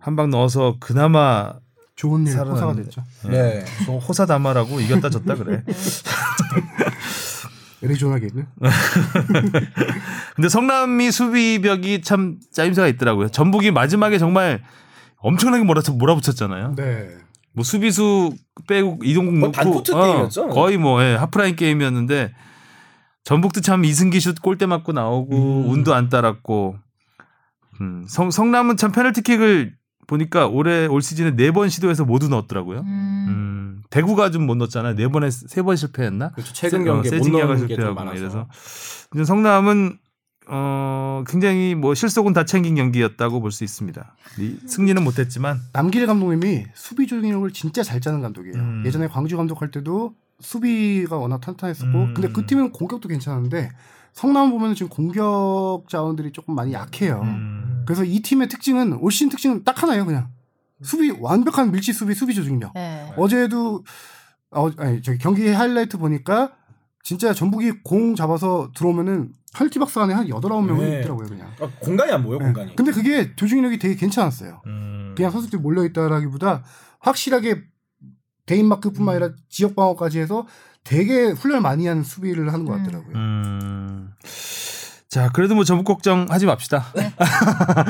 한 방 넣어서 그나마 좋은 일 살아나는데. 호사가 됐죠. 네. 또 호사 담아라고 이겼다 졌다 그래. 애리조나게는 음. 근데 성남이 수비벽이 참 짜임새가 있더라고요. 전북이 마지막에 정말 엄청나게 몰아쳐 몰아붙였잖아요. 네. 뭐 수비수 빼고 이동국 거의 넣고 반포트 어, 게임이었죠? 거의 뭐 예, 하프라인 게임이었는데 전북도 참 이승기 슛 골대 맞고 나오고 음. 운도 안 따랐고 음, 성, 성남은 참 페널티킥을 보니까 올해 올 시즌에 네 번 시도해서 모두 넣었더라고요. 음. 음, 대구가 좀 못 넣었잖아요. 네 번에 세 번 실패했나? 그렇죠. 세- 최근 어, 경기에 못 세징야가 넣은 실패하고 게좀 막 많아서. 이제 성남은 어 굉장히 뭐 실속은 다 챙긴 경기였다고 볼 수 있습니다. 이- 승리는 못했지만 남길 감독님이 수비 조직력을 진짜 잘 짜는 감독이에요. 음. 예전에 광주 감독할 때도 수비가 워낙 탄탄했었고, 음. 근데 그 팀은 공격도 괜찮은데 성남 보면 지금 공격 자원들이 조금 많이 약해요. 음, 그래서 이 팀의 특징은 올 시즌 특징은 딱 하나예요, 그냥 수비 완벽한 밀집 수비 수비 조직력. 네. 어제도 어, 아니 저기 경기 하이라이트 보니까 진짜 전북이 공 잡아서 들어오면은 펄티 박스 안에 한 여덟 아홉 명은 네. 있더라고요, 그냥. 아, 공간이 안 보여, 네. 근데 그게 조직력이 되게 괜찮았어요. 음. 그냥 선수들이 몰려있다라기보다 확실하게 대인 마크뿐만 음. 아니라 지역 방어까지 해서 되게 훈련을 많이 하는 수비를 하는 것 음. 같더라고요. 음. 자, 그래도 뭐 전북 걱정하지 맙시다.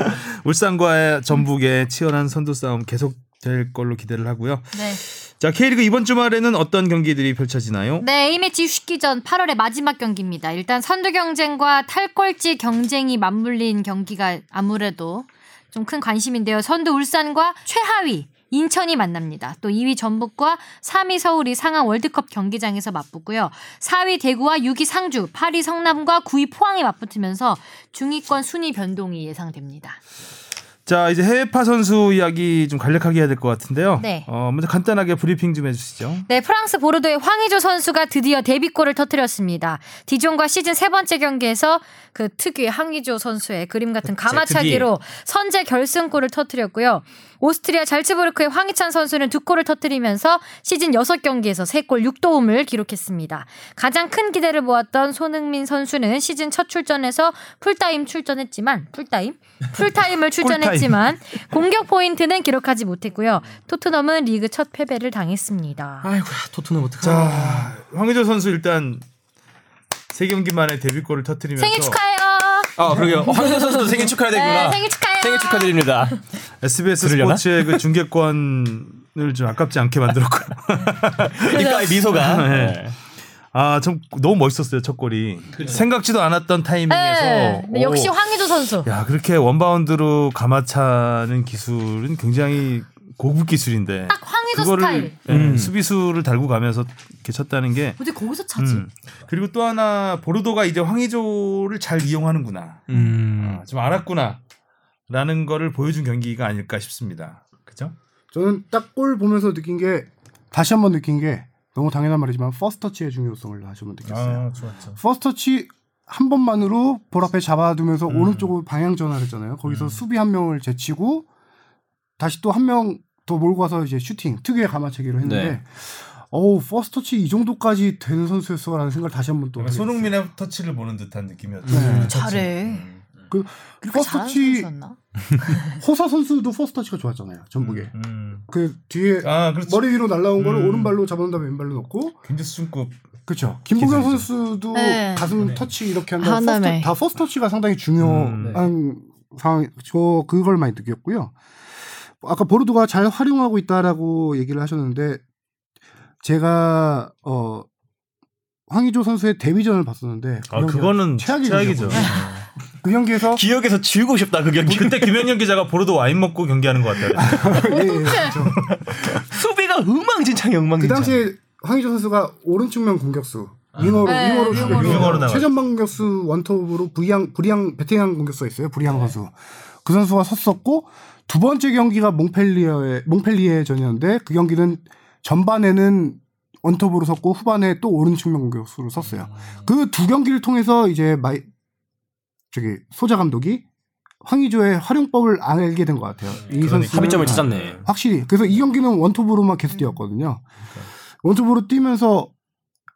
울산과의 전북의 치열한 선두 싸움 계속 될 걸로 기대를 하고요. 네. 자, K리그 이번 주말에는 어떤 경기들이 펼쳐지나요? 네, A매치 휴식기전 8월의 마지막 경기입니다. 일단 선두 경쟁과 탈꼴찌 경쟁이 맞물린 경기가 아무래도 좀 큰 관심인데요. 선두 울산과 최하위 인천이 만납니다. 또 2위 전북과 3위 서울이 상암 월드컵 경기장에서 맞붙고요. 4위 대구와 6위 상주, 8위 성남과 9위 포항이 맞붙으면서 중위권 순위 변동이 예상됩니다. 자, 이제 해외파 선수 이야기 좀 간략하게 해야 될 것 같은데요. 네. 어, 먼저 간단하게 브리핑 좀 해주시죠. 네, 프랑스 보르도의 황의조 선수가 드디어 데뷔골을 터뜨렸습니다. 디종과 시즌 세 번째 경기에서 그 특유의 황의조 선수의 그림 같은 가마차기로 선제 결승골을 터뜨렸고요. 오스트리아 잘츠부르크의 황희찬 선수는 두 골을 터뜨리면서 시즌 여섯 경기에서 세 골 육도움을 기록했습니다. 가장 큰 기대를 모았던 손흥민 선수는 시즌 첫 출전에서 풀타임 출전했지만 풀타임? 풀타임을 출전했지만 공격 포인트는 기록하지 못했고요. 토트넘은 리그 첫 패배를 당했습니다. 아이고야 토트넘 어떡하냐. 자, 황의조 선수 일단 세 경기 만에 데뷔골을 터뜨리면서 생일 축하해요. 아, 그러게요. 황현 선수도 생일 축하해야 네, 되구나. 생일 축하해요. 생일 축하드립니다. SBS 그러려나? 스포츠의 그 중계권을 좀 아깝지 않게 만들었고요. 입가에 미소가. 네. 아, 참 너무 멋있었어요 첫 골이. 생각지도 않았던 타이밍에서. 네, 네, 역시 오. 황의조 선수. 야 그렇게 원바운드로 감아차는 기술은 굉장히 고급 기술인데. 딱 황의조 스타일. 네, 수비수를 달고 가면서 이렇게 쳤다는 게. 어떻게 거기서 차지? 음. 그리고 또 하나 보르도가 이제 황의조를 잘 이용하는구나. 음. 아, 좀 알았구나. 라는 거를 보여준 경기가 아닐까 싶습니다. 그죠? 저는 딱 골 보면서 느낀 게 다시 한번 느낀 게 너무 당연한 말이지만 퍼스터치의 중요성을 다시 한번 느꼈어요. 아, 좋았죠. 퍼스터치 한 번만으로 볼 앞에 잡아두면서 음. 오른쪽으로 방향 전환을 했잖아요. 거기서 수비 한 명을 제치고 다시 또 한 명 더 몰고 와서 이제 슈팅 특유의 가마채기로 했는데 네. 어우 퍼스터치 이 정도까지 되는 선수였어라는 생각을 다시 한번 또 약간 손흥민의 터치를 보는 듯한 느낌이었죠. 음, 네. 잘해. 그 그렇게 잘하는 퍼스터치 선수였나? 호사 선수도 퍼스터치가 좋았잖아요. 전북에 음. 그 뒤에 아, 그렇죠. 머리 위로 날라온 거를 음. 오른발로 잡은 다음에 왼발로 넣고 굉장히 수준급. 그렇죠. 김보경 기술이죠. 선수도 네. 가슴 터치 이렇게 한다. 아, 퍼스트, 네. 다 퍼스트 터치가 상당히 중요한 음. 네. 상황. 저 그걸 많이 느꼈고요. 아까 보르도가 잘 활용하고 있다라고 얘기를 하셨는데 제가 어 황의조 선수의 데뷔전을 봤었는데 그 아, 경기가 그거는 최악의 최악이죠. 네. 경기였거든요. 그 경기에서 기억에서 지우고 싶다, 그 경기. 그때 김현경 기자가 보르도 와인 먹고 경기하는 것 같아요. 예, 예, 그렇죠. 수비가 엉망진창이 그 엉망진창. 당시에 황의조 선수가 오른측면 공격수 윙어로 네, 아. 윙어로 윙어로. 출격해서 윙어로 나가죠. 최전방 공격수 원톱으로 불량 불량 베테랑 공격수가 있어요. 불량 선수. 그 선수가 섰었고 두 번째 경기가 몽펠리어의 몽펠리에 전이었는데 그 경기는 전반에는 원톱으로 섰고 후반에 또 오른측면 공격수로 섰어요. 그 두 경기를 통해서 이제 마이 저기 소자 감독이 황의조의 활용법을 알게 된 것 같아요. 이그 선수 합의점을 찾았네. 확실히. 그래서 이 경기는 원톱으로만 계속 뛰었거든요. 그러니까. 원톱으로 뛰면서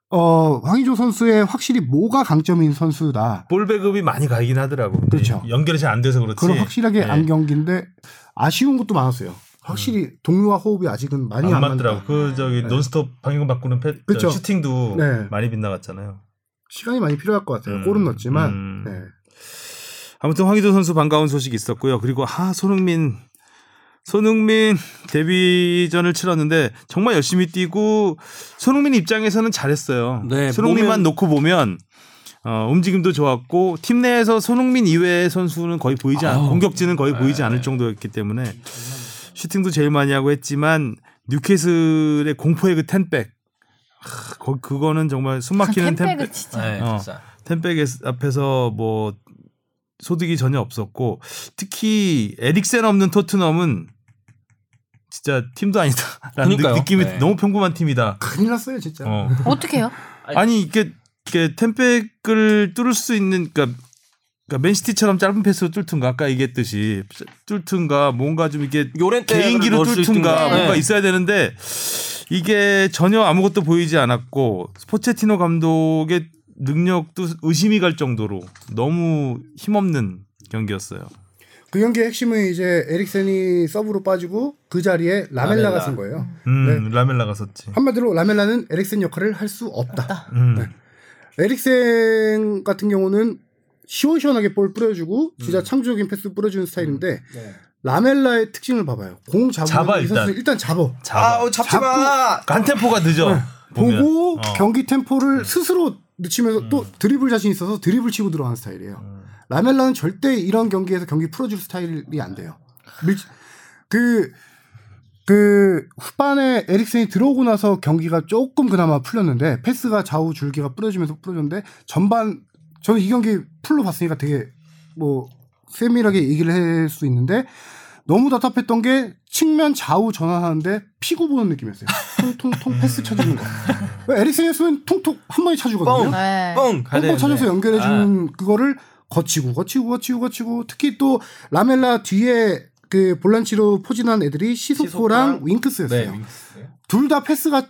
어, 황의조 선수의 확실히 뭐가 강점인 선수다. 볼 배급이 많이 가긴 하더라고. 근데 그렇죠. 연결이 잘 안 돼서 그렇지. 그걸 확실하게 네. 안 경기인데 아쉬운 것도 많았어요. 확실히 동료와 호흡이 아직은 많이 안 안, 음. 맞더라고. 맞더라고. 그 저기 논스톱 방향 바꾸는 패, 저 그쵸. 슈팅도 네. 많이 빗나갔잖아요. 시간이 많이 필요할 것 같아요. 음, 골은 넣었지만. 음. 네. 아무튼 황희조 선수 반가운 소식이 있었고요. 그리고 아 손흥민 손흥민 데뷔전을 치렀는데 정말 열심히 뛰고 손흥민 입장에서는 잘했어요. 네, 손흥민만 보면- 놓고 보면 어, 움직임도 좋았고 팀 내에서 손흥민 이외의 선수는 거의 보이지 않, 아우. 네. 공격진은 거의 보이지 않을 정도였기 때문에 슈팅도 제일 많이 하고 했지만 뉴캐슬의 공포의 그 텐백 하, 거- 그거는 정말 숨막히는 텐백 템백은 진짜. 네, 어. 진짜. 텐백 앞에서 뭐 소득이 전혀 없었고 특히 에릭센 없는 토트넘은 진짜 팀도 아니다라는 그러니까요. 느- 느낌이 네. 너무 평범한 팀이다. 큰일 났어요, 진짜. 어. 어떻게 해요? 아니 이게 이게 텐백을 뚫을 수 있는 그러니까, 그러니까 맨시티처럼 짧은 패스로 뚫든가 아까 얘기했듯이 뚫든가 뭔가 좀 이게 요렌테 개인기로 뚫든가 있든가. 네. 네. 뭔가 있어야 되는데 이게 전혀 아무것도 보이지 않았고 스포체티노 감독의 능력도 의심이 갈 정도로 너무 힘없는 경기였어요. 그 경기의 핵심은 이제 에릭센이 서브로 빠지고 그 자리에 라멜라가 라멜라. 쓴 거예요. 음, 라멜라가 썼지. 한마디로 라멜라는 에릭센 역할을 할 수 없다. 음. 에릭센 같은 경우는 시원시원하게 볼 뿌려주고 진짜 창조적인 패스 뿌려주는 스타일인데 라멜라의 특징을 봐봐요. 공 음. 네. 잡으면 잡아, 이 선수 일단 잡아. 잡아. 잡지마. 간템포가 늦어. 보면. 보고 어. 음. 경기 템포를 스스로 늦추면서 또 드리블 자신 있어서 드리블 치고 들어가는 스타일이에요. 라멜라는 절대 이런 경기에서 경기 풀어줄 스타일이 안 돼요. 밀- 그, 그 후반에 에릭센이 들어오고 나서 경기가 조금 그나마 풀렸는데 패스가 좌우 줄기가 뿌려지면서 풀어졌는데 전반 저는 이 경기 풀로 봤으니까 되게 뭐 세밀하게 얘기를 할 수 있는데 너무 답답했던 게 측면 좌우 전환하는데 피고 보는 느낌이었어요. 통통통 패스 쳐주는 거. 왜 에릭센이었으면 통통 한 음. 번에 뻥. 쳐주거든요. 네. 뻥. 가야 한번 되는데. 쳐줘서 아. 연결해 주는 그거를 거치고 거치고 거치고 거치고 특히 또 라멜라 뒤에 그 볼란치로 포진한 애들이 시소코랑 시소코랑 윙크스였어요. 네. 윙크스. 둘 다 패스가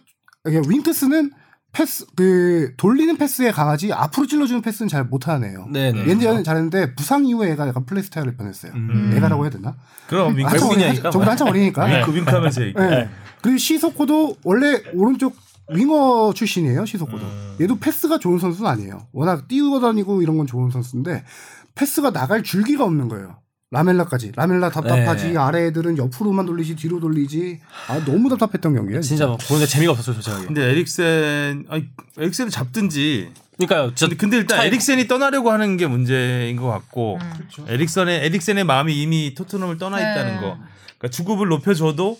이게 윙크스는 패스 그 돌리는 패스에 강하지 앞으로 찔러주는 패스는 잘 못하네요. 네, 네. 음. 옛날에는 잘했는데 부상 이후에 애가 약간 플레이 스타일을 변했어요. 네. 애가라고 해야 되나? 그럼 윙크. 한참 어리- 외국인이니까. 뭐. 네. 저보다 한참 어리니까. 윙크 윙크하면서 얘기. 예. 그리고 시소코도 원래 오른쪽 윙어 출신이에요. 시소코도. 음. 얘도 패스가 좋은 선수는 아니에요. 워낙 뛰어다니고 이런 건 좋은 선수인데 패스가 나갈 줄기가 없는 거예요. 라멜라까지. 라멜라 답답하지. 네. 아래 애들은 옆으로만 돌리지 뒤로 돌리지. 아 너무 답답했던 경기예요. 진짜 뭐. 막 보는데 재미가 없었어요, 솔직하게. 근데 에릭센 아니 에릭센을 잡든지 그러니까요. 근데, 진짜 근데 일단 차이- 음. 에릭센이 떠나려고 하는 게 문제인 것 같고 그렇죠. 에릭선의 에릭센의 마음이 이미 토트넘을 떠나 네. 있다는 거. 그러니까 주급을 높여줘도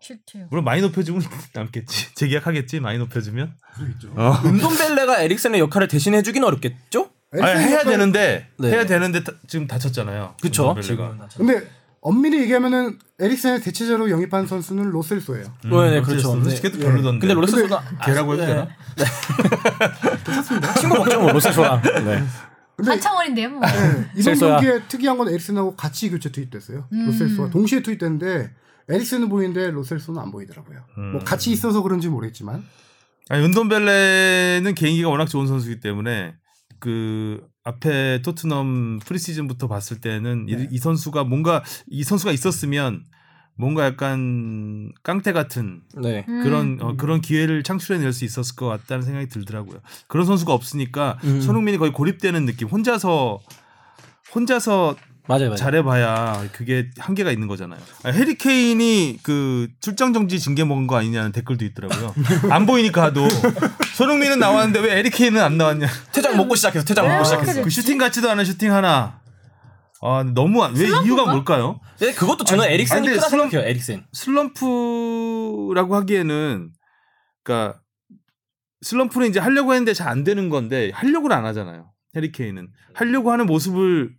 싫대요. 물론 많이 높여주면 남겠지 재계약하겠지 많이 높여주면 그렇죠. 어. 은돔벨레가 에릭센의 역할을 대신해 주긴 어렵겠죠? 아니, 해야 에릭센 되는데 네. 해야 되는데 다- 지금 다쳤잖아요. 그쵸? 음, 벨레가. 근데 엄밀히 얘기하면은 에릭센의 대체자로 영입한 선수는 로셀소예요. 음, 네, 네, 그렇죠. 어쨌든 네. 솔직히도 별로던데. 근데 로세소가 아, 네. 걔라고 해도 되나? 친구 먹죠, 뭐 로세소랑. 네. 한창 어린데요, 뭐. 이번 셀소야. 경기에 특이한 건 에릭센하고 같이 교체 투입됐어요. 음. 로셀소가 동시에 투입됐는데 에릭센은 보이는데 로셀소는 안 보이더라고요. 음. 뭐 같이 있어서 그런지 모르겠지만 아니 은돈벨레는 개인기가 워낙 좋은 선수이기 때문에 그 앞에 토트넘 프리시즌부터 봤을 때는 이, 이 선수가 뭔가 이 선수가 있었으면 뭔가 약간 깡패 같은 네. 음. 그런 어, 그런 기회를 창출해낼 수 있었을 것 같다는 생각이 들더라고요. 그런 선수가 없으니까 손흥민이 거의 고립되는 느낌. 혼자서 혼자서 네. 맞아요, 맞아요. 잘해봐야 그게 한계가 있는 거잖아요. 아, 해리 케인이 그 출장 정지 징계 먹은 거 아니냐는 댓글도 있더라고요. 안 보이니까 하도 손흥민은 나왔는데 왜 해리 케인은 안 나왔냐? 퇴장 먹고 시작해서 퇴장 먹고 시작했어. 그 슈팅 같지도 않은 슈팅 하나. 아 너무 안- 왜 이유가 뭘까요? 근데 네, 그것도 저는 에릭센이 근데 크다 슬럼- 생각해요. 에릭센. 슬럼프라고 하기에는 그러니까 슬럼프는 이제 하려고 했는데 잘 안 되는 건데 하려고는 안 하잖아요. 해리 케인은 하려고 하는 모습을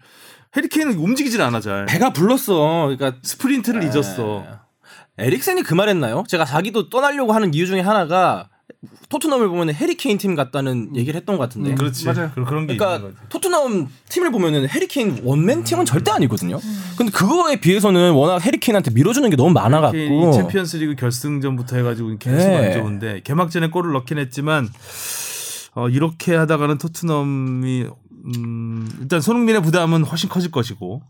해리 케인은 움직이질 않아 잘. 배가 불렀어. 그러니까 스프린트를 잊었어. 에릭센이 그 말했나요? 제가 자기도 떠나려고 하는 이유 중에 하나가 토트넘을 보면 해리케인 팀 같다는 얘기를 했던 것 같은데. 그렇지. 음, 맞아요. 그- 그런 게 있는 그러니까 거지. 토트넘 팀을 보면은 해리케인 원맨 팀은 절대 아니거든요. 근데 그거에 비해서는 워낙 해리케인한테 밀어주는 게 너무 케인이 많아갖고 챔피언스리그 결승전부터 해가지고 계속 네. 안 좋은데 개막전에 골을 넣긴 했지만 어, 이렇게 하다가는 토트넘이 음, 일단 손흥민의 부담은 훨씬 커질 것이고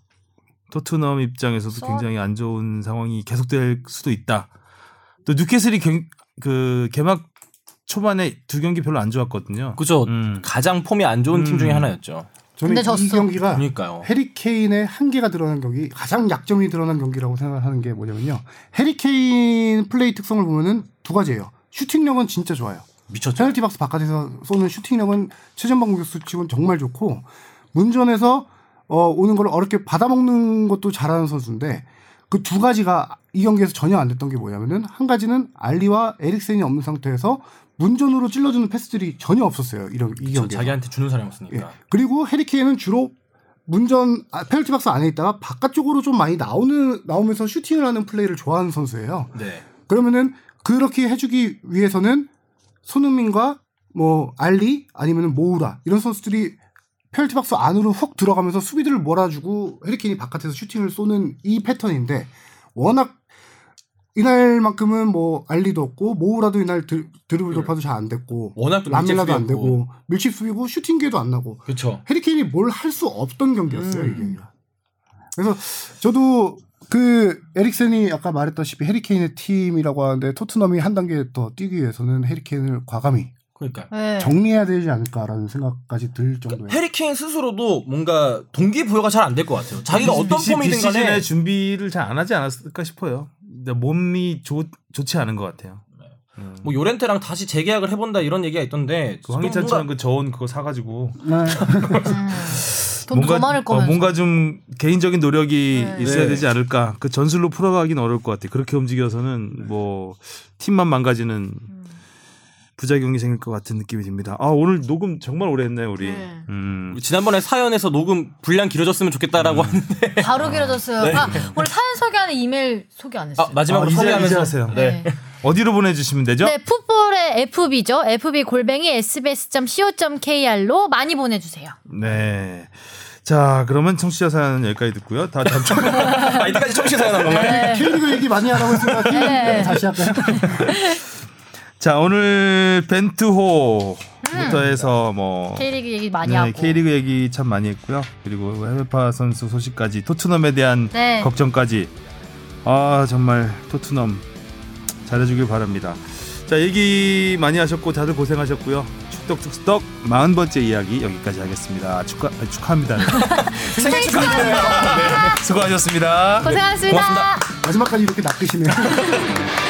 토트넘 입장에서도 굉장히 안 좋은 상황이 계속될 수도 있다. 또 뉴캐슬이 경- 그 개막 초반에 두 경기 별로 안 좋았거든요. 그죠. 음. 가장 폼이 안 좋은 팀 중에 하나였죠. 저는 근데 이 졌어. 경기가 음. 그러니까요. 해리케인의 한계가 드러난 경기, 가장 약점이 드러난 경기라고 생각하는 게 뭐냐면요. 해리케인 플레이 특성을 보면은 두 가지예요. 슈팅력은 진짜 좋아요. 미쳤죠. 페널티 박스 바깥에서 쏘는 슈팅력은 최전방 공격수 치고는 정말 좋고 문전에서 어, 오는 걸 어렵게 받아먹는 것도 잘하는 선수인데 그 두 가지가 이 경기에서 전혀 안 됐던 게 뭐냐면은 한 가지는 알리와 에릭센이 없는 상태에서 문전으로 찔러주는 패스들이 전혀 없었어요. 이런 이 저 경기. 자기한테 주는 사람이 없으니까. 그리고 해리케인은 주로 문전 아, 페널티 박스 안에 있다가 바깥쪽으로 좀 많이 나오는 나오면서 슈팅을 하는 플레이를 좋아하는 선수예요. 네. 그러면은 그렇게 해주기 위해서는 손흥민과 뭐 알리 아니면 모우라 이런 선수들이 페널티 박스 안으로 훅 들어가면서 수비들을 몰아주고 해리케인이 바깥에서 슈팅을 쏘는 이 패턴인데 워낙 이날만큼은 뭐 알리도 없고 모우라도 이날 드, 드리블 돌파도 잘 안 됐고 워낙 또 네. 밀집 라멜라도 안 수비였고. 되고 밀집 수비고 슈팅 기회도 안 나고 그렇죠. 해리케인이 뭘 할 수 없던 경기였어요 이 경기가. 그래서 저도 그 에릭센이 아까 말했다시피 해리케인의 팀이라고 하는데 토트넘이 한 단계 더 뛰기 위해서는 해리케인을 과감히 그러니까 네. 정리해야 되지 않을까라는 생각까지 네. 들 정도예요. 해리케인 스스로도 뭔가 동기 부여가 잘 안 될 것 같아요. 자기가 비- 어떤 폼이든 비- 간에 그 비시즌에 준비를 잘 안 하지 않았을까 싶어요. 근데 몸이 좋, 좋지 않은 것 같아요. 음. 뭐 요렌테랑 다시 재계약을 해본다 이런 얘기가 있던데 그 황희찬처럼 그 저온 그거 사가지고 네. 음. 돈더 많을 거면 어, 뭔가 좀 개인적인 노력이 네. 있어야 네. 되지 않을까. 그 전술로 풀어가긴 어려울 것 같아. 그렇게 움직여서는 뭐 팀만 망가지는 음. 부작용이 생길 것 같은 느낌이 듭니다. 아 오늘 녹음 정말 오래 했네 우리. 네. 음. 지난번에 사연에서 녹음 분량 길어졌으면 좋겠다라고 하는데 바로 길어졌어요. 아, 오늘 사연 소개하는 이메일 소개 안 했어요. 아, 마지막으로 네. 아, 이제- 소개하면서 이제 하세요. 네. 어디로 보내주시면 되죠? 네, 풋볼의 FB죠. FB 골뱅이 sbs.co.kr로 많이 보내주세요. 네. 자 그러면 청취자 사연 여기까지 듣고요. 다 다음 주 아, 이때까지 청취 사연한 건가요? K리그 얘기 많이 하라고 했으니까 K리그 다시 할까요? 자 오늘 벤투호부터 해서 뭐 음. K리그 얘기 많이 네, 하고. K리그 얘기 참 많이 했고요. 그리고 해외파 선수 소식까지 토트넘에 대한 네. 걱정까지 아 정말 토트넘 잘해주길 바랍니다. 자 얘기 많이 하셨고 다들 고생하셨고요. 축덕축덕 마흔 번째 이야기 여기까지 하겠습니다. 축하 아니, 축하합니다. 네, 생일 축하드려요. 수고하셨습니다. 고생하셨습니다. 마지막까지 이렇게 낚으시네요.